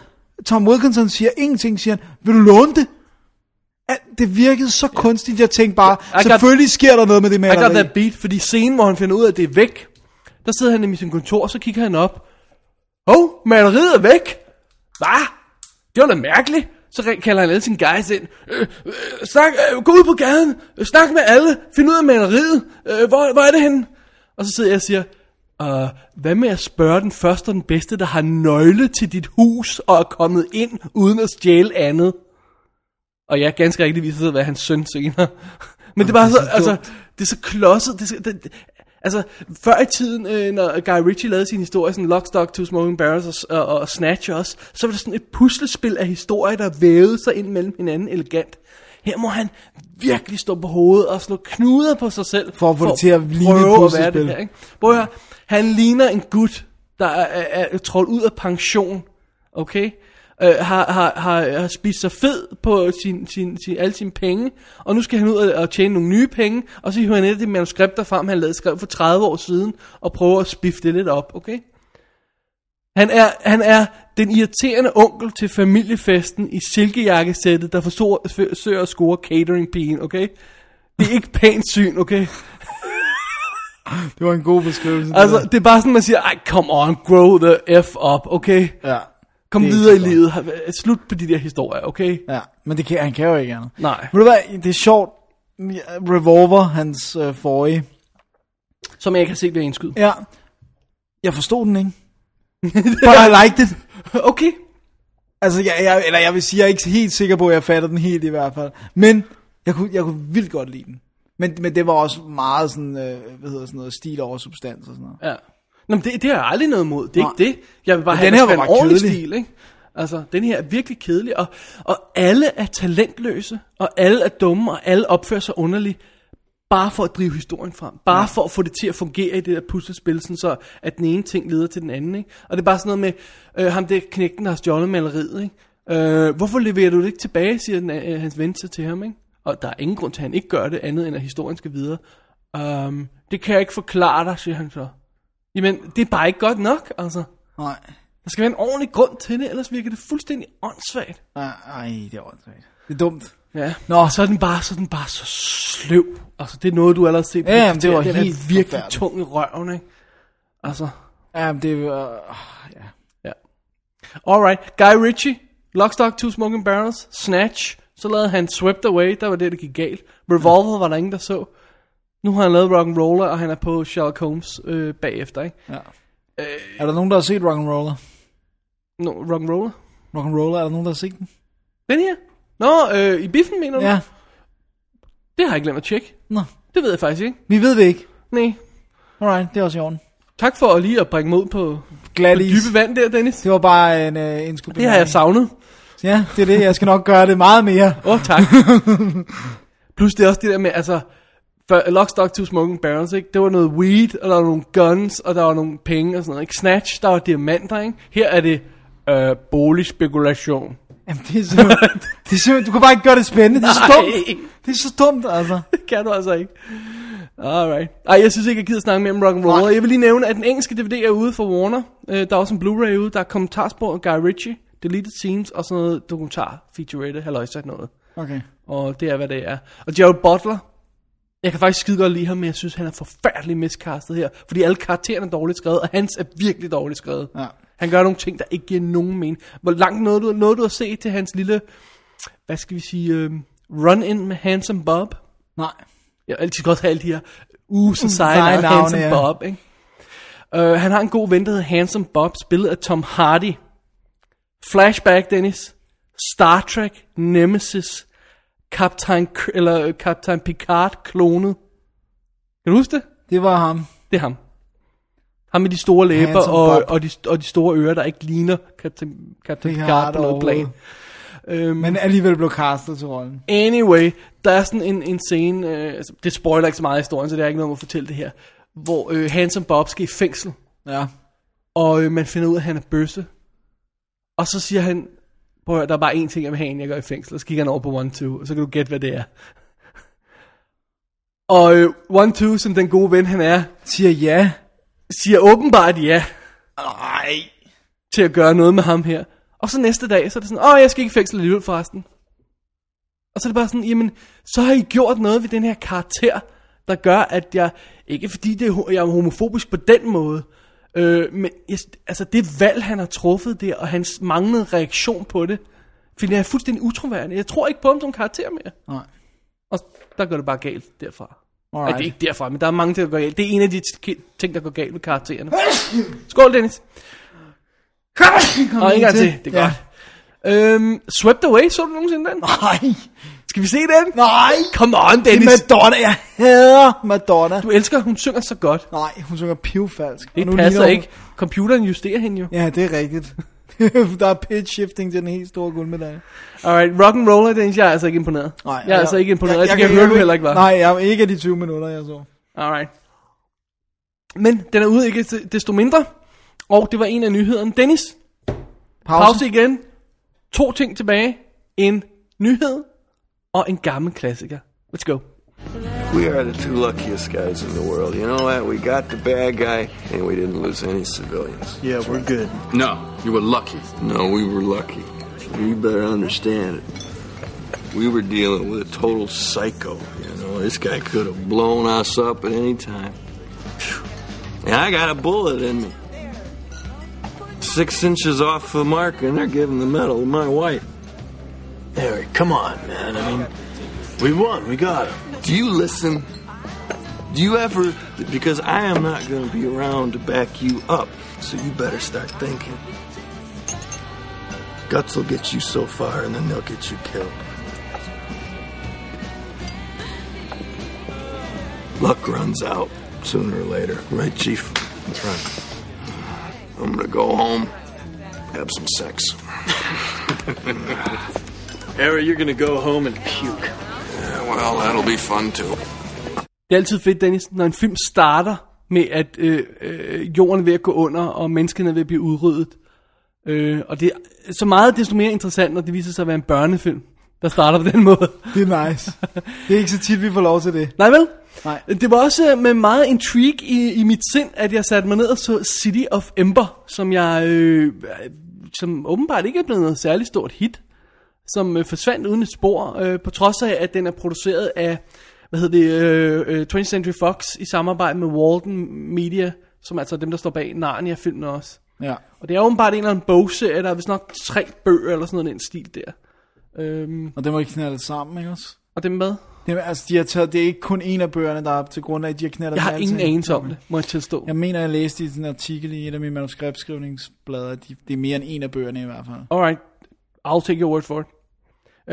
Speaker 2: Tom Wilkinson siger ingenting, siger han, vil du låne det? Ja, Det virkede så kunstigt, jeg tænkte bare,
Speaker 1: got-
Speaker 2: selvfølgelig sker der noget med det
Speaker 1: I got
Speaker 2: maleri.
Speaker 1: that beat, fordi scenen, hvor han finder ud af, at det er væk, der sidder han i sin kontor, så kigger han op. Åh, oh, maleriet er væk! Hvad? Det var da mærkeligt. Så ring- kalder han alle sine guys ind. Øh, øh, snak, øh, gå ud på gaden, øh, snak med alle, find ud af maleriet. Øh, hvor, hvor er det henne? Og så sidder jeg og siger, øh, hvad med at spørge den første og den bedste, der har nøgle til dit hus og er kommet ind uden at stjæle andet? Og ja, ganske rigtigt viser det sig at være hans søn senere. Men det var så, altså, det er så klodset. Det, er så- det, det, altså, før i tiden, øh, når Guy Ritchie lavede sin historie, sådan Lock, Stock, Two Smoking Barrels og, og, og Snatch også, så var det sådan et puslespil af historier, der vævede sig ind mellem hinanden elegant. Her må han virkelig stå på hovedet og slå knuder på sig selv.
Speaker 2: For at få det til at ligne et
Speaker 1: prøve at være
Speaker 2: puslespil.
Speaker 1: det her, ikke? Prøv at høre, han ligner en gut, der er, er, er trådt ud af pension, okay? Øh, har, har, har, har spist sig fed på sin, sin, sin, alle sine penge, og nu skal han ud og, og tjene nogle nye penge, og så hiver han et af de manuskripter frem, han lavede skrev for 30 år siden, og prøver at spifte det lidt op, okay? Han er, han er den irriterende onkel til familiefesten i silkejakkesættet, der forsøger forsøger at score cateringpigen, okay? Det er ikke pænt syn, okay?
Speaker 2: Det var en god beskrivelse. det
Speaker 1: Altså, det er bare sådan, man siger, ej, come on, grow the F up, okay?
Speaker 2: der. ja.
Speaker 1: Kom
Speaker 2: Det er
Speaker 1: videre i
Speaker 2: ikke så
Speaker 1: livet, slut på de der historier, okay?
Speaker 2: Ja, men det kan, han kan jo ikke andet.
Speaker 1: Nej.
Speaker 2: Ved du hvad, det er sjovt. Revolver, hans øh, forrige.
Speaker 1: Som jeg ikke har set ved indskud.
Speaker 2: Ja. Jeg forstod den ikke. But I liked it.
Speaker 1: Okay.
Speaker 2: Altså, jeg, jeg, eller jeg vil sige, jeg er ikke helt sikker på, at jeg fatter den helt i hvert fald. Men jeg kunne, jeg kunne vildt godt lide den. Men, men det var også meget sådan, øh, hvad hedder sådan noget, stil over substans og sådan noget.
Speaker 1: Ja. Nå, men det, det har jeg aldrig noget imod. Det er
Speaker 2: Nej.
Speaker 1: ikke det. Jeg vil bare
Speaker 2: Men
Speaker 1: have,
Speaker 2: den
Speaker 1: at
Speaker 2: her
Speaker 1: der
Speaker 2: var
Speaker 1: skal en
Speaker 2: bare
Speaker 1: ordentlig
Speaker 2: kedelig.
Speaker 1: stil, ikke? Altså, den her er virkelig kedelig, og, og alle er talentløse, og alle er dumme, og alle opfører sig underligt, bare for at drive historien frem. Bare ja. for at få det til at fungere i det der puslespil, sådan så at den ene ting leder til den anden, ikke? Og det er bare sådan noget med, øh, ham der knægten, der har stjålet maleriet, ikke? Øh, hvorfor leverer du det ikke tilbage, siger den, øh, hans ven så til ham, ikke? Og der er ingen grund til, at han ikke gør det, andet end at historien skal videre. Um, det kan jeg ikke forklare dig, siger han så. Jamen, det er bare ikke godt nok, altså.
Speaker 2: Nej.
Speaker 1: Der skal være en ordentlig grund til det, ellers virker det fuldstændig åndssvagt.
Speaker 2: Ej, det er åndssvagt. Det er dumt.
Speaker 1: Ja. Nå, så er den bare, så er den bare så sløv. Altså, det er noget, du allerede har set. på
Speaker 2: Ja,
Speaker 1: et
Speaker 2: jamen, det var
Speaker 1: kvarter. den
Speaker 2: helt
Speaker 1: er virkelig
Speaker 2: forfærdelig.
Speaker 1: tung i røven, ikke? Altså,
Speaker 2: Ja, men det øh, var... ja.
Speaker 1: ja. Alright, Guy Ritchie, Lockstock, Two Smoking Barrels, Snatch. Så lavede han Swept Away, der var det, der gik galt. Revolver var der ingen, der så. Nu har han lavet Rock'n'Roller, og han er på Sherlock Holmes øh, bagefter, ikke?
Speaker 2: Er der nogen, der har set Rock'n'Roller?
Speaker 1: No, Rock'n'Roller?
Speaker 2: Rock'n'Roller, er der nogen, der har set den?
Speaker 1: Den her? Nå, øh, i biffen, mener du?
Speaker 2: Ja.
Speaker 1: Det har jeg glemt at tjekke.
Speaker 2: Nå,
Speaker 1: Det ved jeg faktisk ikke.
Speaker 2: vi ved det ikke.
Speaker 1: Nej.
Speaker 2: Alright, det er også i orden.
Speaker 1: Tak for lige at bringe mod på, på
Speaker 2: Glat is.
Speaker 1: dybe vand der, Dennis.
Speaker 2: Det var bare en, øh, en skub.
Speaker 1: Det har jeg savnet.
Speaker 2: Ja, det er det. Jeg skal nok gøre det meget mere.
Speaker 1: Åh, oh, tak. Plus det er også det der med, altså, for Lock, Stock, Two Smoking Barrels, ikke? Det var noget weed, og der var nogle guns, og der var nogle penge og sådan noget, ikke? Snatch, der var diamanter, ikke? Her er det øh, boligspekulation.
Speaker 2: Jamen, det er simpelthen, det er simpelthen, du kan bare ikke gøre det spændende. Det er så
Speaker 1: Nej.
Speaker 2: dumt. Det er så dumt, altså.
Speaker 1: Det kan du altså ikke. Alright. Ej, jeg synes ikke, jeg gider snakke mere om rock'n'roll. Jeg vil lige nævne, at den engelske DVD er ude for Warner. Øh, der er også en Blu-ray ude. Der er kommentarspor af Guy Ritchie, Deleted Scenes og sådan noget dokumentar featurette, halløjsat noget.
Speaker 2: Okay.
Speaker 1: Og det er, hvad det er. Og Gerald Butler, jeg kan faktisk skide godt lide ham, men jeg synes, han er forfærdelig miscastet her. Fordi alle karaktererne er dårligt skrevet, og hans er virkelig dårligt skrevet.
Speaker 2: Ja.
Speaker 1: Han gør nogle ting, der ikke giver nogen mening. Hvor langt nåede du, nåede du at se til hans lille, hvad skal vi sige, øh, run-in med Handsome Bob?
Speaker 2: Nej.
Speaker 1: Jeg vil altid godt have alle de her Uh, så
Speaker 2: Seje
Speaker 1: seje navne,
Speaker 2: navne,
Speaker 1: Handsome
Speaker 2: ja.
Speaker 1: Bob ikke? Uh, Han har en god ven, der hedder Handsome Bob Spillet af Tom Hardy Flashback, Dennis Star Trek, Nemesis Captain, K- eller øh, Captain Picard Klonet Kan du huske det?
Speaker 2: Det var ham.
Speaker 1: Det er ham Ham med de store læber
Speaker 2: Handsome
Speaker 1: og,
Speaker 2: Bob.
Speaker 1: og, de, og de store ører, der ikke ligner Captain, Captain
Speaker 2: Picard
Speaker 1: Picard på noget plan
Speaker 2: overhovedet.
Speaker 1: Øhm.
Speaker 2: Men alligevel blev castet til rollen.
Speaker 1: Anyway, der er sådan en, en scene, øh, altså, det spoiler ikke så meget i historien, så det er ikke noget om at fortælle det her, hvor øh, Handsome Bob skal i fængsel,
Speaker 2: Ja.
Speaker 1: og øh, man finder ud af, at han er bøsse. Og så siger han, prøv at høre, der er bare én ting, jeg vil have, inden jeg går i fængsel, og så kigger han over på One Two, og så kan du gætte, hvad det er. Og øh, One Two, som den gode ven han er,
Speaker 2: Siger ja.
Speaker 1: siger åbenbart ja
Speaker 2: Nej.
Speaker 1: til at gøre noget med ham her. Og så næste dag, så er det sådan, åh, jeg skal ikke i fængsel alligevel forresten. Og så er det bare sådan, jamen, så har I gjort noget ved den her karakter, der gør, at jeg, ikke fordi det er, ho- jeg er homofobisk på den måde, øh, men jeg, altså det valg, han har truffet der, og hans manglende reaktion på det, finder jeg fuldstændig utroværdig. Jeg tror ikke på ham som karakter mere.
Speaker 2: Nej.
Speaker 1: Og der går det bare galt derfra. Nej, det er
Speaker 2: Alright.
Speaker 1: ikke derfra, men der er mange ting, der går galt. Det er en af de t- ting, der går galt ved karaktererne. Skål, Dennis.
Speaker 2: Kom
Speaker 1: Og en
Speaker 2: lige
Speaker 1: gang til, det er
Speaker 2: Ja.
Speaker 1: godt. Øhm, Swept Away, så du nogensinde den?
Speaker 2: Nej.
Speaker 1: Skal vi se den?
Speaker 2: Nej.
Speaker 1: Come on,
Speaker 2: Det er
Speaker 1: Dennis.
Speaker 2: Madonna. Jeg hader Madonna.
Speaker 1: Du elsker, hun synger så godt.
Speaker 2: Nej, hun synger pivfalsk. Og
Speaker 1: Det
Speaker 2: nu
Speaker 1: passer
Speaker 2: ligner hun-
Speaker 1: ikke. Computeren justerer hende jo.
Speaker 2: Ja, det er rigtigt. der er pitch shifting til den helt store guldmedalje.
Speaker 1: Alright, rock'n'roller, Dennis, jeg er altså ikke imponeret. jeg er altså ikke imponeret. Jeg, jeg, jeg kan høre, du heller ikke var.
Speaker 2: Nej, jeg, ikke af de 20 minutter, jeg så.
Speaker 1: Alright. Men den er ude ikke desto mindre. Og det var en af nyhederne. Dennis,
Speaker 2: Pause.
Speaker 1: pause igen. To ting tilbage. En nyhed og en gammel klassiker. Let's go.
Speaker 4: We are the two luckiest guys in the world. You know what? We got the bad guy, and we didn't lose any civilians. Yeah, we're good.
Speaker 5: No, you were lucky.
Speaker 4: No, we were lucky. You better understand it. We were dealing with a total psycho. You know, this guy could have blown us up at any time. Phew. And I got a bullet in me. Six inches off the mark, and they're giving the medal to my wife. Harry, come on, man. I mean, we won. We got him. Do you listen? Do you ever? Because I am not going to be around to back you up, so you better start thinking. Guts will get you so far, and then they'll get you killed. Luck runs out sooner or later, right, Chief? That's right. I'm gonna go home, have some sex. Harry, you're gonna go home and puke. Yeah, well, that'll be fun too.
Speaker 1: Det er altid fedt, Dennis, når en film starter med, at øh, øh, jorden er ved at gå under, og menneskene er ved at blive udryddet. Øh, og det er så meget desto mere interessant, når det viser sig at være en børnefilm, der starter på den måde.
Speaker 2: Det er nice. det er ikke så tit, vi får lov til det.
Speaker 1: Nej vel?
Speaker 2: Nej.
Speaker 1: Det var også øh, med meget intrigue i, i mit sind, at jeg satte mig ned og så City of Ember, som jeg øh, som åbenbart ikke er blevet noget særligt stort hit. som øh, forsvandt uden et spor, øh, på trods af, at den er produceret af, hvad hedder det, øh, øh, 20th Century Fox i samarbejde med Walden Media, som altså er dem, der står bag Narnia-filmen også.
Speaker 2: Ja.
Speaker 1: Og det er åbenbart en eller anden bogserie, der er vist nok tre bøger eller sådan noget i den stil der. Øhm,
Speaker 2: Og det må ikke knalde sammen, ikke også?
Speaker 1: og dem med?
Speaker 2: Det, er- altså, de har taget, det er ikke kun en af bøgerne, der er til grund af, at de har knaldet
Speaker 1: Jeg har
Speaker 2: dem
Speaker 1: ingen
Speaker 2: alting.
Speaker 1: anelse om det, må jeg tilstå.
Speaker 2: Jeg mener, jeg læste i sådan en artikel i et af mine manuskriptskrivningsblade, at de, det er mere end en af bøgerne i hvert fald.
Speaker 1: Alright, I'll take your word for it.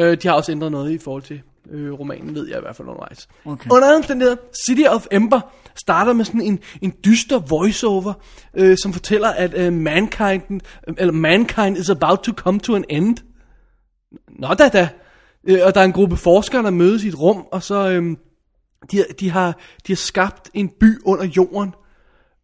Speaker 1: Øh, de har også ændret noget i forhold til øh, romanen, ved jeg i hvert fald undervejs.
Speaker 2: Okay.
Speaker 1: Under andre omstændigheder, City of Ember starter med sådan en, en dyster voiceover, øh, som fortæller, at øh, mankind, øh, eller mankind is about to come to an end. Nå da da. Øh, og der er en gruppe forskere, der mødes i et rum, og så øh, de, de, har, de har skabt en by under jorden,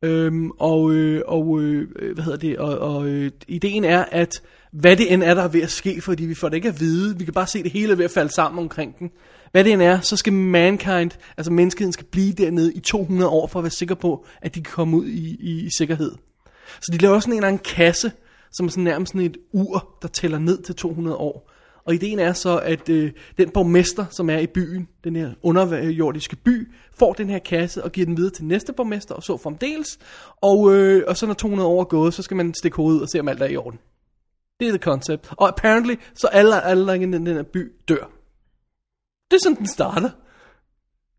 Speaker 1: Øhm, og, øh, og øh, øh, hvad hedder det, og, og øh, ideen er, at hvad det end er, der er ved at ske, fordi vi får det ikke at vide, vi kan bare se det hele er ved at falde sammen omkring den. Hvad det end er, så skal mankind, altså menneskeheden skal blive dernede i 200 år, for at være sikker på, at de kan komme ud i, i, i sikkerhed. Så de laver sådan en eller anden kasse, som er sådan nærmest sådan et ur, der tæller ned til 200 år. Og ideen er så, at øh, den borgmester, som er i byen, den her underjordiske by, får den her kasse og giver den videre til næste borgmester, og så fremdeles. Og, øh, og så når 200 år er gået, så skal man stikke hovedet ud og se, om alt er i orden. Det er the concept. Og apparently, så alle, alle der er inde i den her by dør. Det er sådan, den starter.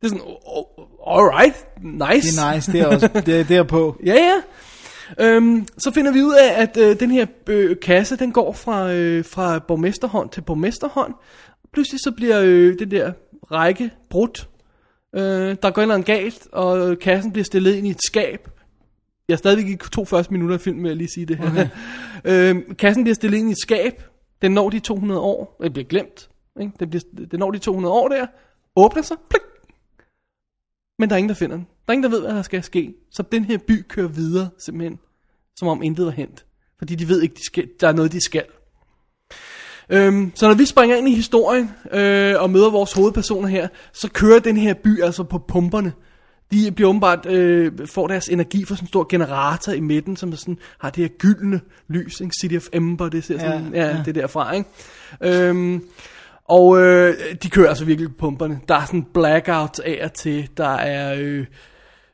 Speaker 1: Det er sådan, oh, oh, alright, nice.
Speaker 2: Det er nice, det er også det er derpå.
Speaker 1: Ja, ja. Øhm, så finder vi ud af, at øh, den her øh, kasse, den går fra, øh, fra borgmesterhånd til borgmesterhånd. Pludselig så bliver øh, den der række brudt. Øh, der går en eller anden galt, og øh, kassen bliver stillet ind i et skab. Jeg er stadigvæk i to første minutter af filmen, vil jeg lige sige det her. Okay. øhm, kassen bliver stillet ind i et skab. Den når de 200 år. Den bliver glemt. Ikke? Den, bliver, den når de 200 år der. Åbner sig. Plik. Men der er ingen, der finder den. Der er ingen, der ved, hvad der skal ske. Så den her by kører videre, simpelthen. Som om intet var hent. Fordi de ved ikke, de skal, der er noget, de skal. Øhm, så når vi springer ind i historien øh, og møder vores hovedpersoner her, så kører den her by altså på pumperne. De bliver åbenbart, øh, får deres energi fra sådan en stor generator i midten, som er sådan, har det her gyldne lys, ikke? City of Ember, det ser sådan, ja,
Speaker 2: Ja,
Speaker 1: ja, ja. det er derfra, ikke? Øhm, og øh, de kører altså virkelig på pumperne. Der er sådan blackouts af og til, der er... Øh,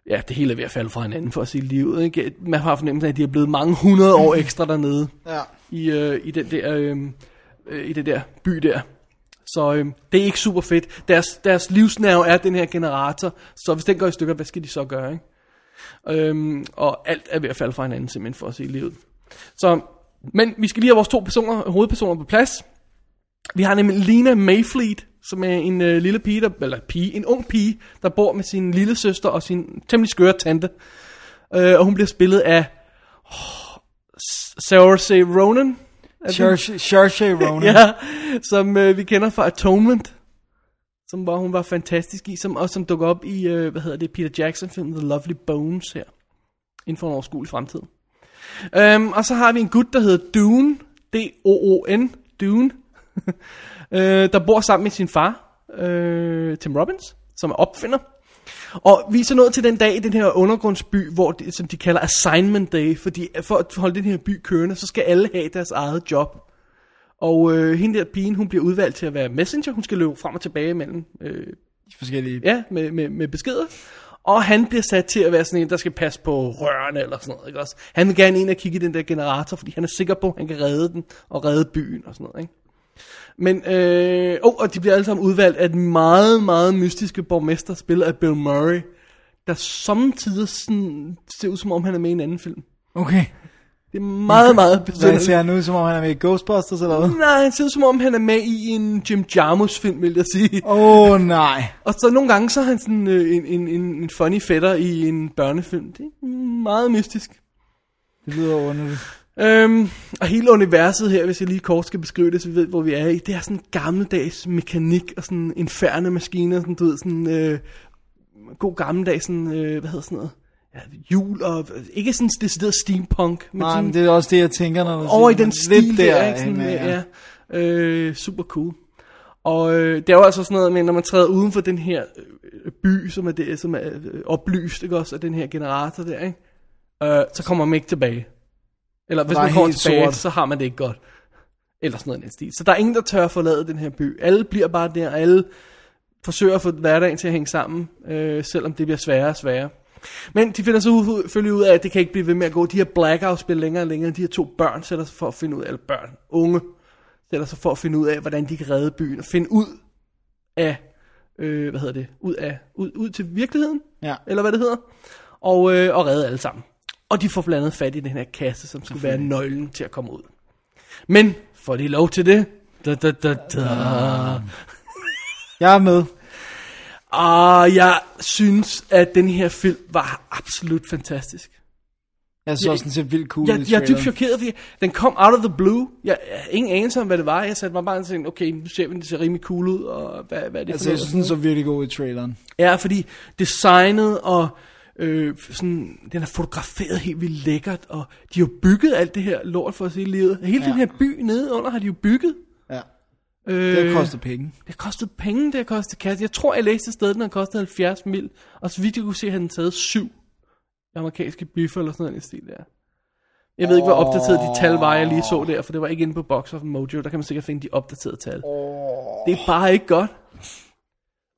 Speaker 1: ja, det hele er ved at falde fra hinanden for at sige livet, ikke? Man har fornemmelsen af, at de er blevet mange hundrede år ekstra dernede
Speaker 2: Ja.
Speaker 1: i, øh, i den der, øh, øh, i det der by der. Så øh, det er ikke super fedt. Deres, deres livsnerve er den her generator, så hvis den går i stykker, hvad skal de så gøre? Ikke? Øhm, og alt er ved at falde fra hinanden simpelthen for at se livet. Så, men vi skal lige have vores to personer, hovedpersoner på plads. Vi har nemlig Lena Mayfleet, som er en øh, lille pige, der, eller pige, en ung pige, der bor med sin lille søster og sin temmelig skøre tante. Øh, og hun bliver spillet af Saoirse Ronan,
Speaker 2: Saoirse Ronan. ja.
Speaker 1: ja, som øh, vi kender fra Atonement, som var, hun var fantastisk i, som, og som dukker op i, øh, hvad hedder det, Peter Jackson-filmen The Lovely Bones her, inden for en overskuelig fremtid. Øhm, og så har vi en gut, der hedder Dune, D-O-O-N, Dune, øh, der bor sammen med sin far, øh, Tim Robbins, som er opfinder. Og vi er så nået til den dag i den her undergrundsby, hvor de, som de kalder Assignment Day, fordi for at holde den her by kørende, så skal alle have deres eget job. Og øh, hende der pigen, hun bliver udvalgt til at være messenger. Hun skal løbe frem og tilbage mellem, øh,
Speaker 2: Forskellige.
Speaker 1: ja, med, med, med beskeder. Og han bliver sat til at være sådan en, der skal passe på rørene eller sådan noget. Ikke også? Han vil gerne ind og kigge i den der generator, fordi han er sikker på, at han kan redde den og redde byen og sådan noget. Ikke? Men, øh, oh, og de bliver alle sammen udvalgt af den meget, meget mystiske borgmester, spiller af Bill Murray, der samtidig sådan, ser ud som om, han er med i en anden film.
Speaker 2: Okay.
Speaker 1: Det er meget, meget
Speaker 2: Hvad
Speaker 1: besynderligt.
Speaker 2: ser han ud, som om han er med i Ghostbusters eller hvad?
Speaker 1: Nej, han ser ud som om, han er med i en Jim Jarmus-film, vil jeg sige.
Speaker 2: Åh oh, nej.
Speaker 1: Og så nogle gange, så er han sådan øh, en, en, en, en funny fætter i en børnefilm. Det er meget mystisk.
Speaker 2: Det lyder underligt.
Speaker 1: Øhm, og hele universet her, hvis jeg lige kort skal beskrive det, så vi ved, hvor vi er i, det er sådan gammeldags mekanik og sådan inferne maskiner, sådan, du ved, sådan øh, god gammeldags, sådan, øh, hvad hedder sådan noget, ja, jul og, øh, ikke sådan decideret steampunk, men
Speaker 2: Nej,
Speaker 1: sådan
Speaker 2: men det er også det, jeg tænker, når du
Speaker 1: over i
Speaker 2: siger,
Speaker 1: den
Speaker 2: men
Speaker 1: stil der, der ikke?
Speaker 2: hen
Speaker 1: Sådan,
Speaker 2: af,
Speaker 1: ja. ja. Øh, super cool. Og øh, det er jo altså sådan noget med, når man træder uden for den her øh, by, som er, det, som er øh, oplyst, ikke også, af den her generator der, ikke? Øh, så kommer man ikke tilbage. Eller hvis
Speaker 2: Der er
Speaker 1: man kommer
Speaker 2: helt
Speaker 1: tilbage,
Speaker 2: sort.
Speaker 1: så har man det ikke godt. Eller sådan noget i den stil. Så der er ingen, der tør at forlade den her by. Alle bliver bare der, og alle forsøger at få hverdagen til at hænge sammen, øh, selvom det bliver sværere og sværere. Men de finder så ud- selvfølgelig ud af, at det kan ikke blive ved med at gå. De her blackout-spil længere og længere. De her to børn sætter sig for at finde ud af, eller børn, unge, sætter sig for at finde ud af, hvordan de kan redde byen, og finde ud af, øh, hvad hedder det, ud, af, ud, ud til virkeligheden,
Speaker 2: Ja.
Speaker 1: eller hvad det hedder, og, øh, og redde alle sammen. Og de får blandt andet fat i den her kasse, som skulle være nøglen til at komme ud. Men får de lov til det? Da, da, da, da.
Speaker 2: Jeg er med.
Speaker 1: Og Ah, jeg synes, at den her film var absolut fantastisk.
Speaker 2: Jeg så sådan set vildt cool
Speaker 1: Jeg,
Speaker 2: i
Speaker 1: jeg er dybt
Speaker 2: traileren.
Speaker 1: chokeret, fordi den kom out of the blue. Jeg jeg havde ingen anelse om, hvad det var. Jeg satte mig bare og tænkte, okay, nu ser vi, den ser rimelig cool ud, og hvad, hvad er det
Speaker 2: Altså,
Speaker 1: for
Speaker 2: jeg
Speaker 1: noget?
Speaker 2: synes, den så virkelig god i traileren.
Speaker 1: Ja, fordi designet og øh, sådan, den er fotograferet helt vildt lækkert, og de har jo bygget alt det her lort for at sige livet. Hele ja. den
Speaker 2: Ja.
Speaker 1: her by nede under har de jo bygget.
Speaker 2: Ja.
Speaker 1: Øh,
Speaker 2: Det koster penge.
Speaker 1: Det kostede penge, det har kostet kasse. Jeg tror, jeg læste et sted, den har kostet 70 mil, og så vidt jeg kunne se, havde den taget syv amerikanske biffer eller sådan noget i den stil der. Jeg ved ikke, hvor opdateret de tal var, jeg lige så der, for det var ikke inde på Box of Mojo. Der kan man sikkert finde de opdaterede tal. Det er bare ikke godt.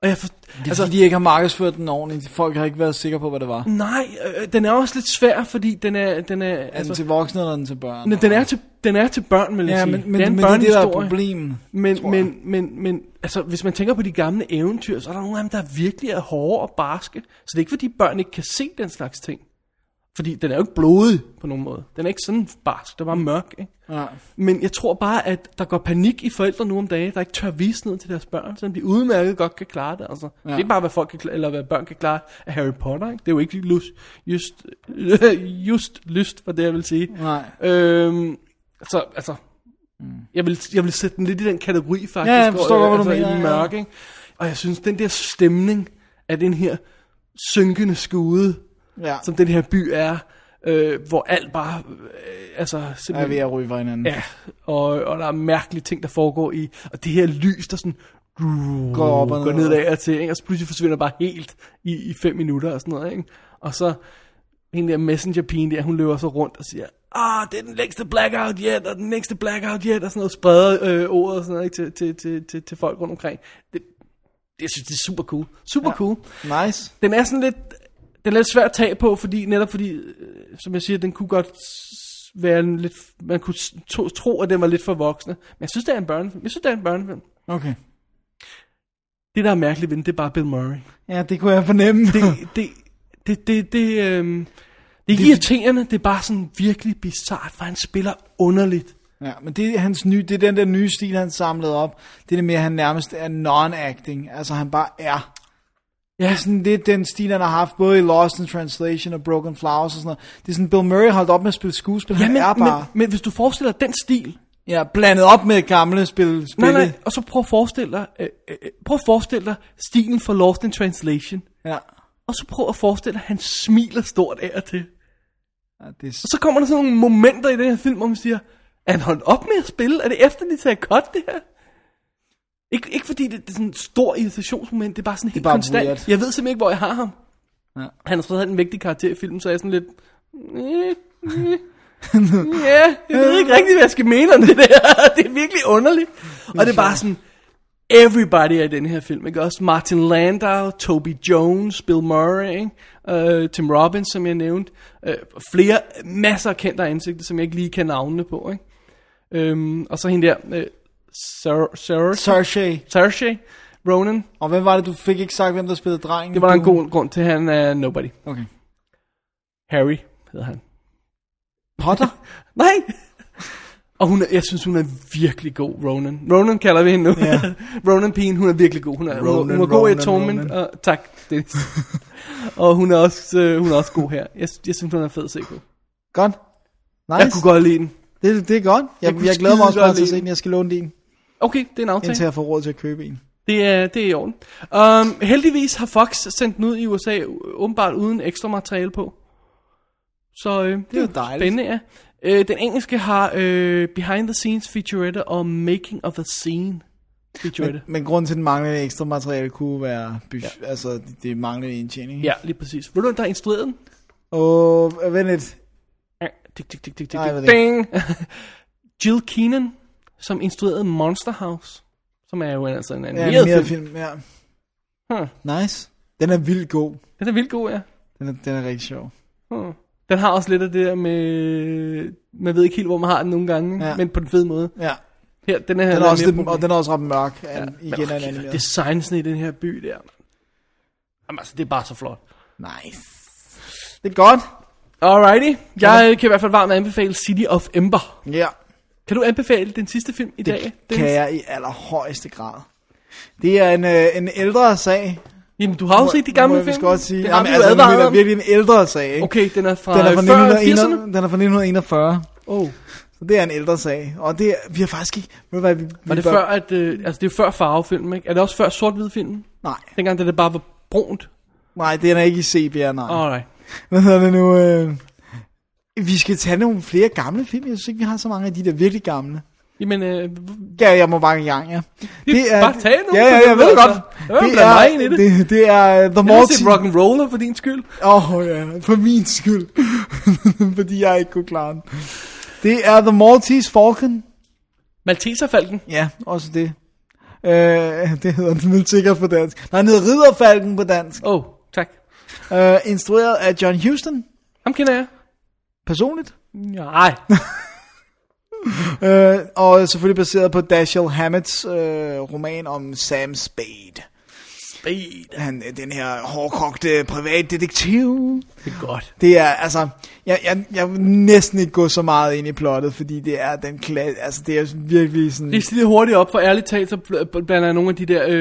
Speaker 1: Og jeg for...
Speaker 2: Det er altså, fordi, de ikke har markedsført den ordentligt. Folk har ikke været sikre på, hvad det var.
Speaker 1: Nej, øh, den er også lidt svær, fordi den er... Den er,
Speaker 2: Er den
Speaker 1: altså,
Speaker 2: til voksne, eller er den til børn?
Speaker 1: men den, er til, den er til børn, vil jeg
Speaker 2: Ja,
Speaker 1: sige.
Speaker 2: men, men,
Speaker 1: det er en
Speaker 2: men det er det, der er
Speaker 1: børnehistorie.
Speaker 2: problemet.
Speaker 1: Men, men, men, men altså, hvis man tænker på de gamle eventyr, så er der nogle af dem, der virkelig er hårde og barske. Så det er ikke, fordi børn ikke kan se den slags ting. Fordi den er jo ikke blodig på nogen måde. Den er ikke sådan barsk, den er bare mørk. Ikke?
Speaker 2: Ja.
Speaker 1: Men jeg tror bare, at der går panik i forældre nu om dage, der ikke tør vise noget til deres børn, selvom de udmærket godt kan klare det. Altså. Ja. Det er bare, hvad, folk kan, klare- eller hvad børn kan klare af Harry Potter. Ikke? Det er jo ikke lus, just, just lyst, var det, jeg vil sige.
Speaker 2: Nej.
Speaker 1: Øhm, så altså, jeg vil, jeg vil sætte den lidt i den kategori faktisk.
Speaker 2: Mm. Ja, jeg forstår
Speaker 1: og,
Speaker 2: godt, hvad du
Speaker 1: altså, i
Speaker 2: mener,
Speaker 1: den
Speaker 2: ja.
Speaker 1: mørke, ikke? Og jeg synes, den der stemning af den her synkende skude,
Speaker 2: Ja.
Speaker 1: som den her by er, øh, hvor alt bare, øh, altså
Speaker 2: Jeg er ved
Speaker 1: simpelthen,
Speaker 2: at ryge fra hinanden.
Speaker 1: ja, og, og der er mærkelige ting, der foregår i, og det her lys, der sådan,
Speaker 2: Går op og
Speaker 1: går
Speaker 2: ned.
Speaker 1: ned af og til, ikke? og så pludselig forsvinder bare helt i, i fem minutter og sådan noget, ikke? Og så en der messengerpigen der, hun løber så rundt og siger, ah, det er den længste blackout yet, og den længste blackout yet, og sådan noget, spreder øh, ordet og sådan noget, ikke? Til, til, til, til, til folk rundt omkring. Det, det, jeg synes, det er super cool. Super ja. cool.
Speaker 2: Nice.
Speaker 1: Den er sådan lidt, den er lidt svær at tage på, fordi, netop fordi, øh, som jeg siger, den kunne godt s- være en lidt, man kunne s- to, tro, at den var lidt for voksne. Men jeg synes, det er en børnefilm. Jeg synes, det er en børnefilm.
Speaker 2: Okay.
Speaker 1: Det, der er mærkeligt ved den, det er bare Bill Murray.
Speaker 2: Ja, det kunne jeg fornemme. Det,
Speaker 1: det, det, det, det, øhm, det er irriterende, det er bare sådan virkelig bizart, for han spiller underligt.
Speaker 2: ja, men det er, hans nye, det er den der nye stil, han samlede op. Det er det med, at han nærmest er non-acting. Altså, han bare er.
Speaker 1: Ja,
Speaker 2: Det er sådan lidt den stil, han har haft, både i Lost in Translation og Broken Flowers og sådan noget. Det er sådan, Bill Murray holdt op med at spille skuespil.
Speaker 1: ja
Speaker 2: han
Speaker 1: men,
Speaker 2: er bare
Speaker 1: men, men hvis du forestiller dig den stil,
Speaker 2: ja, blandet op med gamle spil. spil.
Speaker 1: nej, nej, og så prøv at forestille dig, øh, øh, øh, prøv at forestille dig stilen for Lost in Translation,
Speaker 2: Ja.
Speaker 1: og så prøv at forestille dig, at han smiler stort af og til.
Speaker 2: ja det er,
Speaker 1: Og så kommer der sådan nogle momenter i den her film, hvor man siger, er han holdt op med at spille? Er det efter, de tager cut, det her? Ikke, ikke fordi det, det er sådan en stor irritationsmoment, det er bare sådan helt
Speaker 2: bare
Speaker 1: konstant.
Speaker 2: weird.
Speaker 1: Jeg ved simpelthen ikke, hvor jeg har ham.
Speaker 2: Ja.
Speaker 1: Han er stadig en vigtig karakter i filmen, så jeg er sådan lidt... "Øh, øh, Ja, jeg ved ikke rigtig, hvad jeg skal mene om det der. Det er virkelig underligt. Og det er bare sådan, everybody er i den her film, ikke? Også Martin Landau, Toby Jones, Bill Murray, ikke? Øh, Tim Robbins, som jeg nævnte. Øh, flere, masser af kendte ansigter, som jeg ikke lige kan navnene på, ikke? Øhm, og så hende der, øh, Sar- Sar-
Speaker 2: Sarshay.
Speaker 1: Saoirse Ronan.
Speaker 2: Og hvem var det, du fik ikke sagt, hvem der spillede drengen?
Speaker 1: Det var der en
Speaker 2: Du-
Speaker 1: god grund til, at han er nobody.
Speaker 2: Okay.
Speaker 1: Harry hedder han.
Speaker 2: Potter?
Speaker 1: Nej! Og hun er, jeg synes, hun er virkelig god, Ronan. Ronan kalder vi hende nu.
Speaker 2: Ja.
Speaker 1: Ronan Pigen, hun er virkelig god. Hun er, Ronan, hun,
Speaker 2: Ronan,
Speaker 1: er god i
Speaker 2: Ronan,
Speaker 1: Atonement.
Speaker 2: Ronan.
Speaker 1: Og, tak, Dennis. og hun er, også, øh, hun er også god her. Jeg, jeg synes, hun er fed at se på.
Speaker 2: godt. Nice.
Speaker 1: Jeg kunne godt lide den.
Speaker 2: Det, det er godt. Jeg, jeg,
Speaker 1: kunne
Speaker 2: jeg glæder mig også
Speaker 1: skide
Speaker 2: bare
Speaker 1: godt
Speaker 2: til at
Speaker 1: lide
Speaker 2: se den. Jeg skal låne din,
Speaker 1: Okay, det er en
Speaker 2: indtil
Speaker 1: aftale.
Speaker 2: jeg får råd til at købe en.
Speaker 1: Det er, det er i orden. Um, heldigvis har Fox sendt den ud i USA, øh, åbenbart uden ekstra materiale på. Så øh, det,
Speaker 2: er
Speaker 1: er
Speaker 2: jo dejligt.
Speaker 1: spændende, ja. Øh, den engelske har øh, Behind the Scenes featurette og Making of a Scene featurette.
Speaker 2: Men, men grunden til den manglende ekstra materiale kunne være, budg- ja. altså det, det manglende indtjening.
Speaker 1: Ja, lige præcis. Ved du, hvem der har instrueret den?
Speaker 2: Og øh, vent lidt.
Speaker 1: Ah, Tik, tik, tik, tik, tik,
Speaker 2: Nej, jeg ved
Speaker 1: tik. Ding! Jill Keenan, som instruerede Monster House, som er jo altså en
Speaker 2: Ja,
Speaker 1: animeret,
Speaker 2: animeret
Speaker 1: film.
Speaker 2: film. Ja.
Speaker 1: Huh.
Speaker 2: Nice. Den er vildt god.
Speaker 1: Den er vildt god, ja.
Speaker 2: Den er, den er rigtig sjov.
Speaker 1: Huh. Hmm. Den har også lidt af det der med, man ved ikke helt, hvor man har den nogle gange,
Speaker 2: Ja.
Speaker 1: ja. men på den fede måde.
Speaker 2: Ja.
Speaker 1: Her, den her
Speaker 2: Den er,
Speaker 1: der
Speaker 2: også
Speaker 1: mere
Speaker 2: lidt,
Speaker 1: problem.
Speaker 2: og den er også ret mørk. Ja,
Speaker 1: Men
Speaker 2: igen
Speaker 1: okay,
Speaker 2: er en animeret.
Speaker 1: Designsene i den her by der, man. Jamen altså, det er bare så flot.
Speaker 2: Nice. Det er godt.
Speaker 1: Alrighty. Jeg øh, kan i hvert fald varmt anbefale City of Ember.
Speaker 2: Ja.
Speaker 1: Kan du anbefale den sidste film i dag?
Speaker 2: Det kan jeg i allerhøjeste grad. Det er en, øh, en ældre sag.
Speaker 1: Jamen, du har jo set de gamle
Speaker 2: må
Speaker 1: film.
Speaker 2: jeg vist godt sige.
Speaker 1: Det har
Speaker 2: Jamen,
Speaker 1: Jamen, vi altså,
Speaker 2: nu mener
Speaker 1: advaret
Speaker 2: jeg
Speaker 1: om.
Speaker 2: virkelig en ældre sag, ikke?
Speaker 1: Okay, den er fra,
Speaker 2: Den er, fra
Speaker 1: før
Speaker 2: 1941,
Speaker 1: 80'erne.
Speaker 2: den er fra 1941,
Speaker 1: Oh,
Speaker 2: så det er en ældre sag. Og det er, vi har faktisk ikke... Ved du hvad, vi,
Speaker 1: var
Speaker 2: vi
Speaker 1: det før, at, øh, altså det er før farvefilm, ikke? Er det også før sort-hvid filmen?
Speaker 2: Nej,
Speaker 1: Dengang, da det bare var brunt.
Speaker 2: nej, den er ikke i sepia, nej.
Speaker 1: Alright.
Speaker 2: Hvad hedder det nu? Øh, vi skal tage nogle flere gamle film. Jeg synes ikke, vi har så mange af de der virkelig gamle.
Speaker 1: Jamen, øh,
Speaker 2: Ja, jeg må bare i gang, ja. Det
Speaker 1: bare tag nogle altså.
Speaker 2: Ja, ja, jeg ved det godt.
Speaker 1: Ja, bland mig ind i det.
Speaker 2: det, det er øh, The
Speaker 1: jeg har set
Speaker 2: Morty.
Speaker 1: rock'n'roller for din skyld.
Speaker 2: Åh oh, ja, for min skyld. Fordi jeg ikke kunne klare den. Det er The Maltese Falcon.
Speaker 1: Malteserfalken.
Speaker 2: Ja, også det. Øh, det hedder den vel sikkert på dansk. Nej, den hedder Ridderfalken på dansk.
Speaker 1: Oh, tak.
Speaker 2: Øh, instrueret af John Huston,
Speaker 1: Ham kender jeg.
Speaker 2: personligt.
Speaker 1: Nej.
Speaker 2: Øh, og selvfølgelig baseret på Dashiell Hammett's øh, roman om Sam Spade.
Speaker 1: Speed.
Speaker 2: Han, er den her hårdkogte privatdetektiv.
Speaker 1: Det er godt.
Speaker 2: Det er, altså, jeg, jeg, jeg vil næsten ikke gå så meget ind i plottet, fordi det er den klasse, altså det er virkelig sådan...
Speaker 1: Lige lige hurtigt op, for ærligt talt, så bl- bl- blander jeg nogle af de der, øh,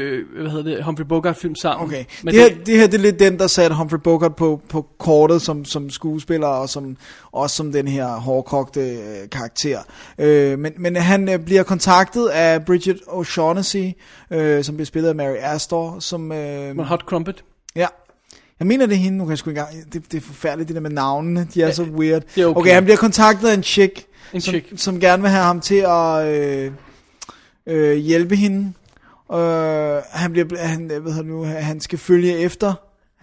Speaker 1: øh, hvad hedder det, Humphrey Bogart-film sammen.
Speaker 2: Okay,
Speaker 1: Men
Speaker 2: det her, det her det er lidt den, der satte Humphrey Bogart på, på kortet som, som skuespiller, og som, også som den her hårdkogte øh, karakter. Øh, men, men han øh, bliver kontaktet af Bridget O'Shaughnessy, øh, som bliver spillet af Mary Astor, som... Øh,
Speaker 1: med Hot Crumpet.
Speaker 2: ja, jeg mener det er hende, nu kan jeg sgu ikke engang... Det, det er forfærdeligt, det der med navnene, de er så weird.
Speaker 1: det er okay.
Speaker 2: okay, han bliver kontaktet af en chick,
Speaker 1: En
Speaker 2: som,
Speaker 1: chick.
Speaker 2: som gerne vil have ham til at øh, øh, hjælpe hende. Øh, han bliver, han, hvad hedder det nu, han skal følge efter.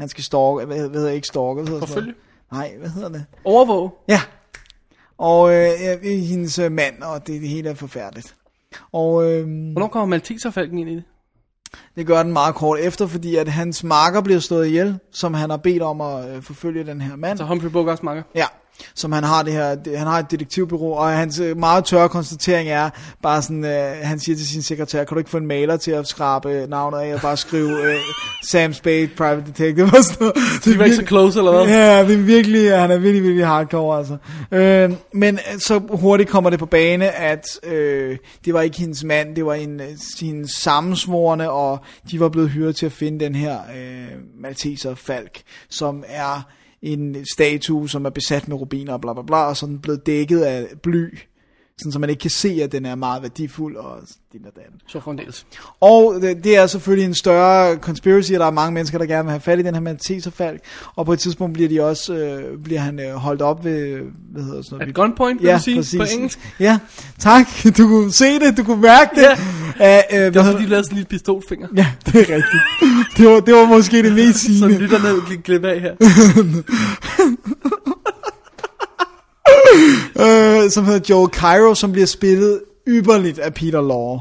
Speaker 2: Han skal stalke, hvad, hvad hedder ikke stalke, hvad hedder sådan noget? Nej, hvad hedder det?
Speaker 1: Overvåg.
Speaker 2: Ja. Og øh, ja, hendes øh, mand, og det, det hele er forfærdeligt. Og øh,
Speaker 1: Hvornår kommer Malteserfalken ind i det?
Speaker 2: det gør den meget kort efter, fordi at hans marker bliver slået ihjel, som han har bedt om at øh, forfølge den her mand.
Speaker 1: Så Humphrey Bogarts makker.
Speaker 2: Ja, som han har det her, det- han har et detektivbyrå, og hans øh, meget tørre konstatering er, bare sådan, øh, han siger til sin sekretær, kan du ikke få en maler til at skrabe øh, navnet af, og bare skrive øh, Sam Spade, Private Detective, og sådan noget. Det
Speaker 1: De var ikke så close, eller hvad?
Speaker 2: Ja, det er virkelig, han er virkelig, virkelig hardcore, altså. Øh, men øh, så hurtigt kommer det på bane, at øh, det var ikke hendes mand, det var en, øh, hendes sammensvorene, og de var blevet hyret til at finde den her øh, Malteser Falk, som er en statue, som er besat med rubiner og bla bla bla, og så er den blevet dækket af bly, sådan så man ikke kan se, at den er meget værdifuld, og din og den.
Speaker 1: Så fremdeles.
Speaker 2: Og det, det er selvfølgelig en større conspiracy, og der er mange mennesker, der gerne vil have fat i den her Malteserfalk. Og på et tidspunkt bliver, de også, øh, bliver han øh, holdt op ved, hvad hedder sådan noget?
Speaker 1: At gunpoint, vil
Speaker 2: ja,
Speaker 1: du sige,
Speaker 2: præcis.
Speaker 1: på engelsk.
Speaker 2: Ja, tak. Du kunne se det, du kunne mærke det.
Speaker 1: Ja.
Speaker 2: Ja. Æh, øh,
Speaker 1: Det
Speaker 2: hvad
Speaker 1: var
Speaker 2: hedder-
Speaker 1: fordi, de lavede sådan en lille pistolfinger.
Speaker 2: Ja, det er rigtigt. Det var, det var måske det mest
Speaker 1: Så
Speaker 2: sigende.
Speaker 1: lytterne gik glip af her.
Speaker 2: Øh, som hedder Joel Cairo, som bliver spillet ypperligt af Peter Law.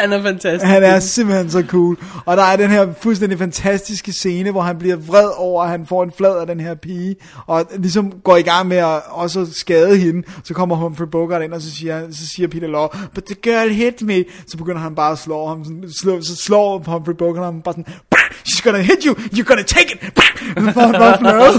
Speaker 1: Han er fantastisk.
Speaker 2: Han er simpelthen så cool. Og der er den her fuldstændig fantastiske scene, hvor han bliver vred over, at han får en flad af den her pige, og ligesom går i gang med at også skade hende. Så kommer Humphrey Bogart ind, og så siger, han- så siger Peter Law, but the girl hit me. Så begynder han bare at slå ham, sådan, slå, så slår Humphrey Bogart ham bare sådan, "Bah, she's gonna hit you, you're gonna take it. Bah!" Og så får han bare fløjet.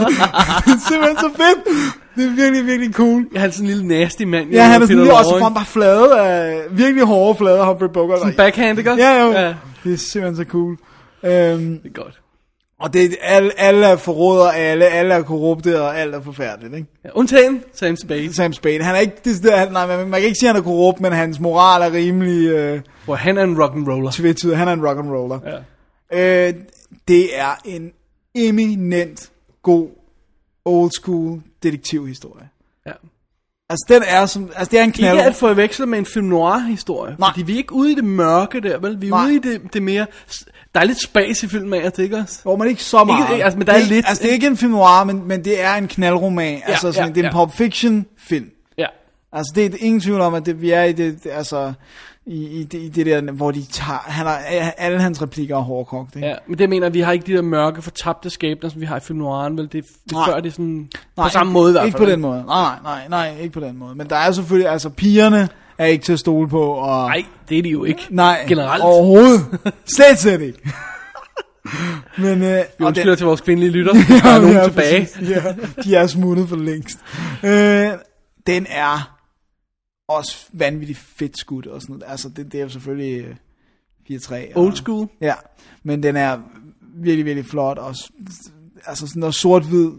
Speaker 2: det er simpelthen så fedt. Det er virkelig, virkelig cool.
Speaker 1: Han er sådan en lille nasty mand.
Speaker 2: Ja, han er
Speaker 1: Peter
Speaker 2: sådan lige også
Speaker 1: Lorre,
Speaker 2: får han bare flade af, virkelig hårde flade af Humphrey Bogart.
Speaker 1: ikke? Backhand, ikke også?
Speaker 2: Ja, jo.
Speaker 1: ja.
Speaker 2: Ja. Det er simpelthen så cool. Øhm,
Speaker 1: Det er godt.
Speaker 2: og det er, alle, alle er forråder alle, alle er korrupte, og alt er forfærdeligt, ikke?
Speaker 1: Ja, undtagen Sam Spade,
Speaker 2: Sam Spade, han er ikke, det, det, han, nej, man, man kan ikke sige, at han er korrupt, men hans moral er rimelig øh,
Speaker 1: hvor han er en rock'n'roller.
Speaker 2: tvetydig. Han er en rock'n'roller.
Speaker 1: Ja.
Speaker 2: Øh, det er en eminent god old school detektivhistorie.
Speaker 1: Ja.
Speaker 2: Altså, den er som, altså, det er en knald.
Speaker 1: Ikke at forveksle med en film noir-historie.
Speaker 2: Nej.
Speaker 1: Fordi vi er ikke ude i det mørke der, vel? Vi er
Speaker 2: Nej.
Speaker 1: ude i det, det mere... Der er lidt spas i filmen af, ikke også?
Speaker 2: Hvor man ikke så meget.
Speaker 1: Ikke- altså, men der er
Speaker 2: det,
Speaker 1: lidt-
Speaker 2: Altså, det er ikke en film noir, men, men det er en knaldroman. Ja, altså, sådan,
Speaker 1: ja,
Speaker 2: det er en
Speaker 1: ja.
Speaker 2: pop fiction film.
Speaker 1: Ja.
Speaker 2: Altså, det er det- ingen tvivl om, at det, vi er i det, det- altså, i, i, det, i det der, hvor de tager, han har, alle hans replikker er hårdkogt, ikke?
Speaker 1: Ja, men det mener, at vi har ikke de der mørke, fortabte skæbner, som vi har i film noiren, vel? Det, det
Speaker 2: Nej.
Speaker 1: før det er sådan... på samme måde i hvert fald.
Speaker 2: Ikke på den måde. Nej, nej, nej, nej, ikke på den måde. Men der er selvfølgelig, altså, pigerne er ikke til at stole på, og...
Speaker 1: Nej, det er de jo ikke.
Speaker 2: Nej,
Speaker 1: Generelt. Og,
Speaker 2: overhovedet. Slet, slet ikke. Men, øh,
Speaker 1: vi
Speaker 2: og den-
Speaker 1: undskylder til vores kvindelige lytter, der er nogen
Speaker 2: Ja,
Speaker 1: tilbage.
Speaker 2: præcis. Ja, de er smuttet for længst. Øh, den er også vanvittigt fedt skudt og sådan noget. Altså, det, det er jo selvfølgelig øh, 4-3. og-
Speaker 1: Old school.
Speaker 2: Ja, men den er virkelig, virkelig flot. Og, s- altså, sådan noget sort-hvid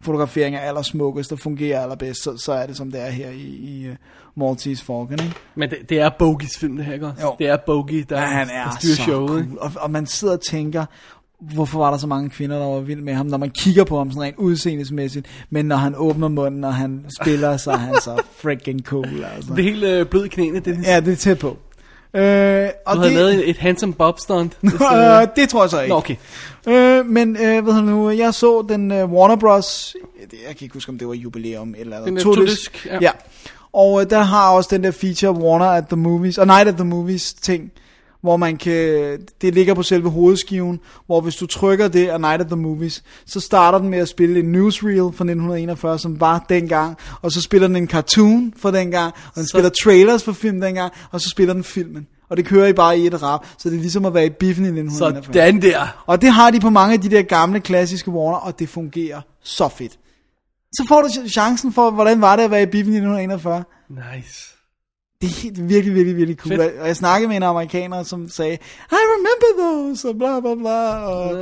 Speaker 2: fotografering er allersmukkest og fungerer allerbedst, så, så er det som det er her i, i øh, Maltese Falcon, ikke?
Speaker 1: Men det, det er Bogies film, det her, ikke også?
Speaker 2: Jo.
Speaker 1: Det er Bogie, der,
Speaker 2: Ja, han
Speaker 1: der
Speaker 2: er
Speaker 1: styrer
Speaker 2: så
Speaker 1: showet. ikke?
Speaker 2: cool. Og, og man sidder og tænker, hvorfor var der så mange kvinder, der var vild med ham, når man kigger på ham sådan rent udseendesmæssigt, men når han åbner munden, og han spiller, så er han så freaking cool. Altså.
Speaker 1: Det er helt øh, blød i knæene, Dennis. Ja,
Speaker 2: Ja, det er tæt på. Øh, og
Speaker 1: du
Speaker 2: det,
Speaker 1: havde lavet et, et handsome bob stunt.
Speaker 2: øh, det tror jeg så ikke.
Speaker 1: Nå, okay.
Speaker 2: Øh, men øh, ved du nu, jeg så den øh, Warner Bros. Jeg kan ikke huske, om det var jubilæum eller
Speaker 1: Den der
Speaker 2: eller Todisk.
Speaker 1: Todisk, ja.
Speaker 2: ja. Og øh, der har også den der feature Warner at the Movies, og Night at the Movies ting, hvor man kan, det ligger på selve hovedskiven, hvor hvis du trykker det af Night at the Movies, så starter den med at spille en newsreel fra 1941, som var dengang, og så spiller den en cartoon fra dengang, og den så... spiller trailers for film dengang, og så spiller den filmen. Og det kører I bare i et rap, så det er ligesom at være i biffen i 1941.
Speaker 1: Sådan der.
Speaker 2: Og det har de på mange af de der gamle, klassiske Warner, og det fungerer så fedt. Så får du ch- chancen for, hvordan var det at være i biffen i 1941.
Speaker 1: Nice.
Speaker 2: Det er helt, virkelig, virkelig, virkelig cool.
Speaker 1: Fedt.
Speaker 2: Og jeg snakkede med en amerikaner, som sagde, I remember those, og bla bla bla. Og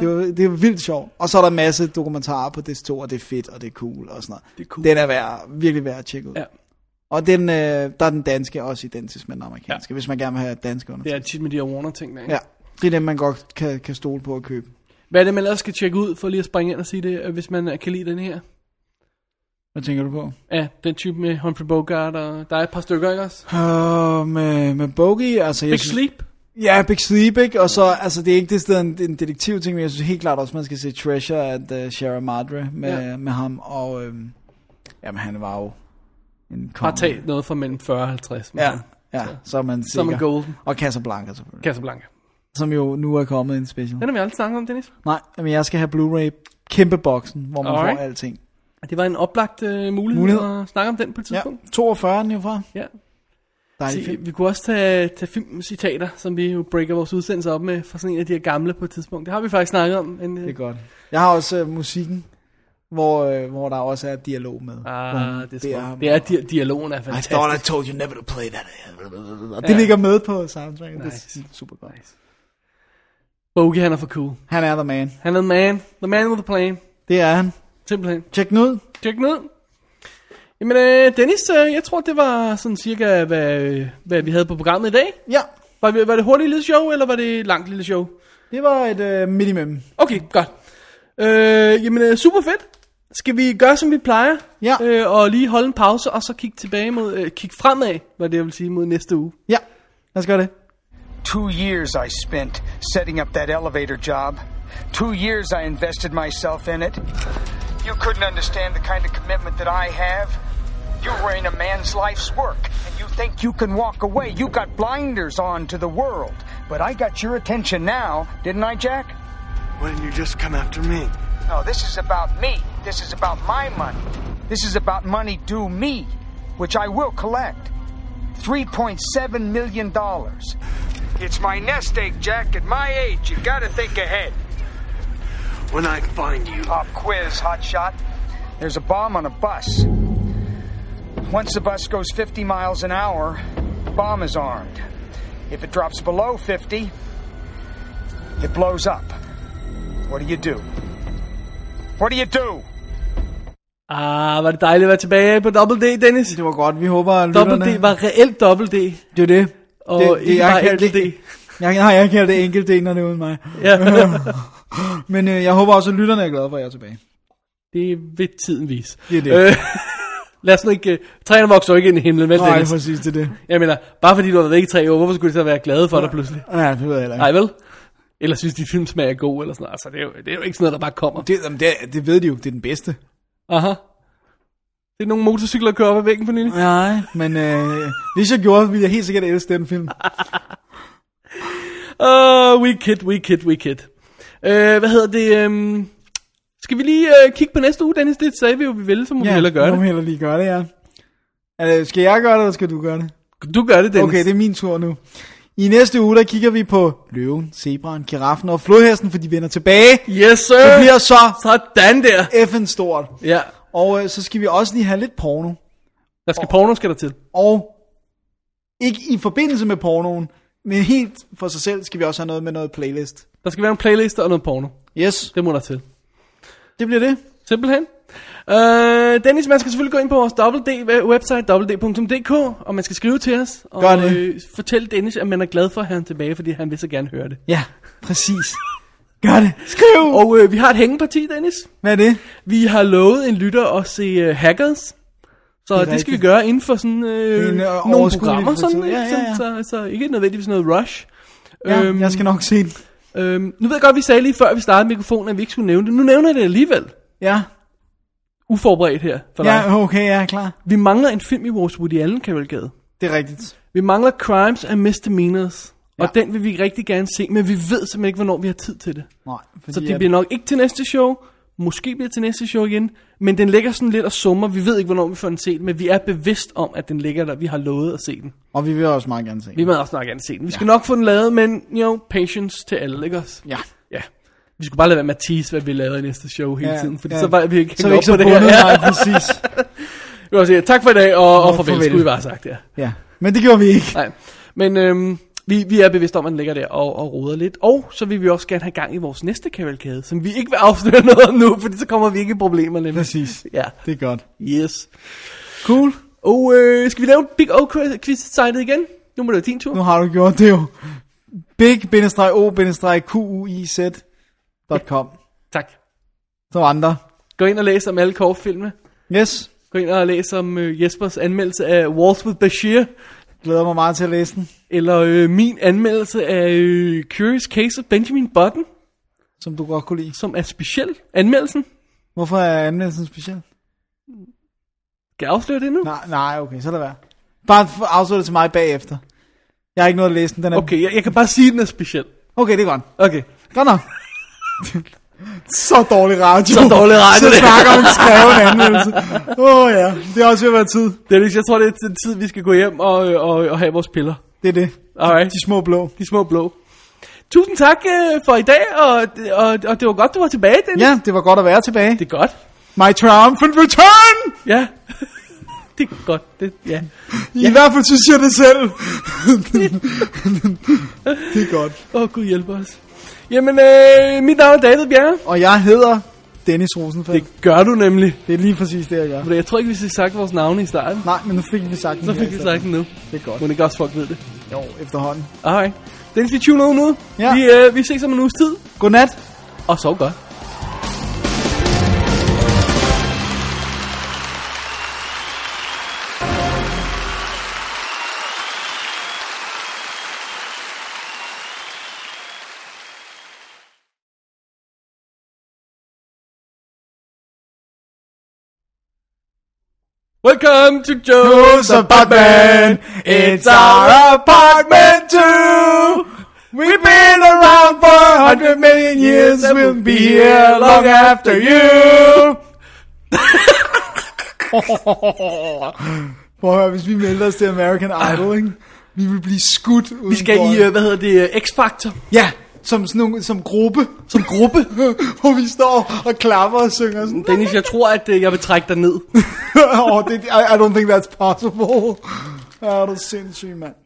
Speaker 2: det, var, det var vildt sjovt. Og så er der en masse dokumentarer på DS2, og det er fedt, og det er cool, og sådan noget.
Speaker 1: Det er cool.
Speaker 2: Den er værd, virkelig værd at tjekke ud.
Speaker 1: Ja.
Speaker 2: Og den, øh, der er den danske også identisk med den amerikanske, ja. hvis man gerne vil have danske under.
Speaker 1: Det er tit med de her Warner-ting, der, ikke?
Speaker 2: Ja, det er dem, man godt kan, kan stole på at købe.
Speaker 1: Hvad er det, man ellers skal tjekke ud, for lige at springe ind og sige det, øh, hvis man øh, kan lide den her?
Speaker 2: Hvad tænker du på?
Speaker 1: Ja, den type med Humphrey Bogart, og der er et par stykker, ikke også?
Speaker 2: Uh, med, med Bogey, altså... Jeg
Speaker 1: Big
Speaker 2: synes-
Speaker 1: Sleep.
Speaker 2: Ja, Big Sleep, ikke? Og så, altså, det er ikke det sted en, en detektiv ting, men jeg synes helt klart også, man skal se Treasure at uh, Shara Madre med, ja.
Speaker 1: Ja.
Speaker 2: med ham, og øhm, jamen, han var jo en konge.
Speaker 1: Bare tag noget fra mellem 40 og 50.
Speaker 2: Ja,
Speaker 1: mand.
Speaker 2: ja, så er man sikker.
Speaker 1: Så er man golden.
Speaker 2: Og Casablanca selvfølgelig,
Speaker 1: Casablanca.
Speaker 2: som jo nu er kommet en special.
Speaker 1: Den har vi aldrig snakket om, Dennis.
Speaker 2: Nej, men jeg skal have Blu-ray kæmpe boksen, hvor man
Speaker 1: Alright.
Speaker 2: får alting.
Speaker 1: Det var en oplagt øh, mulighed,
Speaker 2: Mulighed.
Speaker 1: mulighed at snakke om den på et
Speaker 2: Ja,
Speaker 1: tidspunkt.
Speaker 2: 42 er den jo fra.
Speaker 1: Ja.
Speaker 2: Dejlig
Speaker 1: Se,
Speaker 2: film.
Speaker 1: vi kunne også tage, tage filmcitater, som vi jo breaker vores udsendelse op med, fra sådan en af de her gamle på et tidspunkt. Det har vi faktisk snakket om. øh, En,
Speaker 2: Det er godt. Jeg har også øh, musikken, hvor, øh, hvor der også er dialog med. Hvor hun-
Speaker 1: Ah, det er,
Speaker 2: ham.
Speaker 1: smukt. det er di- dialogen er
Speaker 2: I
Speaker 1: fantastisk.
Speaker 2: thought I told you never to play that. Og det ligger med på soundtracket. Nice.
Speaker 1: Nice.
Speaker 2: Det er super godt.
Speaker 1: Nice. Bogey, han er for cool.
Speaker 2: Han er the man.
Speaker 1: Han er the man. The man with the plan.
Speaker 2: Det er han.
Speaker 1: Simpelthen.
Speaker 2: Tjek den ud.
Speaker 1: Tjek den ud. Jamen, øh, Dennis, øh, jeg tror, det var sådan cirka, hvad, øh, hvad vi havde på programmet i dag.
Speaker 2: Ja,
Speaker 1: Var, vi- var det hurtigt lille show, eller var det langt lille show?
Speaker 2: det var et øh, minimum.
Speaker 1: Okay, godt. Øh, jamen, øh, super fedt. Skal vi gøre, som vi plejer?
Speaker 2: Ja.
Speaker 1: Øh, og lige holde en pause, og så kigge tilbage mod, øh, kigge fremad, var det, jeg vil sige, mod næste uge.
Speaker 2: Ja, lad os gøre det.
Speaker 8: Two years I spent setting up that elevator job. Two years I invested myself in it. You couldn't understand the kind of commitment that I have. You were in a man's life's work, and you think you can walk away. You got blinders on to the world. But I got your attention now, didn't I, Jack?
Speaker 4: Why didn't you just come after me?
Speaker 8: No, this is about me. This is about my money. This is about money due me, which I will collect. $3.7 million. It's my nest egg, Jack. At my age, you gotta think ahead.
Speaker 4: When I find you.
Speaker 8: Pop quiz, hotshot. There's a bomb on a bus. Once the bus goes 50 miles an hour, the bomb is armed. If it drops below 50, it blows up. What do you do? What do you do?
Speaker 1: Ah, var det dejligt at være tilbage på Double D, Dennis.
Speaker 2: Det var godt. Vi håber, at
Speaker 1: Double
Speaker 2: lytterne-
Speaker 1: D var reelt Double D.
Speaker 2: Det er det.
Speaker 1: Og
Speaker 2: det, det
Speaker 1: ikke
Speaker 2: jeg
Speaker 1: bare
Speaker 2: kalder det-
Speaker 1: enkelt
Speaker 2: Jeg, nej, jeg kalder det enkelt D, når det er uden mig.
Speaker 1: Ja.
Speaker 2: Men øh, jeg håber også, at lytterne er glade for, at jeg er tilbage.
Speaker 1: det vil tiden vise.
Speaker 2: Det er det.
Speaker 1: Øh, lad os nu ikke... øh, Træerne vokser jo ikke ind i himlen, vel,
Speaker 2: Nej,
Speaker 1: Dennis?
Speaker 2: præcis, det er det.
Speaker 1: Jeg mener, bare fordi du har været væk i tre år, hvorfor skulle de så være glade for dig pludselig?
Speaker 2: Ja, det ved jeg heller ikke.
Speaker 1: Nej, vel? Eller synes, de filmsmag er god, eller sådan noget. Altså, det er, jo, det er jo ikke sådan noget, der bare kommer.
Speaker 2: Det, jamen, det, det ved de jo, det er den bedste.
Speaker 1: Aha. Det er nogle motorcykler, der kører op ad væggen for nylig.
Speaker 2: Nej, men øh, hvis jeg gjorde, ville jeg helt sikkert elske den film.
Speaker 1: Åh, we kid, we kid, we kid. Øh, hvad hedder det? Um... Skal vi lige øh, kigge på næste uge, Dennis? Det sagde vi jo, vi ville, så må ja, vi hellere gøre
Speaker 2: må
Speaker 1: det.
Speaker 2: hellere lige gøre det, ja. Altså, skal jeg gøre det, eller skal du gøre det?
Speaker 1: Du gør det, Dennis.
Speaker 2: Okay, det er min tur nu. I næste uge, der kigger vi på løven, zebraen, giraffen og flodhesten, for de vender tilbage.
Speaker 1: Yes, sir.
Speaker 2: Det bliver så
Speaker 1: Sådan der.
Speaker 2: effing stort.
Speaker 1: Ja.
Speaker 2: Og øh, så skal vi også lige have lidt porno.
Speaker 1: Der skal porno, skal der til.
Speaker 2: Og ikke i forbindelse med pornoen, men helt for sig selv skal vi også have noget med noget playlist.
Speaker 1: Der skal være en playliste og noget porno.
Speaker 2: Yes,
Speaker 1: Det må der til.
Speaker 2: det bliver det.
Speaker 1: Simpelthen. Øh, Dennis, man skal selvfølgelig gå ind på vores WD-website, wd.dk, og man skal skrive til os. Og
Speaker 2: Gør det.
Speaker 1: Øh, fortæl Dennis, at man er glad for at have ham tilbage, fordi han vil så gerne høre det.
Speaker 2: Ja, præcis. Gør det. Skriv. Og
Speaker 1: Og øh, vi har et hængeparti, Dennis.
Speaker 2: hvad er det?
Speaker 1: Vi har lovet en lytter at se uh, Hackers. Så det, det skal
Speaker 2: rigtigt.
Speaker 1: vi gøre inden for sådan øh,
Speaker 2: En, øh,
Speaker 1: nogle
Speaker 2: overskuelig
Speaker 1: programmer, sådan,
Speaker 2: fremtid.
Speaker 1: ja, ja, ja. Så, så ikke nødvendigvis noget rush.
Speaker 2: Ja, øhm, jeg skal nok se den.
Speaker 1: øhm, nu ved jeg godt, vi sagde lige før, vi startede mikrofonen, at vi ikke skulle nævne det. Nu nævner jeg det alligevel.
Speaker 2: Ja,
Speaker 1: Uforberedt her for dig.
Speaker 2: ja okay, jeg er klar.
Speaker 1: Vi mangler en film i vores Woody Allen-kavalgade.
Speaker 2: Det er rigtigt.
Speaker 1: Vi mangler Crimes and Misdemeanors. Og den vil vi rigtig gerne se, men vi ved simpelthen ikke, hvornår vi har tid til det.
Speaker 2: Nej, fordi
Speaker 1: Så det
Speaker 2: at-
Speaker 1: bliver nok ikke til næste show. Måske bliver det til næste show igen. Men den ligger sådan lidt og summer. Vi ved ikke, hvornår vi får den set. Men vi er bevidst om, at den ligger der. Vi har lovet at se den.
Speaker 2: Og vi vil også meget gerne se
Speaker 1: Vi
Speaker 2: den.
Speaker 1: må også snart gerne se den. Vi skal nok få den lavet, men you know, patience til alle, ikke også?
Speaker 2: Ja.
Speaker 1: ja. Vi skulle bare lade være med at tease, hvad vi laver i næste show hele
Speaker 2: Ja,
Speaker 1: tiden. Fordi
Speaker 2: ja.
Speaker 1: så var vi ikke
Speaker 2: så er
Speaker 1: hængt
Speaker 2: vi
Speaker 1: op
Speaker 2: ikke
Speaker 1: på
Speaker 2: så
Speaker 1: det her.
Speaker 2: bundet,
Speaker 1: Ja.
Speaker 2: nej, præcis.
Speaker 1: Vi vil også sige, tak for i dag, og, og farvel,
Speaker 2: farvel.
Speaker 1: skulle vi bare have sagt, ja.
Speaker 2: Ja, men det gjorde vi ikke.
Speaker 1: Nej. Men øhm, vi, vi er bevidste om, at den ligger der og, og roder lidt. Og så vil vi også gerne have gang i vores næste kavalkade, som vi ikke vil afsløre noget om nu, fordi så kommer vi ikke i problemer nemlig.
Speaker 2: Præcis.
Speaker 1: Ja,
Speaker 2: Det er godt.
Speaker 1: yes. Cool. Og øh, skal vi lave Big O quiz-sitet igen? Nu må det være din tur.
Speaker 2: Nu har du gjort det jo. big-o-quiz.com
Speaker 1: Tak.
Speaker 2: Som andre.
Speaker 1: Gå ind og læs om alle kortfilmene.
Speaker 2: Yes,
Speaker 1: Gå ind og læs om øh, Jespers anmeldelse af Walls with Bashir,
Speaker 2: glæder mig meget til at læse den.
Speaker 1: eller øh, min anmeldelse af øh, Curious Case of Benjamin Button,
Speaker 2: Som du godt kunne lide.
Speaker 1: som er speciel anmeldelsen.
Speaker 2: Hvorfor er anmeldelsen speciel?
Speaker 1: Kan jeg afsløre det nu?
Speaker 2: Nej, nej, okay, så lad være. Bare for- afslut det til mig bagefter. Jeg har ikke noget at læse den. den er...
Speaker 1: Okay, jeg, jeg kan bare sige, at den er speciel.
Speaker 2: okay, det er godt.
Speaker 1: Okay.
Speaker 2: Godt nok. så dårlig radio.
Speaker 1: Så dårlig radio,
Speaker 2: Så
Speaker 1: det.
Speaker 2: snakker om skrevet anmeldelse. Åh oh, ja, det er også ved at være tid.
Speaker 1: Dennis, jeg tror, det er t- tid, vi skal gå hjem og, øh, og, og have vores piller.
Speaker 2: Det er det.
Speaker 1: Alright.
Speaker 2: De små blå.
Speaker 1: De små blå. Tusind tak øh, for i dag, og, og, og det var godt, du var tilbage, Dennis.
Speaker 2: Ja, det var godt at være tilbage.
Speaker 1: Det er godt.
Speaker 2: My triumphant return!
Speaker 1: Ja. det er godt. Det, ja.
Speaker 2: I hvert fald synes jeg det selv. det er godt.
Speaker 1: Åh, oh, Gud hjælper os. Jamen, øh, mit navn er David Bjerre.
Speaker 2: Og jeg hedder Dennis Rosenfeldt.
Speaker 1: Det gør du nemlig.
Speaker 2: Det er lige præcis det, jeg gør.
Speaker 1: For jeg tror ikke, vi fik sagt vores navne i starten.
Speaker 2: Nej, men nu fik vi sagt den
Speaker 1: Så
Speaker 2: her
Speaker 1: fik
Speaker 2: i
Speaker 1: vi
Speaker 2: stedet.
Speaker 1: sagt det nu.
Speaker 2: Det er godt.
Speaker 1: Men ikke også folk ved det.
Speaker 2: Jo, efterhånden.
Speaker 1: Alright. Dennis, vi tuner ud nu.
Speaker 2: Ja.
Speaker 1: Vi, øh, vi ses om en uges tid.
Speaker 2: Godnat.
Speaker 1: Og sov godt. Welcome to Joe's apartment. It's our apartment too. We've been around for a hundred million years. We'll be here long after you.
Speaker 2: Prøv at høre, hvis vi melder os til American Idol, ikke? Vi vil blive skudt udenfor.
Speaker 1: Vi skal i, øh, hvad hedder det, øh, X-Factor
Speaker 2: Ja, som, sådan nogle, som gruppe. Som gruppe? Hvor vi står og klapper og synger sådan.
Speaker 1: Dennis, jeg tror, at øh, jeg vil trække dig ned.
Speaker 2: oh, det, I, I don't think that's possible. Ja, det er sindssygt, mand.